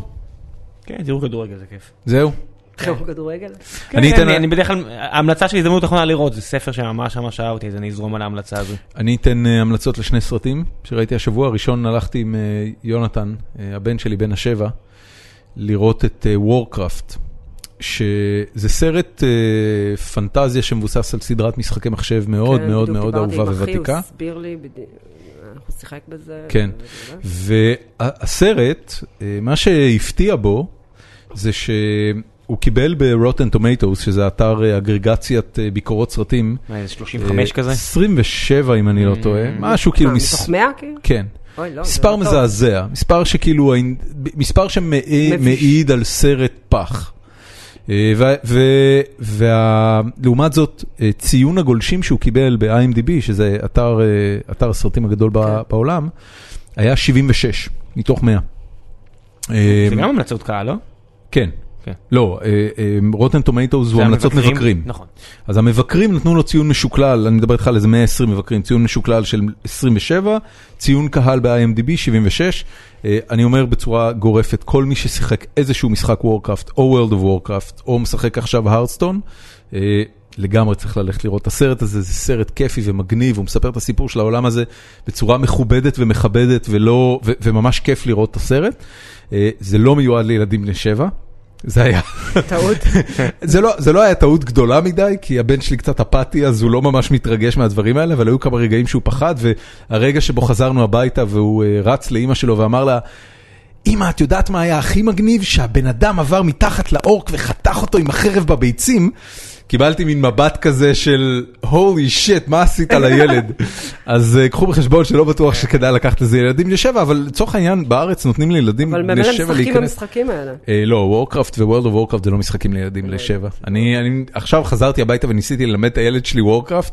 Speaker 2: כן, תראו כדורגל, זה כיף.
Speaker 1: זהו.
Speaker 3: חירום כדורגל.
Speaker 1: אני
Speaker 2: כן,
Speaker 1: אתן-
Speaker 2: אני- אני בדרך כלל, ההמלצה שלי הזדמנות אחרונה לראות, זה ספר שממש ממש אהבתי, אז אני אזרום על ההמלצה הזו.
Speaker 1: אני אתן אה, המלצות לשני סרטים שראיתי השבוע. הראשון הלכתי עם אה, יונתן, אה, הבן שלי בן השבע, לראות את וורקראפט, שזה סרט אה, פנטזיה שמבוסס על סדרת משחקי מחשב מאוד
Speaker 3: כן,
Speaker 1: מאוד
Speaker 3: בדיוק
Speaker 1: מאוד
Speaker 3: דיברתי
Speaker 1: אהובה
Speaker 3: עם אחי,
Speaker 1: וותיקה.
Speaker 3: הוא הסביר לי, בדיוק, אנחנו נשחק בזה. אה,
Speaker 1: כן.
Speaker 3: וזה.
Speaker 1: והסרט, אה, מה שהפתיע בו, זה שהוא קיבל ב-Rotten Tomatoes, שזה אתר אה, אגרגציית אה, ביקורות סרטים,
Speaker 2: מה, איזה 35
Speaker 1: אה,
Speaker 2: כזה? אה,
Speaker 1: 27 אם אני לא טועה, משהו כאילו...
Speaker 3: מה,
Speaker 1: מס-
Speaker 3: מתוך 100 כאילו?
Speaker 1: כן.
Speaker 3: אוי, לא, זה
Speaker 1: מספר
Speaker 3: לא טוב.
Speaker 1: מזעזע, מספר שכאילו, האינ- מספר
Speaker 3: מביש.
Speaker 1: שמעיד על סרט פח. אה, ו- ו- וה- לעומת זאת, אה, ציון הגולשים שהוא קיבל ב-IMDb, שזה אתר, אה, אתר הסרטים הגדול ב-
Speaker 3: כן.
Speaker 1: בעולם, היה 76 מתוך 100. אה,
Speaker 2: זה גם המלצות קהל, לא?
Speaker 1: כן.
Speaker 2: כן.
Speaker 1: לא, רוטן טומטוס הוא
Speaker 2: זה
Speaker 1: המלצות
Speaker 2: המבקרים.
Speaker 1: מבקרים.
Speaker 2: נכון.
Speaker 1: אז המבקרים נתנו לו ציון משוקלל, אני מדבר איתך על איזה 120 מבקרים, ציון משוקלל של 27, ציון קהל ב-IMDb 76. אה, אני אומר בצורה גורפת, כל מי ששיחק איזשהו משחק וורקראפט, או World of Warcraft, או משחק עכשיו הרדסטון, אה, לגמרי צריך ללכת לראות את הסרט הזה, זה סרט כיפי ומגניב, הוא מספר את הסיפור של העולם הזה בצורה מכובדת ומכבדת, ולא, ו- וממש כיף לראות את הסרט. אה, זה לא מיועד לילדים בני שבע, זה היה
Speaker 3: טעות.
Speaker 1: זה לא, זה לא היה טעות גדולה מדי, כי הבן שלי קצת אפאתי, אז הוא לא ממש מתרגש מהדברים האלה, אבל היו כמה רגעים שהוא פחד, והרגע שבו חזרנו הביתה והוא אה, רץ לאימא שלו ואמר לה, אמא, את יודעת מה היה הכי מגניב? שהבן אדם עבר מתחת לאורק וחתך אותו עם החרב בביצים. קיבלתי מין מבט כזה של, holy shit, מה עשית לילד? אז אה, קחו בחשבון שלא בטוח שכדאי לקחת לזה ילדים בני שבע, אבל לצורך העניין בארץ נותנים לילדים
Speaker 3: אבל
Speaker 1: בני
Speaker 3: ממילא
Speaker 1: שבע
Speaker 3: משחקים
Speaker 1: להיכנס.
Speaker 3: במשחקים האלה.
Speaker 1: אה, לא, וורקראפט ווורלד אוף וורקראפט זה לא משחקים לילדים לשבע. אני אני עכשיו חזרתי הביתה וניסיתי ללמד את הילד שלי וורקראפט,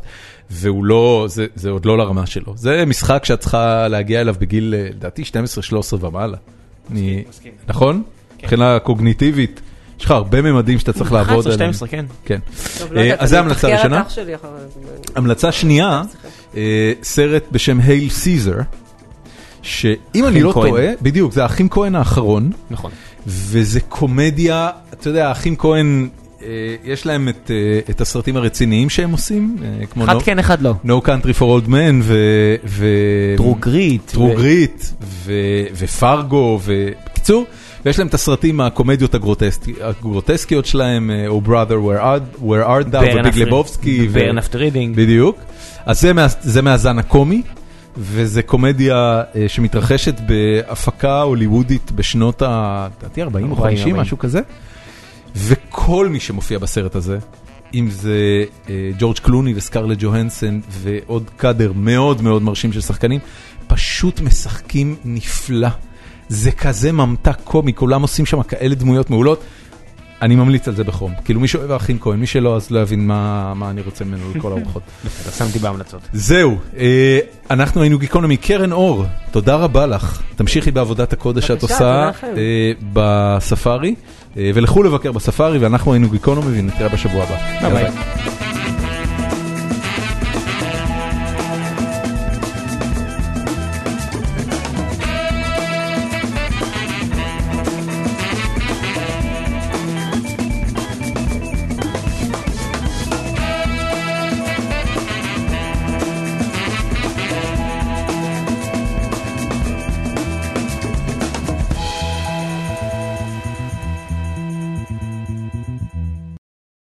Speaker 1: והוא לא, זה- זה עוד לא לרמה שלו. זה משחק שאת צריכה להגיע אליו בגיל, אה, לדעתי, 12-13 ומעלה. אני-
Speaker 2: מסכים.
Speaker 1: נכון? מבחינה קוגניטיבית, יש לך הרבה ממדים שאתה צריך לעבוד עליהם.
Speaker 2: 11-12, כן.
Speaker 1: כן.
Speaker 3: טוב, לא
Speaker 1: אה,
Speaker 3: יודעת,
Speaker 1: אז זו
Speaker 3: אני
Speaker 1: המלצה
Speaker 3: אתחקר את
Speaker 1: ראשונה.
Speaker 3: אח שלי אחרי זה.
Speaker 1: המלצה שנייה, אה, סרט בשם הייל סיזר, שאם אני לא
Speaker 2: כהן.
Speaker 1: טועה, בדיוק, זה האחים כהן האחרון.
Speaker 2: נכון.
Speaker 1: וזה קומדיה, אתה יודע, האחים כהן, אה, יש להם את, אה, את הסרטים הרציניים שהם עושים, אה, כמו
Speaker 4: אחד
Speaker 1: no,
Speaker 4: כן, אחד לא.
Speaker 1: no Country for Old Men ו... ו
Speaker 4: דרוגרית.
Speaker 1: טרוגריט ו... ופרגו, ובקיצור, ויש להם את הסרטים, הקומדיות הגרוטסק... הגרוטסקיות שלהם, אה, Oh Brother, Where Art- Where Art Thou, וביג לבובסקי, ו-
Speaker 2: ברן אפטר רידינג.
Speaker 1: בדיוק. אז זה, מה, זה מהזן הקומי, וזה קומדיה אה, שמתרחשת בהפקה הוליוודית בשנות ה... לדעתי 40 או
Speaker 2: 40,
Speaker 1: 50, משהו כזה. וכל מי שמופיע בסרט הזה, אם זה אה, ג'ורג' קלוני וסקרלט ג'והנסן ועוד קאדר מאוד מאוד מרשים של שחקנים, פשוט משחקים נפלא. זה כזה ממתק קומי, כולם עושים שם כאלה דמויות מעולות. אני ממליץ על זה בחום. כאילו מי שאוהב האחים כהן, מי שלא אז לא יבין מה, מה אני רוצה ממנו לכל הרוחות.
Speaker 2: בסדר, שמתי בהמלצות.
Speaker 1: זהו, אה, אנחנו היינו גיקונומי. קרן אור, תודה רבה לך. תמשיכי בעבודת הקודש שאת
Speaker 3: בבקשה,
Speaker 1: עושה
Speaker 3: תודה לכם.
Speaker 1: אה, בספארי, אה, ולכו לבקר בספארי, ואנחנו היינו גיקונומי ונתראה בשבוע הבא.
Speaker 2: ביי.
Speaker 1: יאללה,